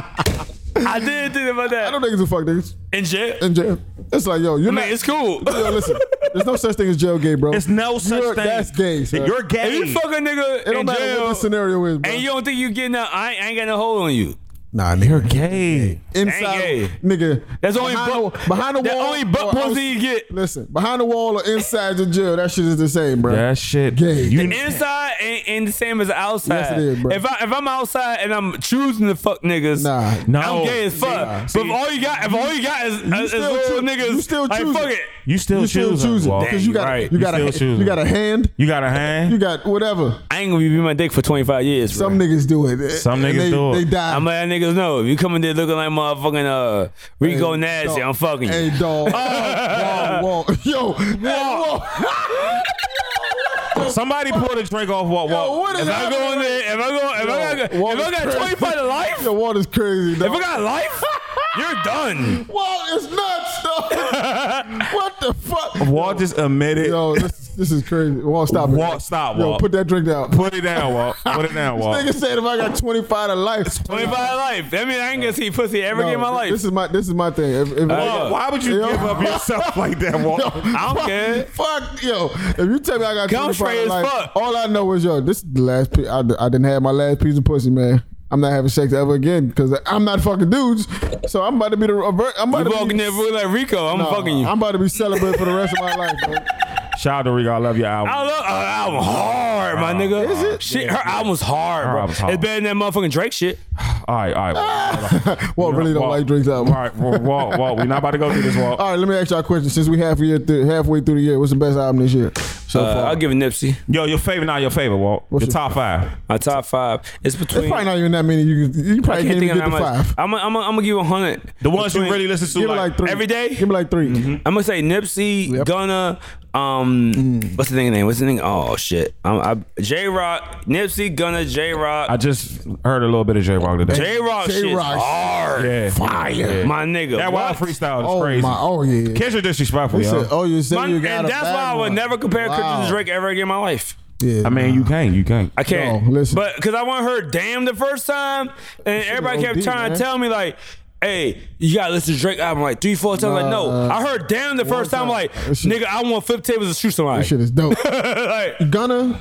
A: I did think about
B: I
A: that.
B: don't niggas that fuck niggas
A: In jail.
B: in jail. It's like, yo, you're
A: I
B: not.
A: mean, it's cool.
B: yo, listen, there's no such thing as jail gay, bro.
C: It's no such
B: You're-
C: thing.
B: That's gay. Sir.
C: You're
A: If
C: gay.
A: you fuck a nigga
B: It don't
A: in
B: matter what
A: jail
B: the scenario is, bro.
A: and you don't think you getting out, I ain't, I ain't got no hold on you.
B: Nah, nigga.
C: Gay.
B: Inside,
A: gay.
B: nigga.
A: That's only
B: behind,
A: butt-
B: the, behind the
A: that
B: wall.
A: only butt
B: or
A: pussy
B: outs-
A: you get.
B: Listen, behind the wall or inside the jail, that shit is the same, bro.
C: That shit.
B: Gay.
C: You,
A: Inside ain't, ain't the same as outside.
B: Yes, it is, bro.
A: If I if I'm outside and I'm choosing to fuck niggas,
B: Nah.
C: no.
A: I'm gay as fuck. but if all you got, if all you got is, is
B: still
A: little
B: choo-
A: niggas,
B: you still
A: like,
B: choosing.
A: fuck it.
C: You still,
B: you still
C: choosing.
B: choosing
C: Walt.
B: because you got
A: right.
B: you
C: You
B: got
C: still
B: a
C: choosing.
B: you got a hand,
C: You got a hand.
B: you got whatever.
A: I ain't gonna be my dick for 25 years. Bro.
B: Some niggas do it.
C: Some
B: and
C: niggas
B: they,
C: do it.
B: They die.
A: I'm letting niggas know if you coming there looking like motherfucking uh, Rico
B: Hey,
A: Nasty,
B: dog.
A: I'm fucking you.
B: Hey, dog. Whoa, whoa. Yo, whoa.
C: Somebody pull the drink off Walt.
B: Yo,
C: Walt.
B: what is
A: If I go in
B: happening?
A: there, if I go, if I got,
B: Walt
A: if I
B: is
A: got
B: crazy.
A: 25 to life,
B: Yo, water's crazy,
A: if I
B: dog.
A: got life, you're done.
B: Walt is nuts, dog. what the fuck?
C: Walt just admitted.
B: Yo, this, this is crazy. Walt, stop it.
C: Walt, stop,
B: Yo,
C: Walt.
B: put that drink down.
C: Put it down, Walt. Put it down, Walt.
B: Nigga said if I got 25 to life.
A: 25 to life. That mean I ain't gonna see pussy ever
B: No,
A: again in my life.
B: This is my this is my thing. If, if
A: Walt,
C: Why would you
B: Yo.
C: give up yourself like that, Walt?
A: I don't care.
B: Fuck yo! If you tell me I got
A: Gum
B: 25
A: spray as
B: life,
A: fuck.
B: all I know is yo. This is the last. Piece, I, I didn't have my last piece of pussy, man. I'm not having sex ever again because I'm not fucking dudes. So I'm about to be the. I'm about
A: You
B: to
A: walking
B: be,
A: there with like Rico, I'm
B: Nah,
A: fucking you.
B: I'm about to be celebrated for the rest of my life. Man.
C: Shout out to Rico. I love your album.
A: I love her album hard, my nigga. Is it? Shit, her album's hard,
C: Her
A: bro.
C: album's hard.
A: It's better than that motherfucking Drake shit.
C: All right, all right.
B: Well, really don't like drinks out.
C: All right, Walt, Walt, Walt. We're not about to go through this, Walt.
B: All right, let me ask y'all a question. Since we half year through, halfway through the year, what's the best album this year so
A: Uh,
B: far?
A: I'll give it Nipsey.
C: Yo, your favorite, not your favorite, Walt. your
B: your-
C: top five.
A: My top five. It's between.
B: Probably not even that many. You can, you
A: I
B: probably
A: can't
B: can't
A: think
B: even
A: of
B: get
A: that
B: to
A: much.
B: five.
A: I'm gonna I'm gonna- I'm gonna give you a hundred.
C: The ones you
A: Between-
C: really listen to,
B: Give me
C: like,
B: like three
A: every day? Mm-hmm.
B: Give me like 3
A: I'm gonna say Nipsey, Gunna, um,
B: Mm.
A: what's the nigga name? What's the nigga? Oh shit, um, I, J Rock, Nipsey, Gunna, J
C: I
A: Rock,
C: just heard a little bit of J Rock today.
A: J Rock, shit,
B: J-Rock.
A: hard,
C: Yeah.
B: Fire.
A: my nigga.
C: that wild
A: What?
C: freestyle is
B: Oh
C: crazy.
B: my! Oh yeah.
C: Kendrick disrespectful,
B: He
C: yo.
B: said, "Oh, you say
A: My-
B: you
A: and
B: got a
A: that's
B: bad
A: why I would
B: one.
A: never compare Kendrick to Drake ever again in my life.
B: Yeah,
C: I mean, you can't, you can't.
A: I can't.
B: No, listen.
A: But because I want her damn the first time, and everybody kept
B: OD,
A: trying to
B: man.
A: tell me like, "Hey, you gotta listen to Drake album like three, four times." like, no,
B: Nah.
A: I heard damn the first time.
B: time.
A: Like,
B: That shit-
A: nigga, I want flip tables to shoot somebody.
B: shit is dope.
A: like,
B: Gunna,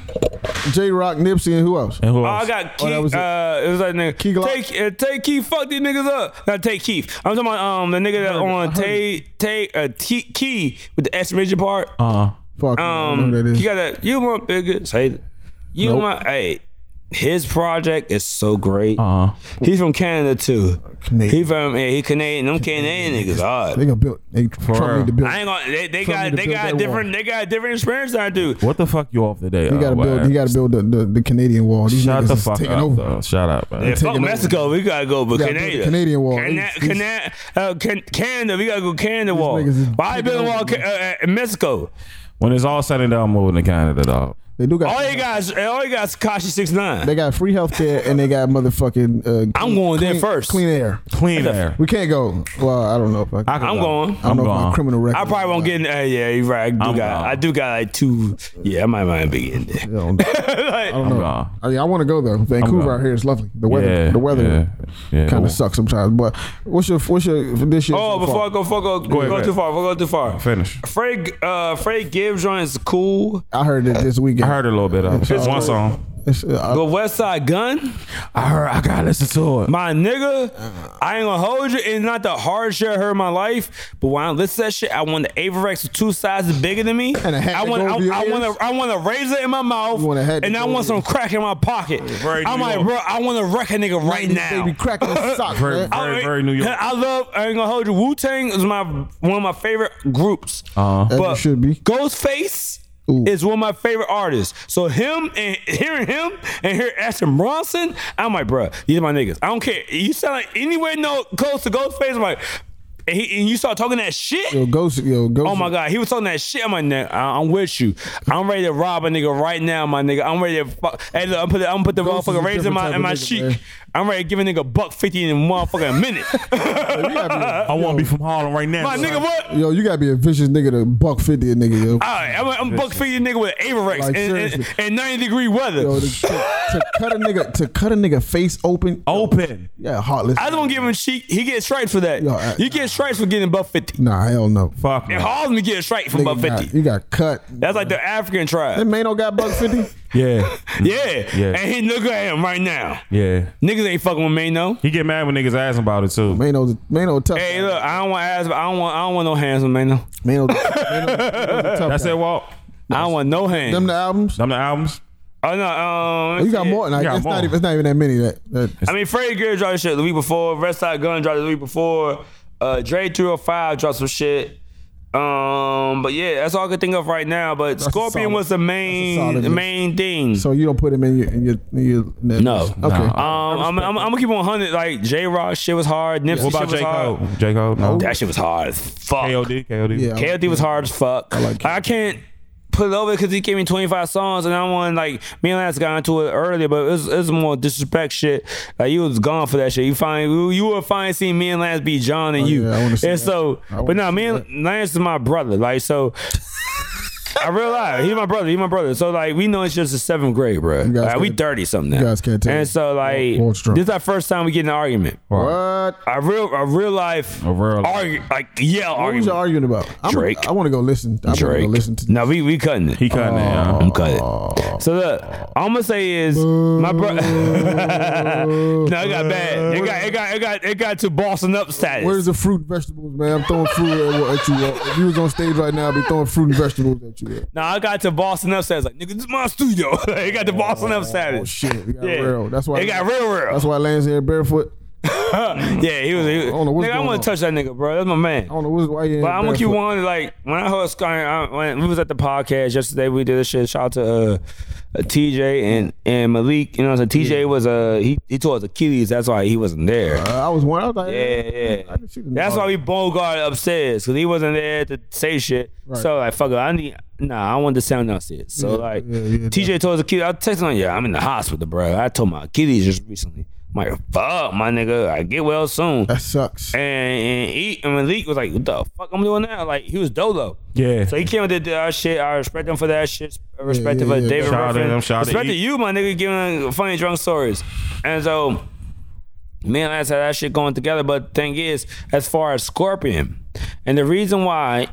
B: J Rock, Nipsey, and who else?
C: And who
A: Oh, I
C: else?
A: got
B: Oh,
A: Keith.
B: that was it.
A: uh, it was like nigga.
B: Key Glock?
A: take uh, take Keith. Fuck these niggas up. Not take Keith. I'm talking about um the nigga that
B: heard it. I
A: on
B: heard
A: Tay Tay uh, T, Key with the S major part.
C: Uh,
B: Fuck, Oh, I don't
A: Um,
B: know who that is.
A: you got that. You my biggest hater. You
B: Nope.
A: my hey. His project is so great.
C: uh.
A: He's from Canada too.
B: Canadian.
A: He from yeah, he Canadian. Them Canadian, niggas hard.
B: they gonna build. They Trump
C: real.
B: need to build.
A: I ain't gonna. They, they
B: Trump
A: got
B: need to
A: they
B: build
A: got
B: that
A: different. They got different experience than I do.
C: What the fuck you off today? uh,
B: He gotta build. He gotta build the, the, the Canadian wall. These
C: Shut
B: niggas
C: the
B: is
C: fuck
B: taking
C: up.
B: over.
C: Though. Shut up. Man.
A: Yeah, fuck
B: taking over.
A: Mexico, we gotta go, but
B: gotta build
A: Canada,
B: the Canadian wall.
A: Cana-
B: These- these-
A: Cana- uh, Can- Canada, we gotta go Canada wall.
B: niggas is
A: Why
B: taking
A: build a wall
B: over,
A: Ca- uh, uh, in Mexico?
C: When it's all said and done, I'm moving to Canada, dog.
B: They do got.
A: All you guys, uh, all you guys, Kashi six nine.
B: they got free healthcare and they got motherfucking. Uh,
A: I'm going there first.
B: Clean air.
C: Clean air.
B: We can't go. Well, I don't know if I. Can. I,
C: can
A: I'm
C: go.
A: going.
B: don't
C: I'm
B: know if my
C: going.
B: criminal record.
A: I probably won't get in. Uh, yeah, you're right. I do got.
C: I'm gone.
A: I do got like two. Yeah, I might might be in there.
B: I don't know.
A: Like,
B: I don't
C: I'm
B: know.
C: gone.
B: I, mean, I want to go though. Vancouver
C: gone.
B: out here is lovely. The weather.
C: Yeah,
B: the weather.
C: yeah, yeah.
B: kind of sucks sometimes. But what's your what's your for this year?
A: oh,
B: so
A: before I
B: far?
A: go, before I go, go,
C: ahead,
A: go
C: man.
A: too far. Before I go too far.
C: Finish.
A: Fred, uh, Fred Gibbs joint is cool.
B: I heard it this weekend.
C: I heard a little bit of it. one song.
B: It's, uh, I-
A: The West Side Gun,
C: I heard. I gotta listen to it.
A: my nigga.
B: Uh-huh.
A: I ain't gonna hold you. It's not the hardest shit I heard in my life, but when I listen to that shit, I want the Avirex with two sizes bigger than me.
B: And a hat
A: I
B: that
A: want,
B: go
A: I,
B: over your
A: I
B: ears?
A: want, a, I want a razor in my mouth,
B: You want a hat that
A: and I
B: go
A: want
B: over
A: some crack in my pocket.
C: Very
A: I'm
C: New
A: like,
C: York.
A: bro, I want to wreck a nigga right
B: these
A: now.
B: Baby cracking socks,
C: Very-
B: man.
C: very-
A: I-
C: New York.
A: I love. I ain't gonna hold you. Wu Tang is my one of my favorite groups.
C: Uh-huh.
B: As it should be.
A: Ghostface
B: Ooh.
A: is one of my favorite artists. So him and hearing him and hearing Ashton Bronson, I'm like, bruh, these are my niggas. I don't care. You sound like anywhere no close to Ghostface. I'm like, and, he, and you start talking that shit.
B: Yo, ghost. Yo, ghost.
A: Oh my god, he was talking that shit. I'm like, nah, I- I'm with you. I'm ready to rob a nigga right now, my nigga. I'm ready to fuck. Hey, look, I'm put the, I'm put the
B: Ghost is
A: motherfucking
B: a
A: razor in
B: different
A: my
B: type
A: in
B: of
A: my
B: nigga,
A: cheek.
B: man.
A: I'm ready to give a nigga buck fifty in a motherfucking minute.
C: I want to be from Harlem right now.
A: my
C: son.
A: nigga, what?
B: Yo, you gotta be a vicious nigga to buck fifty a nigga, yo.
A: All right, I'm, I'm buck feeding nigga with an Avarex
B: Like,
A: and, and,
B: seriously.
A: and 90 degree weather.
B: yo to, to, to cut a nigga to cut a nigga face open.
C: Open.
B: Yeah, heartless.
A: Oh. I don't give him cheek. He gets stripes for that.
B: Yo, I-
A: you get stripes for getting buck 50.
B: Nah, hell no.
C: Fuck.
A: And
C: man.
A: Harlem get a strike from buck
B: Nigga got-
A: 50.
B: you got cut.
A: That's like the African
B: That
A: tribe.
B: Mano got buck fifty.
C: Yeah,
A: Yeah.
C: Yeah.
A: And he look at him right now.
C: yeah.
A: Niggas ain't fucking with Mano.
C: He get mad when niggas ask him about it
A: Oh,
C: too.
B: Mano's Mano a tough.
A: Hey, look, I don't want to ask. I don't want. I don't want no hands with Mano.
B: Mano, Mano's a tough.
C: That's
B: guy.
C: it, Walt.
A: I don't want no hands.
B: Them the albums.
C: Them the albums.
A: oh no. Um,
B: You got more. Like,
C: got
B: it's,
C: more.
B: Not even, it's not even that many. That, that
A: I mean, Freddie Gibbs dropped shit the week before. Red Side Gun dropped the week before. Uh, Dre 305 dropped some shit. Um, but yeah, that's all I can think of right now. But
B: a
A: Scorpion
B: solid-
A: was the
B: that's
A: main
B: a
A: the
B: solid
A: main thing.
B: so you don't put him in your in your, in your in that
A: No.
B: list.
A: No.
B: Okay.
C: Uh,
A: um, I'm, I'm, I'm gonna keep on hundred. Like J Rock shit was hard. Nipsey shit
C: What about
A: was
C: J Cole?
A: hard.
C: J Cole, no.
A: That shit was hard. as Fuck.
C: KOD, KOD.
B: Yeah.
A: KLD was hard as fuck. I,
B: like
A: can't put it over because he gave me 25 songs and I want like me and Lance got into it earlier, but it's it's more disrespect shit. Like you was gone for that shit. You find you, you will find seeing me and Lance be John and you.
B: Oh, yeah, I wanna
A: and
B: see that.
A: so,
B: I wanna
A: but no,
B: see
A: me and Lance is my brother. Like so. I realize he's my brother. He's my brother. So like we know it's just the seventh grade, bro.
B: guys
A: Like, we
B: can't-
A: thirty something. now.
B: you guys can't tell
A: And
B: me.
A: so like
B: Walt's drunk.
A: this is our first time we get in an argument.
B: What?
A: A real, a real life,
C: A real life.
A: argu- like yeah,
B: What was
A: argument.
B: you arguing about? I'm,
A: Drake.
B: I want to go listen. I want to go
A: Drake.
B: listen to.
A: no, we we cutting it.
C: He cutting it. Oh. yeah.
A: I'm cutting. it. So look, all I'm gonna say is my brother. no, it got bad. It got it got it got it got to Boston up status.
B: Where's the fruit and vegetables, man? I'm throwing fruit at, at you. Walt. If you was on stage right now, I'd be throwing fruit and vegetables at you. Walt.
A: no, I got to Boston up status. Like nigga, this is my studio. it got to Boston up status.
B: Oh shit! It got
A: Yeah.
B: real. That's why
A: It got real, real.
B: That's why Lance here barefoot.
A: yeah, he was. He was
B: I don't know what's
A: nigga, I
B: going
A: want
B: on.
A: to touch that nigga, bro. That's my man.
B: I don't know what's why you.
A: But I'm gonna keep on like when I heard Sky, I, when we was at the podcast yesterday. We did this shit. Shout out to uh, uh, TJ and and Malik. You know, what I'm saying? TJ was uh, he he tore his Achilles. That's why he wasn't there.
B: Uh, I was one. I was like,
A: Yeah, yeah.
B: I can see the-
A: That's why we Bogart upstairs because he wasn't there to say shit.
B: Right.
A: So like, fuck it, I need nah. I want the sound downstairs. So
B: Yeah,
A: like,
B: yeah, yeah,
A: TJ told his Achilles. I texted him, yeah, I'm in the hospital, bro. I told my Achilles just recently. I'm like, fuck, my nigga, I get well soon.
B: That sucks.
A: And and, he, and Malik was like, what the fuck I'm doing now? Like he was dolo.
C: Yeah.
A: So he came up to do our shit. I respect him for that shit. I respect
B: Yeah,
A: him for
B: yeah, yeah.
A: David
C: Shout out to
A: Ruffin.
C: him, shout out to
A: respect to
C: E.
A: you, my nigga, giving funny drunk stories. And so me and Lance had that shit going together. But the thing is, as far as Scorpion, and the reason why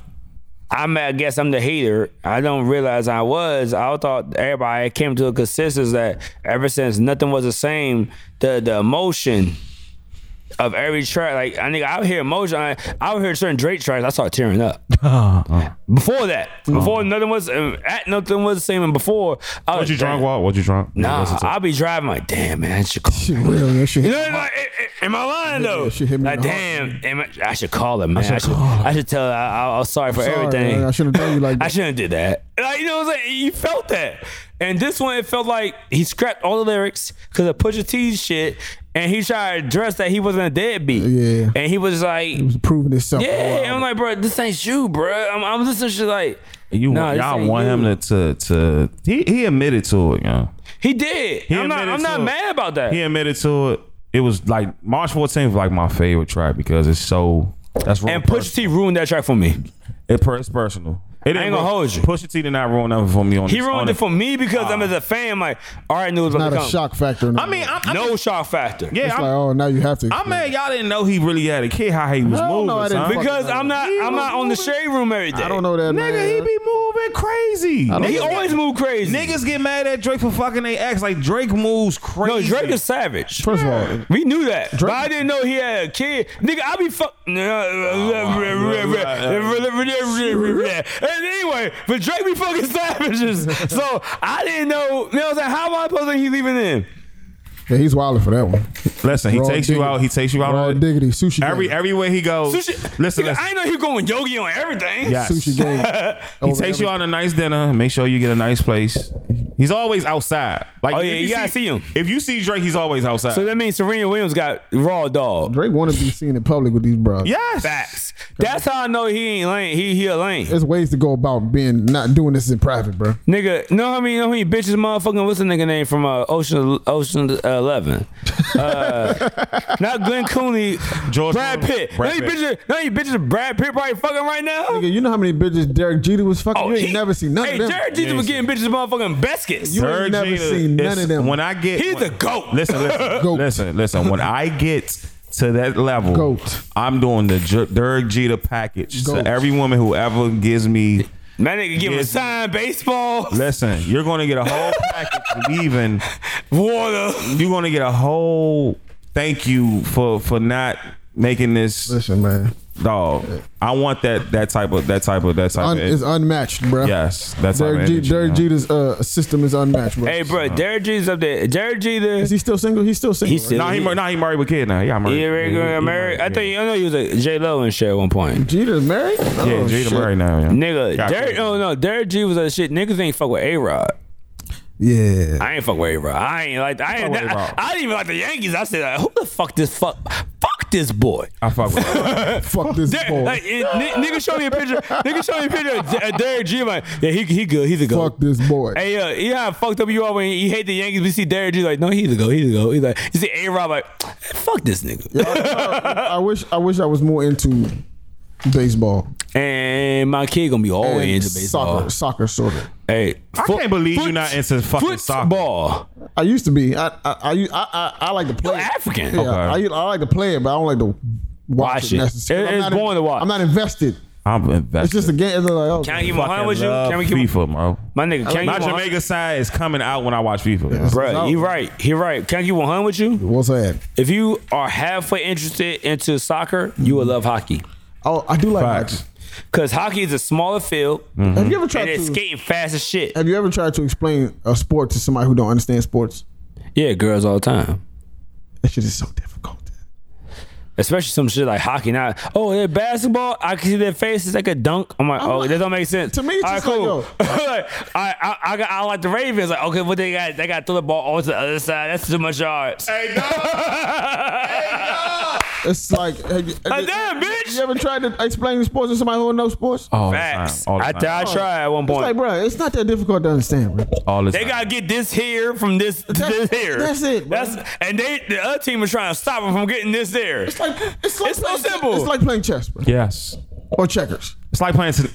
A: I'm I guess I'm the hater, I don't realize I was. I thought everybody came to a consensus that ever since nothing was the same, the the emotion of every track, like I think I would hear emotion. I, I would hear certain Drake tracks. I start tearing up. Uh. Before that, before nothing was uh, at nothing was the same, and before I
C: What
A: was
C: you drunk, Walt? What you drunk?
A: Nah,
C: Listen to-
A: I'll be driving like, damn man, I should call.
B: Shit, real. That shit.
A: You know, like, a- a- am I lying though?
B: shit hit me
A: like,
B: in the
A: damn, am I, I should call him, man. I should, I should tell. her I, I, I was sorry for
B: Sorry,
A: everything.
B: man. I shouldn't have done you like
A: I
B: that.
A: shouldn't have did that. Like, you know what I'm saying? You felt that. And this one, it felt like he scrapped all the lyrics because of Pusha T shit, and he tried to address that he wasn't a deadbeat.
B: Yeah.
A: And he was like,
B: It's proving itself.
A: yeah. I'm like, bro, this ain't you, bro. I'm, I'm listening to shit like,
C: You
A: Nah,
C: want
A: this
C: y'all
A: ain't
C: want
A: you.
C: him to, to to he he admitted to it, you know.
A: he did. I'm not.
C: admitted
A: I'm not
C: to it.
A: mad about that.
C: He admitted to it. It was like March 14th was like my favorite track because it's so that's real
A: And Pusha T ruined that track for me.
C: It per, it's personal. It
A: I
C: didn't
A: ain't gonna
C: ru-
A: hold you.
C: Pusha T did not ruin nothing for me on
A: He
C: this- on
A: ruined it for me because I'm as a fan. Like, all right, news. about
B: Not
A: to
B: a
A: come.
B: shock factor.
C: I mean, I'm, I'm
A: No shock factor.
C: yeah,
B: it's
C: I'm,
B: like, oh, now you have to.
C: I'm mad y'all didn't know he really had a kid how he was
B: Hell no,
C: moving.
B: I didn't
C: son.
B: fucking
A: Because
B: know.
A: I'm not.
C: He
A: I'm
C: was
A: not on the
C: moving.
A: shade room every day.
B: I don't know that man.
C: nigga, he be moving crazy.
B: don't-
A: He
C: Niggas
A: always
C: get-
A: move crazy.
C: Niggas get mad at Drake for fucking they ex. Like Drake moves
A: no,
C: crazy.
A: Drake is savage.
B: First of all,
A: We knew that, but I didn't know he had a kid. Nigga, I be fuck. And anyway, but Drake be fucking savages, so I didn't know. You know what I'm saying? How am I supposed to think he leaving in?
B: yeah, he's wilding for that one.
C: Listen, he
B: Raw
C: takes you
B: diggity.
C: out. He takes you out.
B: Raw
C: on-
B: diggity, sushi.
C: Every
B: gang.
C: everywhere he goes,
A: Sushi.
C: listen,
A: nigga,
C: listen.
A: I didn't know he going yogi on everything.
C: Yes.
B: sushi game.
C: He takes you out on a nice dinner. Make sure you get a nice place. He's always outside. Like,
A: Oh,
C: if
A: yeah, you gotta see him.
C: If you see Drake, he's always outside.
A: So that means Serena Williams got raw dog.
B: Drake want to be seen in public with these bros.
C: yes,
A: Facts. That's how I know he ain't lame. He he a lame.
B: There's ways to go about being not doing this in private, bro.
A: Nigga, know how many, know how many bitches motherfucking what's the nigga name from uh, Ocean Ocean Eleven? Uh, not Glenn Cooney,
C: George
A: Brad
C: Clooney.
A: Pitt.
C: Brad
A: Brad
C: Pitt.
A: Bitches, know how many bitches Brad Pitt probably fucking right now? Oh,
B: Nigga, you know how many bitches Derek Jeter was
C: Oh,
B: fucking? you ain't
A: he-
B: never seen none
A: Hey,
B: of them.
A: Jared Jesus was getting bitches motherfucking baskets.
B: You ain't
C: Dirk
B: never
C: Jeter
B: seen none
C: is-
B: of them.
C: When I get,
A: He's
C: when-
A: the goat.
C: Listen, listen,
B: Goat.
C: listen, listen. When I get to that level,
B: Goat.
C: I'm doing the Jer- Dirk Jeter package
B: Goat.
C: to every woman who ever gives me.
A: That nigga give a
C: Yes.
A: sign, baseball,
C: Listen, you're going to get a whole package leaving.
A: water.
C: You're going to get a whole thank you for for not making this
B: Listen, man,
C: dog. I want that that type of that type of that type
B: Un-
C: of.
B: it's unmatched, bro.
C: yes, that's
B: Derek, G- Derek Jeter's uh, system is unmatched, bro.
A: Hey, bro, Derek Jeter's up there. Derek Jeter.
B: is he still single? He's still single.
A: He's still-
C: No, he mar- nah, he married with kid now. Yeah, married.
A: Yeah, Ray Gray, Mary. I think I know you was a J Lo and shit at one point.
B: Jeter's married. Oh,
C: Yeah, Jeter
B: shit.
C: married now. Yeah.
A: Nigga,
C: Got
A: Derek.
C: crazy.
A: Oh no, Derek G was a shit. Niggas ain't fuck with A Rod.
B: Yeah.
A: I ain't fuck with A Rod. I ain't like. I ain't.
C: Fuck with
A: I,
C: A-Rod.
A: I didn't even like the Yankees. I said, like, who the fuck this fuck? Fuck this boy.
C: I fuck with. him.
B: Fuck this
A: Derek,
B: boy.
A: like, it, ni- nigga, show me a picture. nigga, show me a picture of Der- Derek G. I'm Like, yeah, he he good. He's a good.
B: Fuck this boy.
A: Hey, yeah, yeah, I fucked up you all when you hate the Yankees. We see Derek G like, no, he's a go, he's a go. He's like, you see A Rob like, fuck this nigga.
B: I wish I wish I was more into baseball
A: And my kid gonna be always
B: and
A: Oh, into baseball.
B: soccer, soccer sort of.
A: Hey,
C: I can't believe you're not into fucking soccer.
A: football.
B: I used to be. I I I I, I, I like to play.
A: You're African.
B: Yeah,
C: Okay.
B: I, I like to play it, but I don't like to watch,
A: Watch
B: it.
A: it.
B: Necessarily.
A: It-
B: I'm
A: it's
B: not in-
A: boring to watch.
B: I'm not invested.
C: I'm invested.
B: It's just a game. It's like, oh,
A: Can I give him a
C: fucking
A: hundred with you?
C: love
A: Can we keep
C: FIFA, bro.
A: my nigga? Can I
C: My
A: give him
C: Jamaica side is coming out when I watch FIFA.
A: Bro,
B: out.
A: you right. He right. Can I give one hundred with you?
B: what's that?
A: If you are halfway interested into soccer, you will love hockey.
B: Oh, I do like
C: Facts.
B: hockey.
A: Cause hockey is a smaller field
C: Mm.
B: Have you ever
A: and
B: tried
A: it's
B: to?
A: skating fast as shit.
B: Have you ever tried to explain a sport to somebody who don't understand sports?
A: Yeah, girls all the time.
B: That shit is so difficult.
A: Especially some shit like hockey. Now, oh, they're basketball. I can see their faces. They could dunk. I'm like, oh,
B: like-
A: that don't make sense.
B: To me, it's
A: All
B: just like,
A: Like, I, I, I, got, I like the Ravens. Like, okay, what they got? They got to throw the ball onto the other side. That's too much yards.
C: Hey, no.
B: It's like, have you, have
A: Like,
B: you-
A: damn, bitch.
B: You ever tried to explain sports to somebody who don't know sports?
C: All the time.
A: Facts.
C: All the
A: I,
C: time.
A: I tried at one
B: It's
A: point.
B: like, bro, it's not that difficult to understand, bro.
C: All the
A: they
C: time.
A: gotta get this here from this to
B: That's-
A: this here.
B: that's it, bro.
A: That's and they the other team was trying to stop them from getting this there.
B: It's like, it's like
A: It's so
B: playing,
A: simple.
B: It's like playing chess, bro,
C: yes.
B: or checkers.
C: It's like playing t-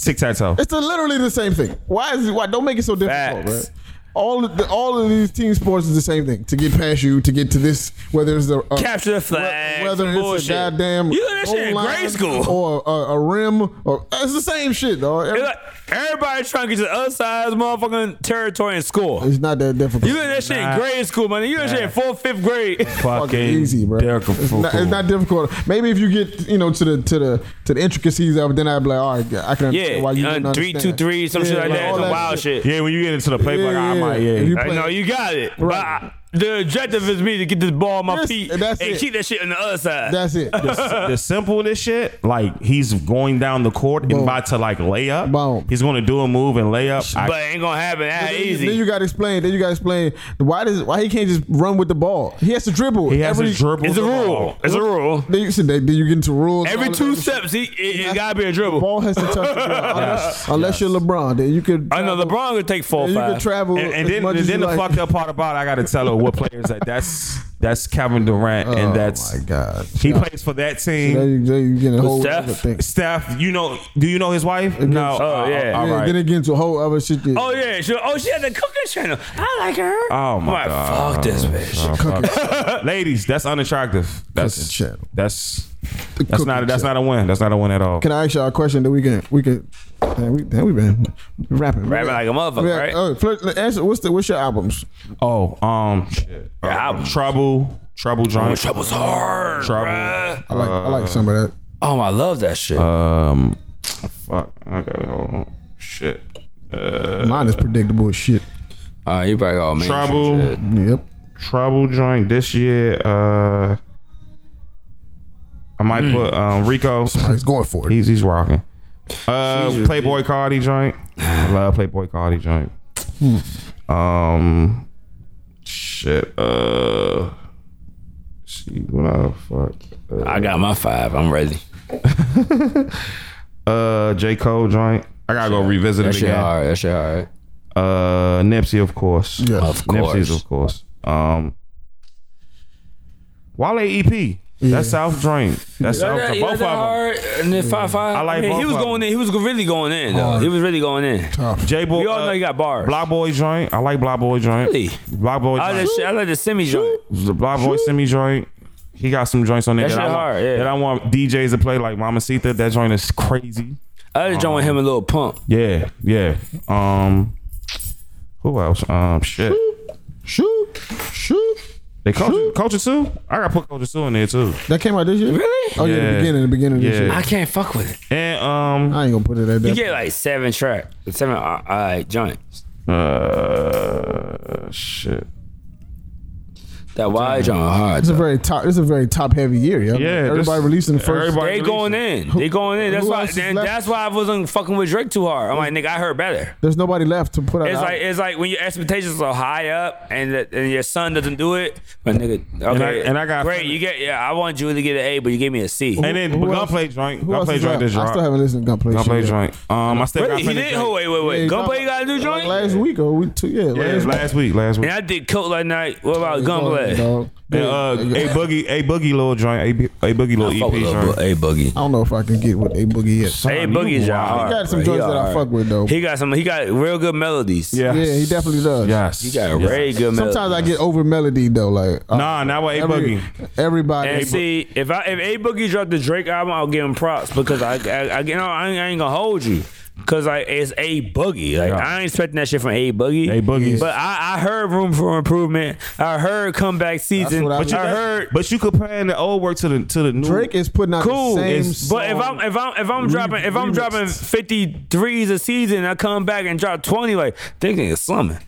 C: tic tac toe.
B: It's literally the same thing. Why is it? Why don't make it so difficult,
A: Facts.
B: bro? All of the, all of these team sports is the same thing. To get past you, to get to this, whether it's the uh,
A: Capture the flag.
B: whether it's
A: bullshit.
B: a goddamn
A: you know that shit in
B: goal
A: grade
B: line
A: school.
B: or a, a rim, or it's the same shit, dog. Every-
A: It's like, everybody trying to get to the other side of this motherfucking territory and score.
B: it's not that difficult.
A: You learn that shit in grade school, man. You learn that shit in fourth, fifth grade.
C: fucking
B: easy, bro.
C: Derek
B: It's not, it's not difficult. Maybe if you get you know to the to the to the intricacies of, it, then I'd be like, all right, I can understand
A: Yeah,
B: why you
A: uh,
B: didn't
A: three,
B: understand.
A: two, three, some shit like
B: like
A: that.
B: all
A: Some
B: that
A: wild shit.
C: yeah, when you get into the play, like, I'm like,
B: Yeah,
C: yeah.
B: yeah, yeah.
A: I know you got it.
B: Right.
A: But I- the objective is me to get this ball on my
B: Yes,
A: feet
B: and that's
A: and
B: it.
A: keep that shit on the other side.
B: That's it.
C: the simpleness shit, like he's going down the court and
B: Boom.
C: about to like lay up.
B: Boom.
C: He's going to do a move and lay up. I-
A: but it ain't gonna happen that
B: Then you-
A: easy.
B: Then you got to explain. Then you got to explain why does why he can't just run with the ball. He has to dribble.
C: he has
B: every,
C: to dribble.
A: it's a
C: the ball.
A: rule. It's a rule.
B: Then you, so then then you get into rules. and
A: Every
B: all that
A: two
B: other shit.
A: steps, he it, it
B: That's-
A: gotta be a dribble.
B: ball has to touch the ground. Unless, unless you're LeBron, then you could.
A: I know
B: travel-
A: LeBron could take four,
B: then You
A: five.
B: could travel.
C: And, and
B: as
C: then,
B: much
C: and
B: as
C: then
B: you
C: the
B: like.
C: fucked up part about it, I got to tell her what players that that's that's Kevin Durant and that's
B: oh my god.
C: he plays for that
B: There
C: team.
B: you, there you get a whole
A: Steph?
B: other thing.
C: Steph, you know, do you know his wife? No. Uh,
A: Oh, yeah.
C: All
B: Yeah,
C: right.
B: Then it gets into a whole other shit. that-
A: Oh yeah, she, oh she had the cooking channel. I like her.
C: Oh
A: I'm
C: my
A: like,
C: god!
A: Fuck this bitch.
C: Oh, fuck. Ladies, that's unattractive. That's
B: Cooking channel.
C: That's
B: The
C: that's
B: cooking
C: not that's
B: show.
C: not a win. That's not a win at all.
B: Can I ask y'all a question that we can we can? Man, we, damn, we been rapping,
A: Rapping like a motherfucker,
B: Yeah,
A: right?
B: Oh, flirt, answer, what's the what's your albums?
C: oh, um, shit. Uh,
A: album.
C: trouble, trouble,
A: Oh,
C: drunk,
A: trouble's hard.
C: Trouble.
A: bruh.
B: I like I like some of that.
A: Oh, I love that shit.
C: Um, fuck. I got it. Hold on. Shit. Uh,
B: Mine is predictable as shit.
A: All right, you probably all man.
C: trouble,
B: Yep.
C: trouble joint this year. Uh, I
A: Mm.
C: might put um Rico.
B: He's going for it.
C: He's he's rocking. Uh, Playboy Cardi joint. I love Playboy Cardi joint.
A: Hmm.
C: Um, shit. Uh, see what I fuck.
A: I got my five. I'm ready.
C: Uh, J Cole joint. I gotta go revisit
A: That
C: it
A: shit
C: again.
A: hard. That shit hard.
C: Uh, Nipsey of course.
B: Yes.
A: Of
C: Nipsey's
A: course.
C: of course. Um, Wale EP. That's South Drain. That's South
A: Yeah,
C: Drain.
A: yeah,
C: Both
A: that
C: of them.
A: hard, And then five five.
C: I like
A: mean, he
C: both
A: was
C: of
A: going
C: them.
A: in. He was really going in. Though. He was really going in.
B: Oh,
C: J Boy.
A: We all know you got bars.
C: Block Boy joint. I like Block Boy joint.
A: Really?
C: Block Boy
A: I like,
C: joint.
A: that shit, I like the semi joint.
C: The Block Boy semi joint. He got some joints on there
A: That
C: that,
A: shit
C: I want,
A: hard, yeah.
C: that I want DJs to play like Mama Sita. That joint is crazy.
A: I just joined with him and Lil Pump.
C: Yeah, yeah. Um, who else? Um, shit.
B: Shoot, shoot.
C: They culture, culture too. I gotta put culture too in there too.
B: That came out this year.
A: Really?
B: Oh yeah, the
C: Yeah.
B: beginning, the beginning of this
C: Yeah.
B: year.
A: I can't fuck with it.
C: And um,
B: I ain't gonna put it
A: You
B: at that.
A: get like seven track, seven all right joints.
C: uh, shit.
A: That wide joint hard.
B: It's a very top. It's a very top heavy year. Yo.
C: Yeah,
B: everybody
C: this-
B: releasing the first.
C: everybody-
A: They going in. They going in. That's
B: who
A: why.
B: else is
A: Then
B: left?
A: that's why I wasn't fucking with Drake too hard. I'm like, nigga, I heard better.
B: There's nobody left to put out.
A: It's like it's like when your expectations are high up and that- and your son doesn't do it. But nigga, okay,
C: I- and I got-
A: great. You get yeah. I want you to get an A, but you gave me a C.
C: And then
B: who else-
C: gunplay joint.
B: who else
C: Gunplay
B: is
C: joint
B: left?
C: this
B: I still
C: joint.
B: haven't listened to Gunplay.
C: Gunplay
B: shit.
C: joint. Um, I still
A: Really?
C: got
A: He
C: finished
A: did.
C: joint.
A: Oh, wait, wait,
B: Yeah,
A: wait.
B: he
A: Gunplay, you got a
B: dropped-
A: new
B: like
A: joint.
B: last week or week two. Yeah,
C: Yeah,
B: last
C: last week. Last week.
A: and I did coke last night. What about
B: week.
A: Gunplay?
B: Dog.
C: And, uh, a boogie, a boogie little joint, a, B- a boogie little EP E joint.
A: A boogie.
B: I don't know if I can get with a boogie yet.
A: A boogie's hard.
B: He got some
A: bro.
B: joints that I
A: hard.
B: fuck with though.
A: He got some. He got real good melodies.
C: Yes.
B: yeah, he definitely does.
C: Yes.
A: He got
C: Yes.
A: very good melodies.
B: Sometimes I get over melody though. Like uh,
C: Nah, not with a
B: every,
C: boogie.
B: everybody.
A: And see, if I if A Boogie dropped the Drake album, I'll give him props because I I, I you know I ain't, I ain't gonna hold you. Cause like it's a boogie, like
C: Yeah.
A: I ain't expecting that shit from a boogie.
C: A Boogie.
A: but I, I heard room for improvement. I heard comeback season.
B: what I
A: I,
B: mean. But you
C: got-
A: heard
C: But you comparing the old work to the to the new.
B: Drake is putting out
A: cool.
B: the same.
A: It's- but if
B: song.
A: I'm if I'm if I'm dropping if I'm
B: remixed.
A: dropping 53s a season, I come back and drop 20. Like they niggas slumming.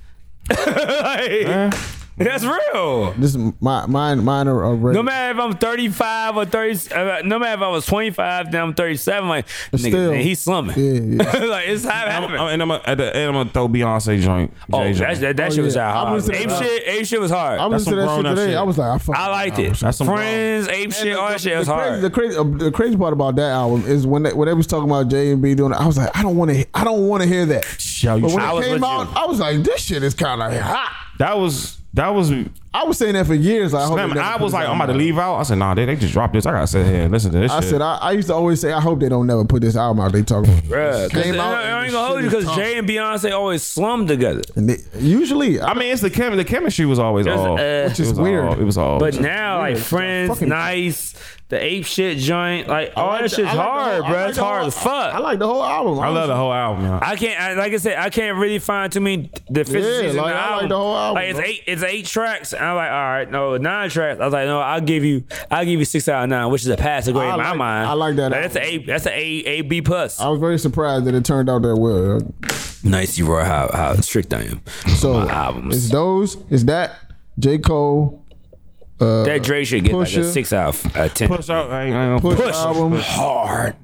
A: Like, That's real.
B: This is my mine mine are are red.
A: No matter if I'm 35 or 30, uh, no matter if I was 25, then I'm 37. Like, nigga,
B: still-
A: man, he's slumming.
B: Yeah,
A: like, it's how it
C: I'm,
A: happened.
C: I'm- and I'm gonna at the end. I'm gonna throw Beyonce joint.
A: Oh,
C: Jay
A: that,
C: joint.
A: that, that
B: Oh,
A: shit was
B: yeah.
A: out
B: I was
A: hard.
B: thinking
A: Ape
B: about-
A: shit, ape shit was hard.
B: I
A: I,
B: listened to
C: some
B: that shit
C: grown-up
B: today.
C: shit.
B: I was like, I, fuck
A: liked
B: that
A: it.
C: That's some
A: Friends, ape shit, all that shit was
B: the
A: hard.
B: crazy, the crazy, uh, the crazy part about that album is when they, when they was talking about J and B doing it, I was like, I don't want to, I don't want to hear that.
C: Yo, you
B: But when
A: I
B: it
A: was
B: came
A: with
B: out,
A: you.
B: I was like, this shit is kind of hot.
C: that was that was.
B: I was saying that for years. Like, I, hope Oh, they
C: Man,
B: never
C: I
B: put
C: was
B: this
C: like, I'm
B: album
C: about to
B: out.
C: leave out. I said, Nah, they, they just dropped this. I gotta sit here and listen to this.
B: I
C: shit.
B: said, I, I used to always say, I hope they don't never put this album out. They talking about
A: Bruh, 'cause
B: Came
A: I-
B: out
A: I
B: and
A: ain't
B: the
A: gonna hold
B: shit
A: you
B: is
A: because
B: tough.
A: Jay and Beyonce always slum together.
B: And they, usually, I,
C: I mean, it's the chem- the chemistry was always
A: There's,
C: off.
A: uh,
C: Which
A: Which
B: is weird.
C: It was all.
A: But now, like friends,
B: fucking-
A: nice, the ape shit joint, like all
B: like
A: that
B: the-
A: shit's
B: I like the
A: hard,
B: whole- I
A: bro.
B: like
A: it's
B: the
A: hard
B: whole-
A: as fuck.
B: I like the whole album.
C: I love the whole album. man.
A: I can't. I, like I said, I can't really find too many deficiencies
B: Yeah,
A: in
B: like,
A: the
B: I like
A: album.
B: the whole album,
A: Like, it's
B: bro.
A: eight. It's eight tracks. And I'm like, all right, no, nine tracks. I was like, no, I'll give you. I'll give you six out of nine, which is a pass grade
B: I
A: in my
B: like-
A: mind.
B: I like that
A: that's an A. That's an A. A B plus.
B: I was very surprised that it turned out that well.
A: nice, you are how how strict I am.
B: So
A: My albums.
B: it's those, it's that, J. Cole,
A: that Dre should get like a
B: Uh, Pusha.
A: six out of uh, ten.
C: push out. I ain't, I ain't
B: Push
C: gonna push.
B: album, Uh,
A: Hard.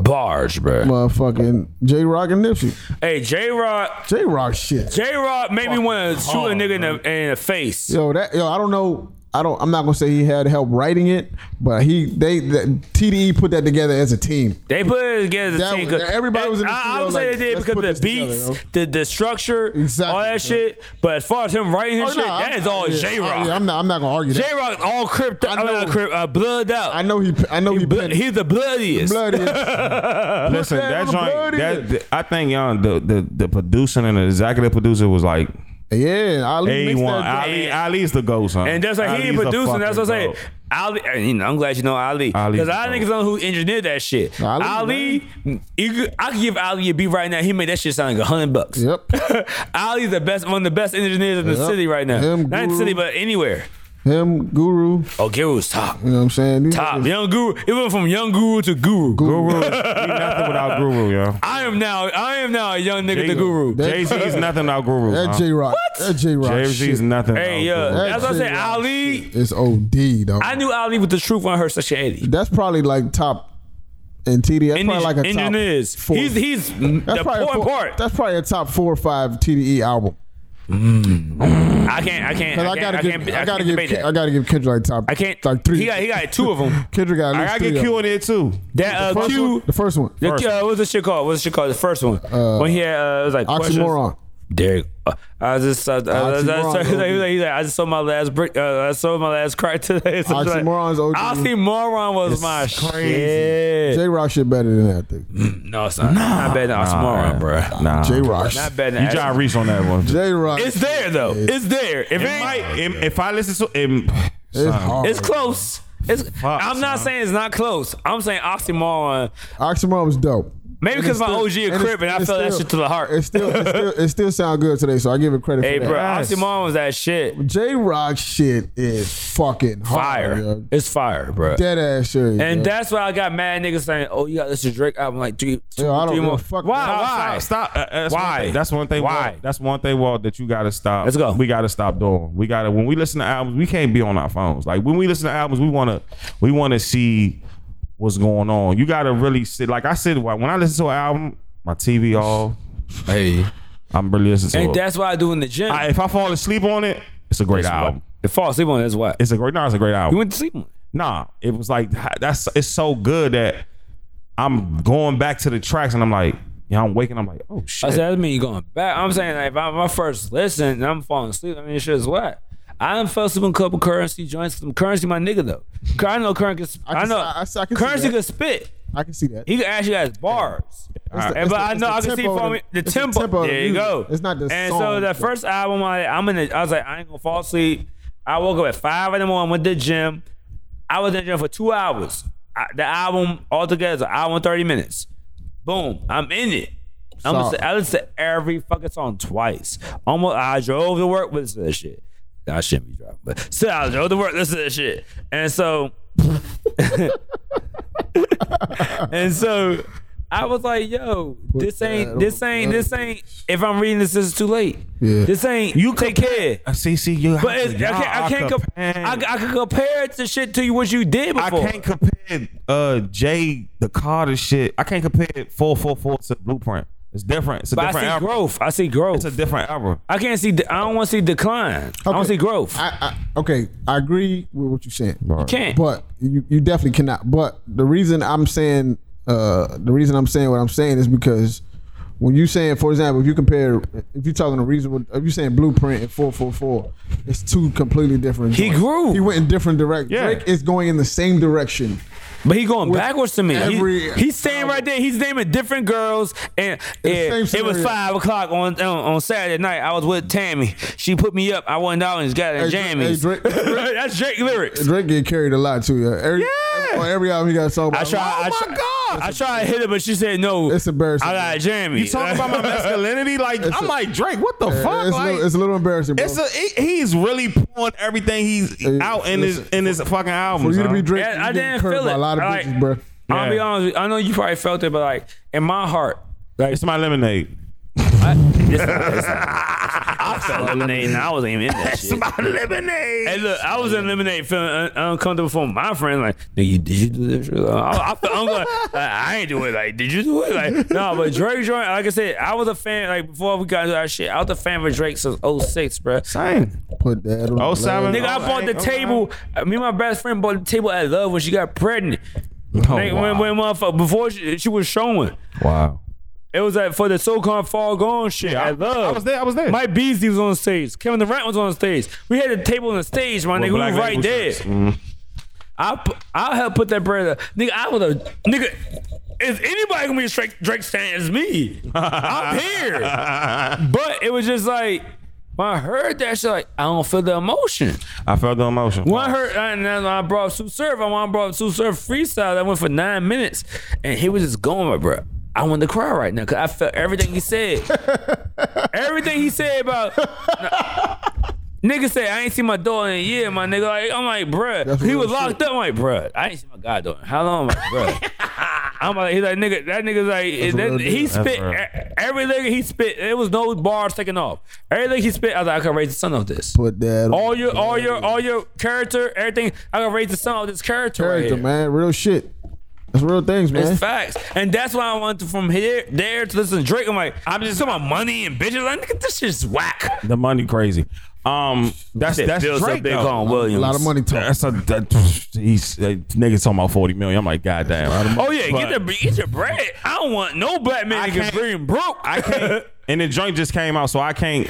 A: Barge, bro.
B: motherfucking J. Rock and Nipsey.
A: hey, J Rock.
B: J. Rock shit.
A: J Rock made me want to shoot a nigga in the, in the face.
B: Yo, that yo, I don't know. I don't. I'm not gonna say he had help writing it, but he they that, TDE E put that together as a team.
A: They put it together as a
B: That
A: team.
B: was-
A: 'cause-
B: everybody was in the
A: I, I
B: studio
A: would say
B: like,
A: they did
B: let's put
A: because
B: this
A: the beats,
B: together,
A: the the structure,
B: Exactly,
A: all that
B: bro.
A: shit. But as far as him writing his
B: Oh,
A: shit,
B: nah,
A: that
B: I'm-
A: is all
B: yeah,
A: J
B: I-
A: Rock.
B: yeah, I'm not. I'm not gonna argue that.
A: J Rock all crypt,
B: I know.
A: uh, crypt, uh, blood out.
B: I know he. I know he.
A: Blo-
B: penned-
A: he's the bloodiest.
B: bloody.
C: Listen,
B: that
C: that
B: on the blood
C: joint.
B: in
C: That, that I think, young the the the producer and the executive producer was like
B: yeah, Ali
C: A
B: mixed
C: one.
B: that joint.
C: Ali Ali's the goat, son.
A: And that's like he ain't
C: Ali's the
A: producing. That's what I'm
C: fucking
A: saying. Ali, and, you know, I'm glad you know Ali
C: Ali's
A: because
C: the
A: I
C: GOAT.
A: niggas know who engineered that shit.
B: Ali,
A: Ali, you could, I could give Ali a beat right now. He made that shit sound like a hundred bucks.
B: Yep,
A: Ali's the best, one of the best engineers in the
B: Yep.
A: city right now.
B: Him,
A: Not in the
B: Guru.
A: city, but anywhere.
B: him, Guru.
A: Oh, Guru's top.
B: You know what I'm saying? These
A: Top.
B: niggas-
A: Young Guru. Ah, It went from Young Guru to Guru.
C: Guru. He nothing without Guru, yo.
A: I am now. I am now a young nigga. The Guru.
B: That-
C: Jay Z's nothing without Guru.
B: That
A: Uh-huh.
C: huh?
B: J Rock. That J Rock.
C: Jay
B: shit.
C: Z's nothing.
A: Hey,
C: without
A: yeah.
C: Guru.
A: That's what I
B: That
A: said.
B: shit was
A: Ali.
B: It's OD though.
A: I knew Ali with the truth on her section eighty.
B: That's probably like top in TDE. That's probably like a top
A: engineers.
B: four.
A: He's he's mm, the
B: that's probably a
A: important
B: four-
A: part.
B: That's probably a top four or five TDE album.
A: I can't. I can't.
B: 'Cause
A: I,
B: I,
A: can't,
B: gotta
A: I
B: give,
A: can't.
B: I gotta
A: can't
B: give,
A: debate
B: Ken-
A: that.
B: I gotta give Kendrick like top.
A: I can't.
B: Like three.
A: He got. He got two of them.
B: Kendrick got. at
C: I
B: least
C: gotta get
B: three
C: Q
B: of
C: in there too.
A: That
B: them.
A: uh,
B: First
A: Q.
B: one- The first one.
A: The,
C: First
A: uh, what's the shit called? What's the shit called? The first one. when he had, uh, it was like questions.
B: Oxymoron.
A: Derek, uh, I was just, uh, I, was- I, was- he's like-
B: Oxymoron's OD.
A: he's like- he's like, I just sold my last brick. Uh, I sold my last crack today. So it's like-
B: Oxymoron's OD.
A: Oxymoron was my
C: crazy.
A: shit.
B: J Rock shit better than that. I think.
A: no, it's not. Not better than Oxymoron, bruh. bro.
C: Nah.
B: J Rock.
A: Not better than
C: You try
A: Oxymoron.
C: to reach on that one.
B: J Rock.
A: It's there though. It's there. If it,
C: It
A: ain't,
C: might- if- if I listen to him,
B: It's hard.
A: it's close. It's, I'm not
C: son.
A: saying it's not close. I'm saying Oxymoron.
B: Oxymoron was dope.
A: Maybe because my OG a crib and I felt that shit to the heart.
B: It still, it still, it still sound good today, so I give it credit.
A: Hey,
B: for
A: bro,
B: that.
C: Yes.
A: Oxymoron was that shit.
B: J Rock shit is fucking hard,
A: Fire.
B: yo.
A: It's fire, bro.
B: Dead ass serious.
A: And
B: yo.
A: that's why I got mad niggas saying, "Oh, you got this to Drake album like three, two,
B: Yo, I don't
A: three
B: give a
A: more."
B: fuck.
A: Why?
B: Stop,
A: why?
C: Stop. Uh, that's
A: Why?
C: One thing, that's one thing.
A: Why?
C: Walt, that's one thing, Walt, that you gotta stop.
A: Let's go.
C: We gotta stop doing. We gotta. When we listen to albums, we can't be on our phones. Like when we listen to albums, we wanna, we wanna see what's going on. You gotta really sit. Like I said, when I listen to an album, my TV off.
A: Hey.
C: I'm really listening to
A: And
C: it.
A: that's why I do in the gym.
C: I, if I fall asleep on it, it's a great
A: It's
C: album.
A: what- The fall asleep on it is what?
C: It's a great. No, it's a great album.
A: you went to sleep on it.
C: nah, it was like that's it's so good that I'm going back to the tracks and I'm like, yeah, I'm waking. I'm like, oh
A: I
C: shit.
A: said, that mean you going back. I'm saying, like, if I'm my first listen and I'm falling asleep, I mean, shit is what? I done fell asleep on a couple currency joints. Some currency, my nigga, though. Cur- I know currency. Can, I,
B: I can-
A: know
B: I- I- I can see
A: currency
B: that.
A: can spit.
B: I can see that.
A: He can actually has bars.
C: Alright.
A: And, but
B: the-
A: I
B: it's
A: know
B: the
A: I can see
B: tempo of
A: for
B: the-
A: me the
B: it's the
A: tempo.
B: tempo of the
A: there you go.
B: music. It's not the
A: And so
B: song.
A: the first album, I, I'm in. The, I was like, I ain't gonna fall asleep. I woke up at five in the morning. Went to the gym. I was in the gym for two hours. I, the album altogether is an hour and thirty minutes. Boom, I'm in it. I'm gonna say,
B: Solid.
A: I listen to every fucking song twice. Almost, I drove to work with this shit. I shouldn't be driving, but still, I drove to work. Listen to this shit, and so and so I was like, yo, this ain't
B: that
A: this
B: on
A: ain't
B: the
A: this ain't if I'm reading this, this is too late.
B: Yeah.
A: This ain't you take care.
C: I see, see Uh, you.
A: But it's, I can't, I can't comp- I, I can compare it to shit to you what you did
C: I
A: before.
C: can't compare uh Jay the Carter shit. I can't compare four four four to Blueprint. It's different. It's a
A: but I see
C: different album.
A: growth. I see growth.
C: It's a
A: I
C: different album.
A: I can't see. De- I don't want to see decline. I don't
B: Okay.
A: see growth. I
B: I, I, okay, I agree with what you're saying.
A: can't.
B: But you, you definitely cannot. But the reason I'm saying uh, the reason I'm saying what I'm saying is because when you saying, for example, if you compare, if you're talking a reasonable, if you're saying Blueprint and Four Four Four, it's two completely different.
A: He
B: joints.
A: grew.
B: He went in different directions.
C: Yeah.
B: Drake is going in the same direction.
A: but he going backwards to me. He-
B: every
A: he's staying right there. He's naming different girls, and
B: It's the
A: and
B: same
A: it was
B: scenario.
A: five o'clock on, on on Saturday night. I was with Tammy. She put me up. I went out and just got in
B: Hey, Dra-
A: jammies.
B: hey, Drake-
A: That's Drake lyrics.
B: Drake get carried a lot too. Yeah. Every,
A: Yeah.
B: On every album he got a song.
A: I
B: About,
A: tried. I
B: Oh my
A: tried,
B: God!
A: I tried to hit her, but she said no.
B: It's embarrassing.
A: I got a jammy.
C: You talking about my masculinity? Like I'm
B: a-
C: like Drake. What the fuck?
B: It's, a
C: like
B: little, it's a little embarrassing, bro.
C: It's a he- he's really pouring everything he's
B: Hey,
C: out in his
B: listen,
C: in his fucking album.
B: for you to be Drake,
A: Yeah,
B: you
A: I
B: getting
A: didn't
B: curved
A: feel
B: by
A: it.
B: a lot of
A: I like-
B: bitches, bro.
A: I'll be
C: Yeah.
A: honest. With you. I know you probably felt it, but like in my heart, like
C: It's my lemonade.
A: I, it's, it's, I felt lemonade, and I wasn't even in that shit.
C: my lemonade.
A: Hey, look, I was in lemonade feeling un- uncomfortable for my friend. Like, nigga, you- did you do this? shit?" I, I feel, I'm like, I ain't do it. Like, did you do it? Like, no, but Drake joint. Like I said, I was a fan. Like before we got into that shit, I was a fan of Drake since 06, bro.
C: Same.
B: Put that on.
C: Oh, seven.
A: Nigga, I
C: Oh,
A: bought the
C: ain't-
A: table. uh, Me and my best friend bought the table at Love when she got pregnant.
C: Oh,
A: Nigga, when, when motherfucker, before she, she was showing,
C: wow.
A: it was like for the so-called fall gone shit
C: I,
A: at Love.
C: I was there. I was there.
A: Mike Beasley was on stage. Kevin Durant was on stage. We had a table on the stage, my nigga. We
C: Black
A: was right
C: Label
A: there.
C: shirts.
A: I pu- I help put that bread up. Nigga, I was a nigga. Is anybody gonna be a Drake, Drake stand as me? I'm here. But it was just like when I heard that shit, like I don't feel the emotion.
C: I felt the emotion.
A: When I heard, uh, and then I brought Sue Surf. I want brought Sue Surf freestyle. That went for nine minutes, and he was just going, like, bro. I want to cry right now because I felt everything he said. everything he said about. Nigga said I ain't seen my daughter in a year, my nigga. Like, I'm like, bruh.
B: That's
A: He was
B: real
A: locked up. I'm like, bruh, I ain't seen my goddaughter. How long, I'm like, bruh? I'm like, he's like, nigga, that nigga's like, that,
B: real
A: he
B: deal.
A: spit
C: real.
A: e- every nigga he spit. There was no bars taken off. Everything he spit, I was like, I can raise the son of this
B: Put that
A: all
B: on.
A: your all your all your character, everything. I gotta raise the son of this character. right
B: Character,
A: here.
B: man. Real shit. That's real things, man.
A: It's facts, and that's why I went to, from here there to listen to Drake. I'm like, I'm just talking about money and bitches. Like, nigga, this shit's whack.
C: the money crazy. Um, that's that's
A: Bills
C: Drake.
A: up there
C: though.
A: calling Williams.
B: a lot of money talk.
C: That's a that, he's that niggas talking about forty million. I'm like, goddamn.
A: Oh yeah,
C: But-
A: get the get your bread. I don't want no black man
C: I
A: to get
C: can't-
A: green broke.
C: I can't. and the joint just came out, so I can't.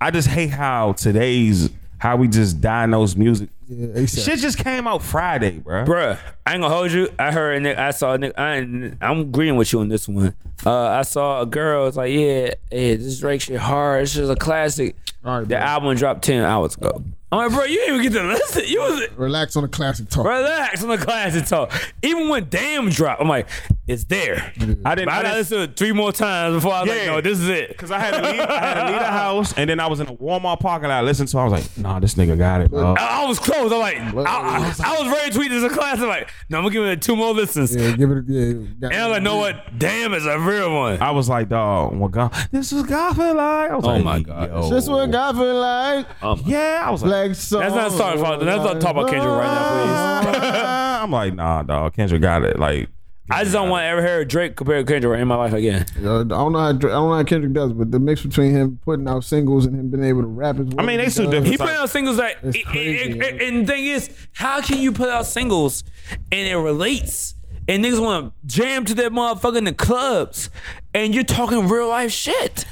C: I just hate how today's how we just diagnose music.
B: Yeah, ASAP.
C: Shit just came out Friday, bro.
A: Bruh, I ain't gonna hold you. I heard, nigga, I saw, nigga, I ain't, I'm agreeing with you on this one. Uh, I saw a girl. It's like, yeah, yeah, this Drake shit hard. It's just a classic.
B: All right,
A: The
B: bro.
A: album dropped ten hours ago. I'm like, bro, you didn't even get to listen. You was
B: Relax on the classic talk.
A: relax on the class and talk. Even when damn dropped, I'm like, it's there. But
C: I didn't.
A: I
C: I
A: gotta
C: didn't
A: listen to it three more times before I was like,
C: Yeah.
A: no, this is it.
C: Cause I had to leave, I had to leave the house, and then I was in a Walmart parking lot. I listened to, it, I was like, "Nah, this nigga got it, bro."
A: I, I was close. I'm like, I, I, I was ready to tweet this in class. I'm like, no, I'm gonna give it two more listens.
B: Yeah, give it. Yeah, got-
A: And I'm like, know what? Damn, it's a real one.
C: I was like, "Dog, what God? This was God feel like." I was oh like,
A: my God.
C: yo.
B: This what God feel like.
C: Yeah, I was like,
B: Black soul.
A: Let's Oh. not start. Let's not talk about Kendrick right now, please.
C: "Ah." I'm like, "Nah, dog, Kendrick got it." Like,
A: I just don't want to ever hear Drake compared to Kendrick in my life again.
B: Uh, I don't know how Dra- I don't know how Kendrick does, but the mix between him putting out singles and him being able to rap is.
C: I mean, they
B: still
C: still different.
A: He put out singles that,
B: It's
A: it-
B: crazy,
A: it-
B: yo.
A: it- and the thing is, how can you put out singles and it relates? And niggas want to jam to that motherfucker in the clubs, and you're talking real life shit.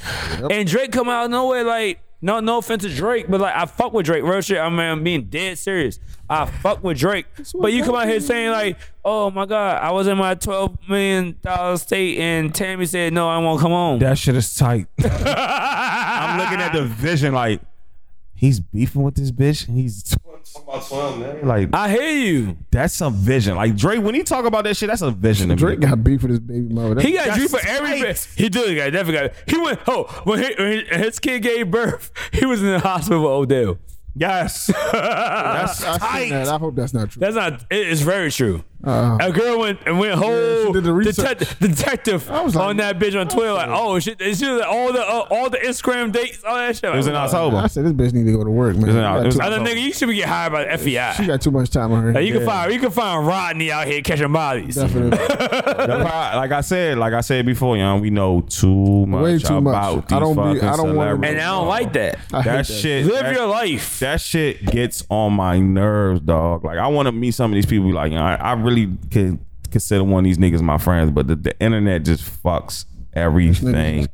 A: And Drake come out of nowhere like, no, no offense to Drake, but like I fuck with Drake, real shit. I mean, I'm being dead serious. I fuck with Drake, but you come out here saying like, oh my god, I was in my twelve million dollar state, and Tammy said no, I won't come home.
C: That shit is tight. I'm looking at the vision like he's beefing with this bitch. And he's like
A: I hear you.
C: that's some vision. Like Drake, when he talk about that shit, that's a vision. To
B: Drake
C: me.
B: got beef with his baby mama. That-
A: He got
C: That's
A: Drew for every
C: tight.
A: bit. He did. Got definitely got. It. He went. Oh, when, he, when he- his kid gave birth, he was in the hospital with Odell.
C: yes, that's
B: I, seen that.
C: tight.
B: I hope that's not true.
A: That's not. It is very true.
B: Uh,
A: A girl went and went whole
B: did the research.
A: detect, detective
B: was like-
A: on that bitch on Twitter. Like, oh shit, it's just all the uh, all the Instagram dates, all that shit.
C: It was in
B: I
C: October.
B: said this bitch need to go to work, man.
C: It's
B: She
C: an-
B: got,
C: it was
B: too,
C: an-
A: Other nigga, you should be get hired by the
B: she
A: FBI.
B: got too much time on her.
A: Like, you can
B: Yeah,
A: find you can find Rodney out here catching bodies.
B: definitely.
C: The pri- like I said, like I said before, young, we know too much
B: Way too
C: about
B: much.
C: these
B: I don't be-
C: fucking
B: I don't wanna-
C: celebrities.
A: And I don't like that.
B: I hate that.
C: that shit.
A: Live
C: that-
A: your life.
C: that shit gets on my nerves, dog. Like I want to meet some of these people. Like you know, I, I really could consider one of these niggas my friends, but the, the internet just fucks everything.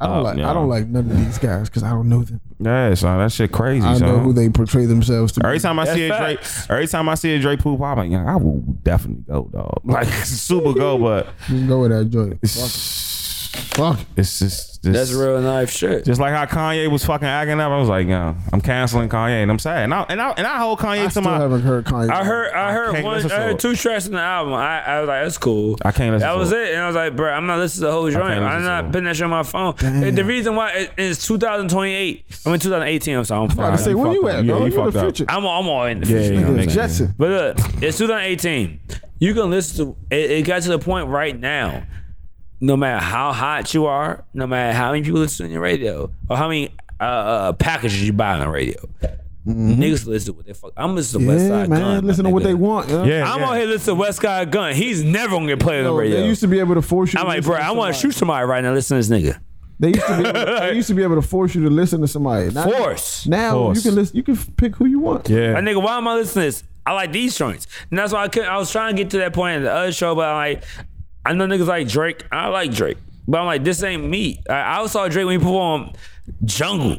B: I don't
C: Uh,
B: like.
C: yeah.
B: I don't like none of these guys because I don't know them.
C: Yeah, son, that shit crazy.
B: I
C: son.
B: know who they portray themselves to be.
C: Every time I see a
A: That's
C: Drake,
A: facts.
C: every time I see a Drake poop, I'm like, yeah, I will definitely go, dog. Like super go, but
B: Just go with that joint. Fuck. it.
C: it's just this,
A: life shit.
C: Just like how Kanye was fucking acting up, I was like, yeah, I'm canceling Kanye, and I'm sad, and I and I, and I hold Kanye
B: I
C: to
B: still
C: my.
B: haven't heard Kanye.
A: I heard I heard
C: can't
A: one
C: listen
A: I
C: to
A: heard
C: it.
A: two tracks in the album. I, I was like, that's cool.
C: I can't listen
A: That
C: to
A: was
C: it.
A: it. And I was like, bro, I'm not listening to the whole joint.
C: listen
A: I'm
C: to
A: not
C: it.
A: putting that shit on my phone. And the reason why it, it's 2028. I'm in 2018. I'm sorry. I'm,
B: I
A: fucked
B: say,
A: up.
C: you
B: where you
C: fucked
B: at,
C: up. Yeah,
B: bro?
C: you
B: You in
C: fucked
B: the
C: up.
B: future?
A: I'm all- I'm all in the
C: Yeah,
A: future.
C: yeah,
B: Nigga,
C: nigga.
B: Jetson.
A: But look, it's 2018. You can listen to it, it got to the point right now. No matter how hot you are, no matter how many people listen to your radio, or how many uh, uh, packages you buy on the radio,
C: Mm-hmm.
A: niggas listen to what they fuck. I'm listening to West
B: Yeah,
A: Side Gun,
B: man.
A: my
B: Listen to what
A: nigga.
B: they want. Yeah.
C: Yeah,
A: I'm
C: yeah.
A: out here listening to West Side Gun. He's never gonna get played on
B: No,
A: the radio.
B: They used to be able to force you.
A: I'm
B: to
A: like,
B: listen
A: bro,
B: to
A: I want to
B: somebody.
A: shoot somebody right now. Listen to this nigga.
B: They used to be. Able, they used to be able to force you to listen to somebody. Now,
A: Force.
B: Now
C: Force.
B: you can listen. You can f- pick who you want.
C: Yeah,
A: Like, nigga, why am I listening to this? I like these joints. And that's why I could I was trying to get to that point in the other show, but I'm like, I know niggas like Drake. I like Drake. But I'm like, this ain't me. I, I saw Drake when he performed Jungle.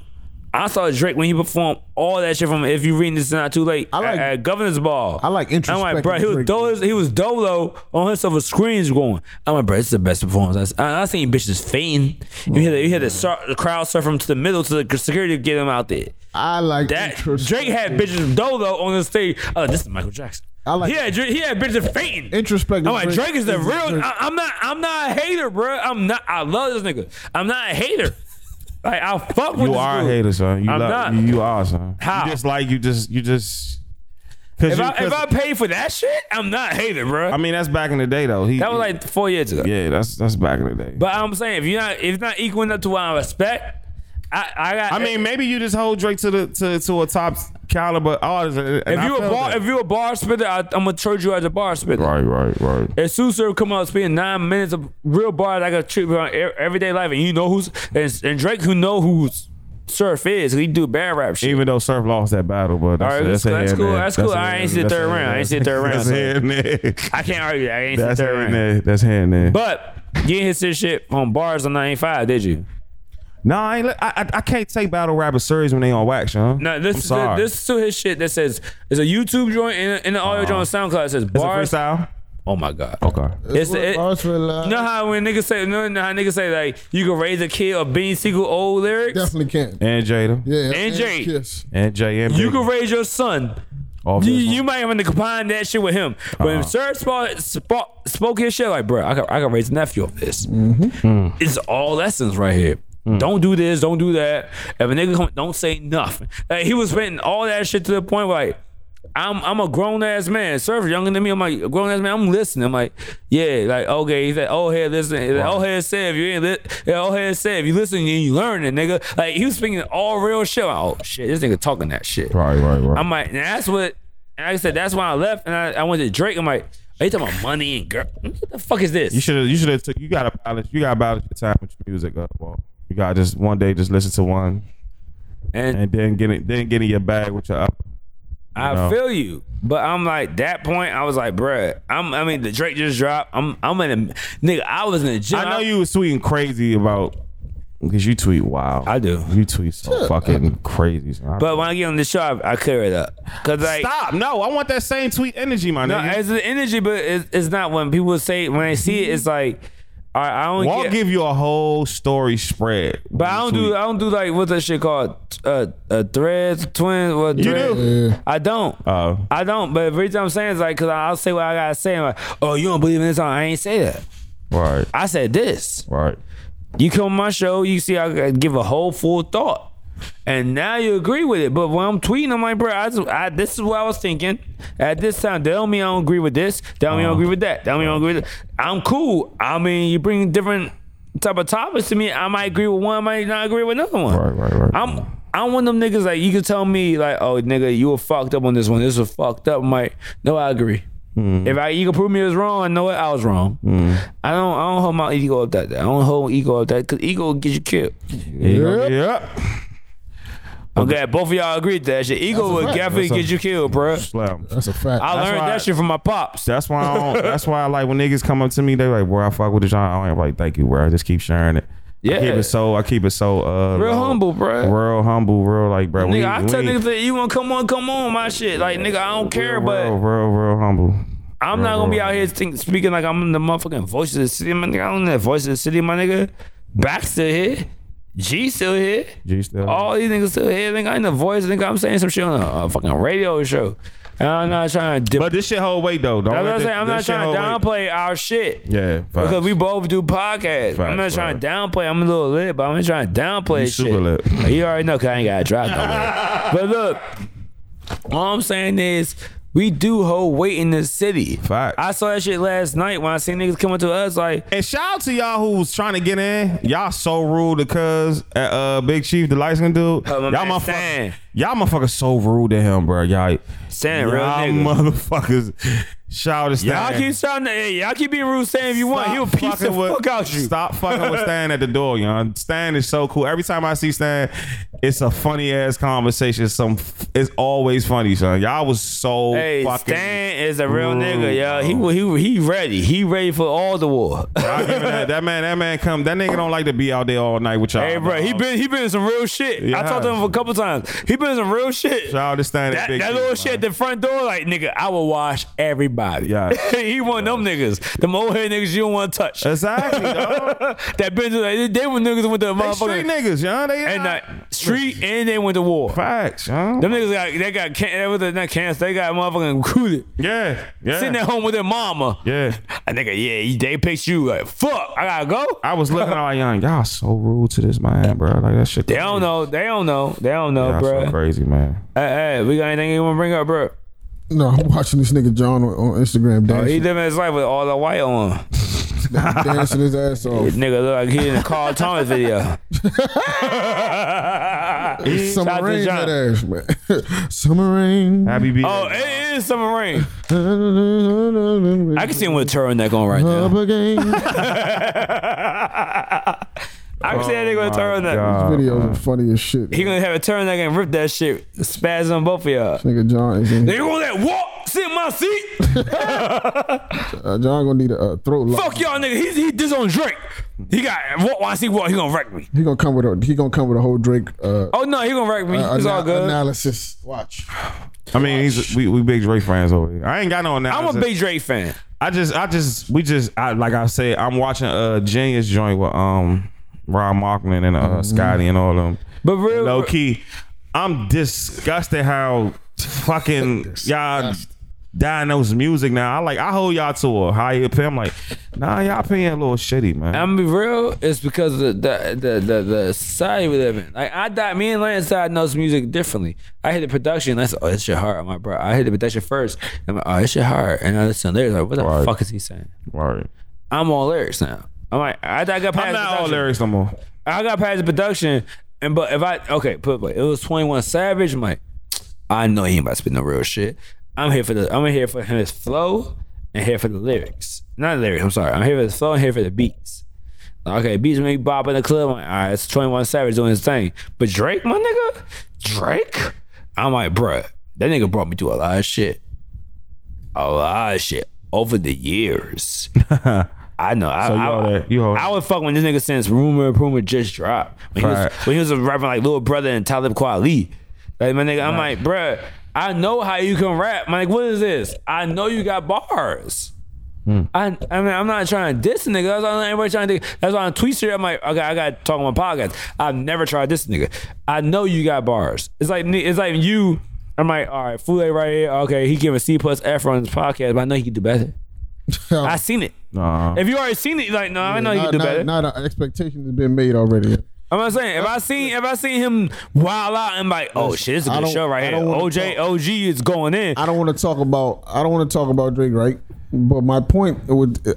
A: I saw Drake when he performed all that shit from If You Reading This It's Not Too Late
B: I like-
A: at, at Governor's Ball.
B: I like
A: I'm like,
B: introspective
A: bro, he was,
B: Drake.
A: dolo, he was dolo on himself with screens going. I'm like, bro, this is the best performance. I, I, I seen bitches fainting. You hear the, you hear the, sur- the crowd surf him to the middle to the security to get him out there.
B: I like
A: That
B: intros-
A: Drake had bitches dolo on the stage. Oh, this is Michael Jackson.
B: I like-
A: he had Drake- he had bitches fainting.
B: Introspective
A: I'm like
B: Drake
A: Drake is the
B: is
A: real.
B: Drake.
A: I, I'm not. I'm not a hater, bro. I'm not. I love this nigga. I'm not a hater. like I fuck with
C: You
A: this
C: are a
A: dude.
C: hater, son. You
A: I'm
C: love,
A: not.
C: You, you are, son.
A: How?
C: You just like you just you just. Cause
A: If
C: you,
A: I, if
C: 'cause-
A: I pay for that shit, I'm not a hater, bro.
C: I mean, that's back in the day though. He,
A: that was like four years ago.
C: yeah, that's that's back in the day.
A: But I'm saying if you're not if it's not equaling up to what I respect, I I got.
C: I mean, maybe you just hold Drake to the to, to a top caliber artist.
A: if you a bar if you a bar spitter, I, I'm gonna charge you as a bar spitter.
C: right, right, right.
A: If Suser come out spending nine minutes of real bars like a trip on e- everyday life, and you know who's and, and Drake, who know who's Surf is, he do bad rap shit.
C: Even though Surf lost that battle, but that's,
A: All right,
C: that's,
A: that's- that's cool,
C: cool.
A: that's cool. I ain't see the third round, I ain't see the third round,
C: That's
A: so-
C: here and there.
A: I can't argue. that. I ain't
C: That's
A: sit
C: here
A: there and
C: and there. That's here and there.
A: But you didn't hit this shit on bars on '95, did you?
C: no, I, ain't, li- I I I can't take battle rappers serious when they on wax, huh?
A: No, this
C: I'm
A: is
C: sorry.
A: this is to his shit that says it's a YouTube joint and, a- and an audio joint on SoundCloud that says
C: It's Uh-huh. a
A: bars
C: freestyle.
A: Oh my god.
C: Okay.
A: It's the, it, you
B: Bars for life.
A: know how when niggas say, no, no, how niggas say like you can raise a kid or Bean Siegel old lyrics.
B: Definitely can.
C: And Jada.
B: Yeah.
A: And Jay.
B: Kiss.
C: And Jay and
A: You
C: Biggie.
A: can raise your son.
C: Off
A: You,
C: this
A: you might have to combine that shit with him. But if Sir spoke, spoke, spoke his shit like, bro, I can, I can raise a nephew of this. It's all lessons right here.
C: Hmm.
A: Don't do this. Don't do that. If a nigga come, don't say nothing. Like, he was spitting all that shit to the point where, like, I'm I'm a grown ass man. Surf younger than me. I'm like a grown ass man. I'm listening. I'm like, yeah, like okay. He's like, oh here, listen. He's like, oh here, say if you ain't li- yeah, oh here, say if you listen, then you learn it, nigga. Like he was speaking all real shit. I'm like, oh shit, this nigga talking that shit.
C: Right, right, right.
A: I'm like, and that's what, and like I said, that's why I left, and I, I went to Drake. I'm like, are you talking about money and girl? What the fuck is this?
C: you should have. You should have. took You gotta balance. You gotta balance your time with your music up. Well, you gotta just one day just listen to one,
A: and
C: and then get it. Then get in your bag with your up.
A: I
C: know.
A: feel you, but I'm like that point. I was like, bruh, I'm. I mean, the Drake just dropped. I'm. I'm in a nigga. I was in the gym.
C: I know you was tweeting crazy about because you tweet wow.
A: I do.
C: You tweet so fucking crazy. son. I-
A: But when I get on the show, I, I clear it up. Cause like,
C: stop. No, I want that same tweet energy, my
A: no,
C: nigga.
A: it's the energy, but it's, it's not when people say when they see it, it's like, all right, I don't.
C: Well, I'll
A: get,
C: give you a whole story spread.
A: but I don't do. uh, I don't do like what's that shit called? Uh, uh threads, twins. What
C: You
A: thread?
C: do.
A: I don't.
C: Uh,
A: I don't, but the reason I'm saying is like, cause I'll say what I gotta say. I'm like, oh, you don't believe in this song? I ain't say that.
C: right,
A: I said this.
C: right.
A: You come on my show, you see I give a whole full thought, and now you agree with it. But when I'm tweeting, I'm like, bro, I, just, I this is what I was thinking at this time. That don't mean I don't agree with this. That don't mean I
C: Uh-huh.
A: don't agree with that. That don't mean I don't agree with. That. I'm cool. I mean, you bring different type of topics to me. I might agree with one, I might not agree with another one.
C: Right, right, right.
A: I'm I'm one of them niggas like you can tell me like, oh nigga, you were fucked up on this one. This was fucked up. I'm like, no, I agree.
C: Mm.
A: If I you can prove me was wrong, I know it. I was wrong. I don't I don't hold my ego up that. I don't hold ego up that because ego will get you killed.
C: Yep. yep.
A: I'm glad both of y'all agreed to that shit. Ego
B: a
A: will
B: fact.
A: definitely
C: That's a-
A: get you killed, bro.
C: Slam.
B: That's a fact.
A: I
C: That's
A: learned
C: why-
A: that shit from my pops.
C: That's why I don't, that's why I like when niggas come up to me, they like, bro, I fuck with the genre. I ain't like, thank you, bro. I just keep sharing it. I keep
A: Yeah.
C: it so I keep it so uh
A: Real
C: low.
A: humble, bro.
C: Real humble, real like bro. we-
A: Nigga, I tell
C: we-
A: niggas that you want come on, come on, my shit. Like nigga, I don't care,
C: real,
A: but
C: real, real, real humble.
A: I'm not gonna be out here think, speaking like I'm the motherfucking voice of the city, my nigga. I don't know the voice of the city, my nigga. Back still here. G still here.
C: G still.
A: All these niggas still here. Nigga, I ain't the voice. Nigga, I'm saying some shit on a, a fucking radio show. And I'm not trying to dip.
C: but this shit hold weight though. Don't
A: That's
C: let
A: what I'm
C: this-
A: saying. I'm not
C: this shit
A: trying to
C: hold weight.
A: downplay our shit.
C: Yeah, facts.
A: Because we both do podcasts. I'm not
C: Facts,
A: trying to downplay. I'm a little lit, but I'm not trying to downplay
C: You
A: shit.
C: super lit.
A: You already know because I ain't got to drop no more. But look, all I'm saying is we do hold weight in this city.
C: Facts.
A: I saw that shit last night when I seen niggas coming to us like,
C: And shout out to y'all who was trying to get in. Y'all so rude to cuz uh, uh Big Chief, the light skin dude.
A: Oh, my
C: y'all
A: man,
C: motherfuckers.
A: Stan.
C: Y'all motherfuckers so rude to him, bro. Y'all
A: Stan, real
C: Y'all
A: nigga.
C: motherfuckers. Shout out to Stan.
A: Y'all keep shouting, at- hey, y'all keep being rude, saying if you want, he'll piece the
C: fucking with-
A: fuck out you.
C: Stop fucking with Stan at the door, you know. Stan is so cool. Every time I see Stan, it's a funny ass conversation. Some it's always funny, son. Y'all was so
A: Hey,
C: fucking.
A: Stan is a real nigga,
C: rude,
A: yo.
C: bro.
A: He he he ready. He ready for all the war.
C: Y'all give him that, that man, that man come. That nigga don't like to be out there all night with y'all.
A: Hey, bro, he been he been in some real shit. I
C: Yeah.
A: talked to him a couple times. He been in some real shit.
C: Shout out to Stan. and
A: that,
C: Big
A: that
C: Chief,
A: little
C: man.
A: shit at the front door, like nigga, I will wash everybody.
C: Yeah.
A: he one of them niggas, them old head niggas you don't want to touch.
C: Exactly, dog.
A: that been like, they were niggas went to the
C: They street
A: motherfucking
C: niggas, y'all. They
A: and
C: not-
A: uh, street, and they went to war.
C: facts, y'all.
A: Them niggas got they got can- they was not cancer, they got motherfucking recruited.
C: Yeah, yeah,
A: Sitting at home with their mama.
C: yeah.
A: A nigga, yeah, they picked you like fuck. I gotta go.
C: I was looking at like, y'all, y'all so rude to this man, bro. Like that shit.
A: They don't know. They don't know. They don't know,
C: Y'all
A: bro.
C: so crazy, man.
A: Hey, hey, we got anything you want to bring up, bro?
B: No, I'm watching this nigga John on, on Instagram
A: Oh, He
B: dancing,
A: living his life with all the white on.
B: dancing his ass off.
A: Nigga look like he in a Carl Thomas video. Shout out
B: Summer
A: to
B: rain
A: John.
B: that ass, man. Summer rain.
C: Happy B.
A: Oh, it is summer rain. I can see him with a turtleneck on right
B: Up
A: now.
B: again.
A: I can see that nigga
C: Oh,
A: with a turtleneck.
B: Videos are funny as shit.
A: Uh, He gonna have a turtleneck and rip that shit. Spaz on both of y'all.
B: nigga John is in.
A: Nigga gonna let walk, sit in my seat.
B: Uh, John gonna need a uh, throat lock.
A: Fuck y'all, nigga. He's he this on Drake. He got what once he walk, he gonna wreck me.
B: He gonna come with a he gonna come with a whole Drake uh,
A: Oh no, he gonna wreck me. it's all
B: ana-
A: good.
B: analysis. Watch.
C: I mean, he's we, we big Drake fans over here. I ain't got no
A: I'm
C: analysis.
A: a big Drake fan.
C: I just, I just, we just, I like I said, I'm watching a genius joint with um Rob Markman and uh, Scotty and all of them.
A: But real
C: Low key, I'm disgusted how fucking y'all diagnose music now. I like, I hold y'all to a higher pay. I'm like, nah, y'all paying a little shitty, man.
A: I'm gonna be real. It's because of the the the, the society we live in. Like I die, me and Lance diagnose music differently. I hit the production. That's oh, it's your heart, I'm like, bro. I hit the production first. I'm like, oh, it's your heart. And I listen lyrics. Like, what the
C: Right.
A: fuck is he saying?
C: right.
A: I'm on lyrics now. I'm like, I, I got past.
C: I'm not all
A: production.
C: lyrics no more.
A: I got past the production, and but if I okay, put it like, it was Twenty One Savage. I'm like, I know he ain't about to spit no real shit. I'm here for the I'm here for his flow and here for the lyrics. Not lyrics. I'm sorry. I'm here for the flow and here for the beats. Like, okay, beats make bop in the club. I'm like, all right, it's Twenty One Savage doing his thing. But Drake, my nigga, Drake. I'm like, bruh, that nigga brought me to a lot of shit. A lot of shit over the years. I know. I,
C: So you
A: I,
C: all that- you all
A: I
C: that.
A: would fuck when this nigga since Rumor and Puma just dropped. When he, was,
C: Right.
A: when he was rapping like Little Brother and Talib Kweli. Like, my nigga, I'm like, bruh, I know how you can rap. I'm like, what is this? I know you got bars.
B: Hmm.
A: I, I mean, I'm not trying to diss a nigga. That's why everybody trying to. That's why on Twitter, I'm like, okay, I got to talk on my podcast. I've never tried this nigga. I know you got bars. It's like ni- it's like you. I'm like, all right, Fule right here. Okay, he giving C plus F on his podcast, but I know he can do better. I seen it.
C: Nah.
A: If you already seen it, like, no, I know he
B: not,
A: can do
B: not-
A: better.
B: not an expectation has been made already.
A: I'm not saying if I seen if I seen him wild out and like, oh shit, it's a
B: I
A: good
B: don't-
A: show right
B: I
A: here.
B: don't wanna
A: OJ
B: talk.
A: OG is going in.
B: I don't want to talk about I don't want to talk about Drake, right? But my point would uh,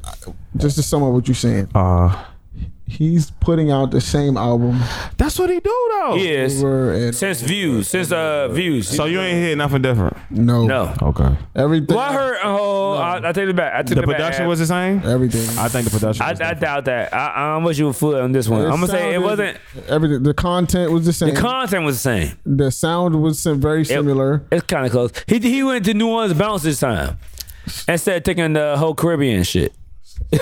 B: just to sum up what you're saying,
C: Uh,
B: he's putting out the same album
C: that's what he do though.
A: Yes,
B: over and
A: since views, since uh views.
C: So you ain't hear nothing different.
B: no,
A: no.
C: Okay.
B: everything.
A: Well, I heard. Oh, I, I take it back. I took
C: The
A: it back.
C: production was the same.
B: everything.
C: I think the production.
A: I,
C: was
A: I doubt that. I, I'm with you with Foot on this one.
B: It
A: I'm gonna say it
B: sounded-
A: wasn't.
B: everything. The content was the same.
A: The
B: The,
A: content was the same.
B: sound was sim- very similar.
A: It's kind of close. He he went to New Orleans bounce this time instead of taking the whole Caribbean shit.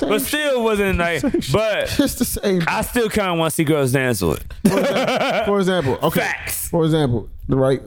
A: but still wasn't like. But
B: It's the same.
A: I still kind of want to see girls dance with. it.
B: For example, okay.
A: Facts.
B: For example, the right.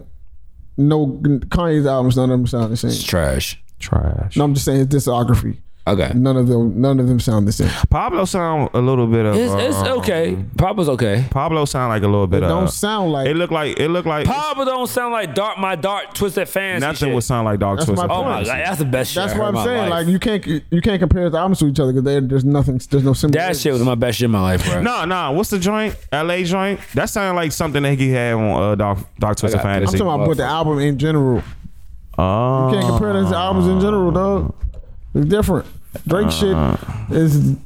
B: No, Kanye's albums none of them sound the same.
A: Trash.
C: trash.
B: No, I'm just saying his discography.
A: Okay.
B: None of them, none of them sound the same.
C: Pablo sound a little bit of.
A: It's, it's
C: uh,
A: okay. Papa's okay.
C: Pablo sound like a little
B: It
C: bit of.
A: uh,
B: don't sound like
C: It look like it look like
A: Papa don't sound like dark. My dark twisted fans.
C: nothing would sound like Dog
B: That's
C: Twister.
B: my
A: Oh my god,
B: Nice.
A: that's the best. shit
B: That's
A: I
B: what
A: heard in my
B: I'm
A: life.
B: saying. Like you can't you can't compare the albums to each other because there's nothing. There's no similarity.
A: that shit was my best shit in my life, bro.
C: Nah, nah. What's the joint? L.A. joint. That sounded like something that he had on uh, Dog Dog Twister
A: I got-
B: I'm
C: Fantasy.
B: talking about but the album in general.
C: oh,
B: Can't compare those albums in
A: Uh,
B: general, dog. It's different. Drake shit is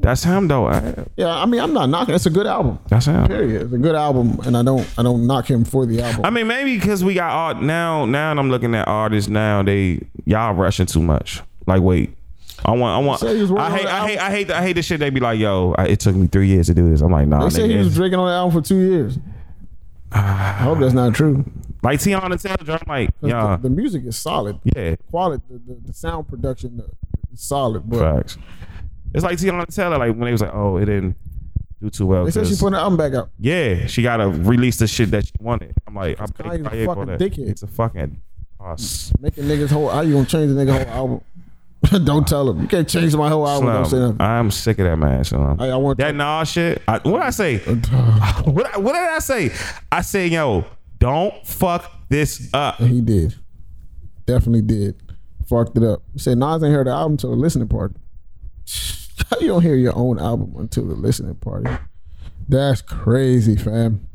C: That's him though. I-
B: yeah. I mean, I'm not knocking. It's a good album.
C: That's him.
B: Period. It's a good album, and I don't I don't knock him for the album.
C: I mean, maybe because we got art now. Now I'm looking at artists now. They y'all rushing too much. Like wait. I want, I want.
B: Say he was
C: I
B: working
C: hate,
B: on
C: I
B: the
C: hate, I hate, the- I hate the shit. They be like, "Yo, I, it took me three years to do this." I'm like, "Nah."
B: they say
C: nigga,
B: he was
C: it's-
B: drinking on the album for two years. I hope that's not true.
C: like Tiana Taylor. I'm like,
B: 'Cause
C: "Yeah,
B: The, the music is solid.
C: yeah."
B: Quality, the, the, the sound production is solid, but
C: Facts. It's like Tiana Taylor, like when they was like, oh, it didn't do too well.
B: they said she
C: 'cause-
B: put an album back out.
C: yeah, she gotta release the shit that she wanted. I'm like, I'm
B: Kanye's a
C: Kanye for
B: fucking
C: that.
B: dickhead.
C: It's a fucking uh, boss.
B: Making niggas whole. How you gonna change the nigga whole album? don't tell him. You can't change my whole album. Don't say
C: Slum.
B: nothing.
C: I'm sick of that man. Slum.
B: Hey, I want
C: that
B: to-
C: nah shit. I, what I say? what, I- what did I say? I say, yo, don't fuck this up.
B: He did. Definitely did. Fucked it up. He said Nas ain't heard the album till the listening party. How you don't hear your own album until the listening party? That's crazy, fam.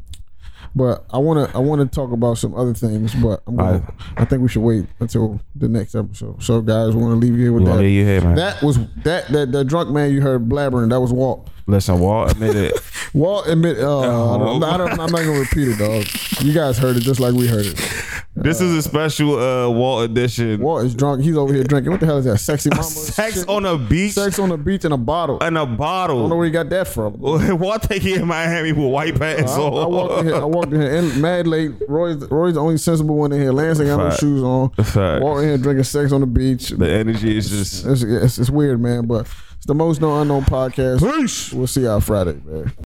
B: But I wanna I wanna talk about some other things, but I'm gonna,
C: Alright.
B: I think we should wait until the next episode. So guys, wanna leave you here with
C: We wanna
B: that.
C: leave you here, man.
B: That was that that the drunk man you heard blabbering. That was Walt.
C: Listen, Walt admitted.
B: Walt admit. Uh, I'm, not, I'm not
C: Oh.
B: gonna repeat it, dog. You guys heard it just like we heard it.
C: this is a special uh, Walt edition.
B: Walt is drunk. He's over here drinking. What the hell is that? Sexy mama.
C: Sex
B: Shit.
C: on a beach
B: Sex on the beach in a bottle. I
C: and a bottle.
B: don't know where he got that from.
C: Walt take it in Miami with white pants
B: I, I walked in
C: on.
B: here. I walked in here and mad late. Roy's Roy's the only sensible one in here. Lance ain't got no
C: Fact.
B: shoes on.
C: Fact.
B: Walked in here drinking sex on the beach.
C: The energy is just
B: It's, it's, it's weird, man. But the most known unknown podcast.
C: Peace.
B: We'll see y'all Friday, man.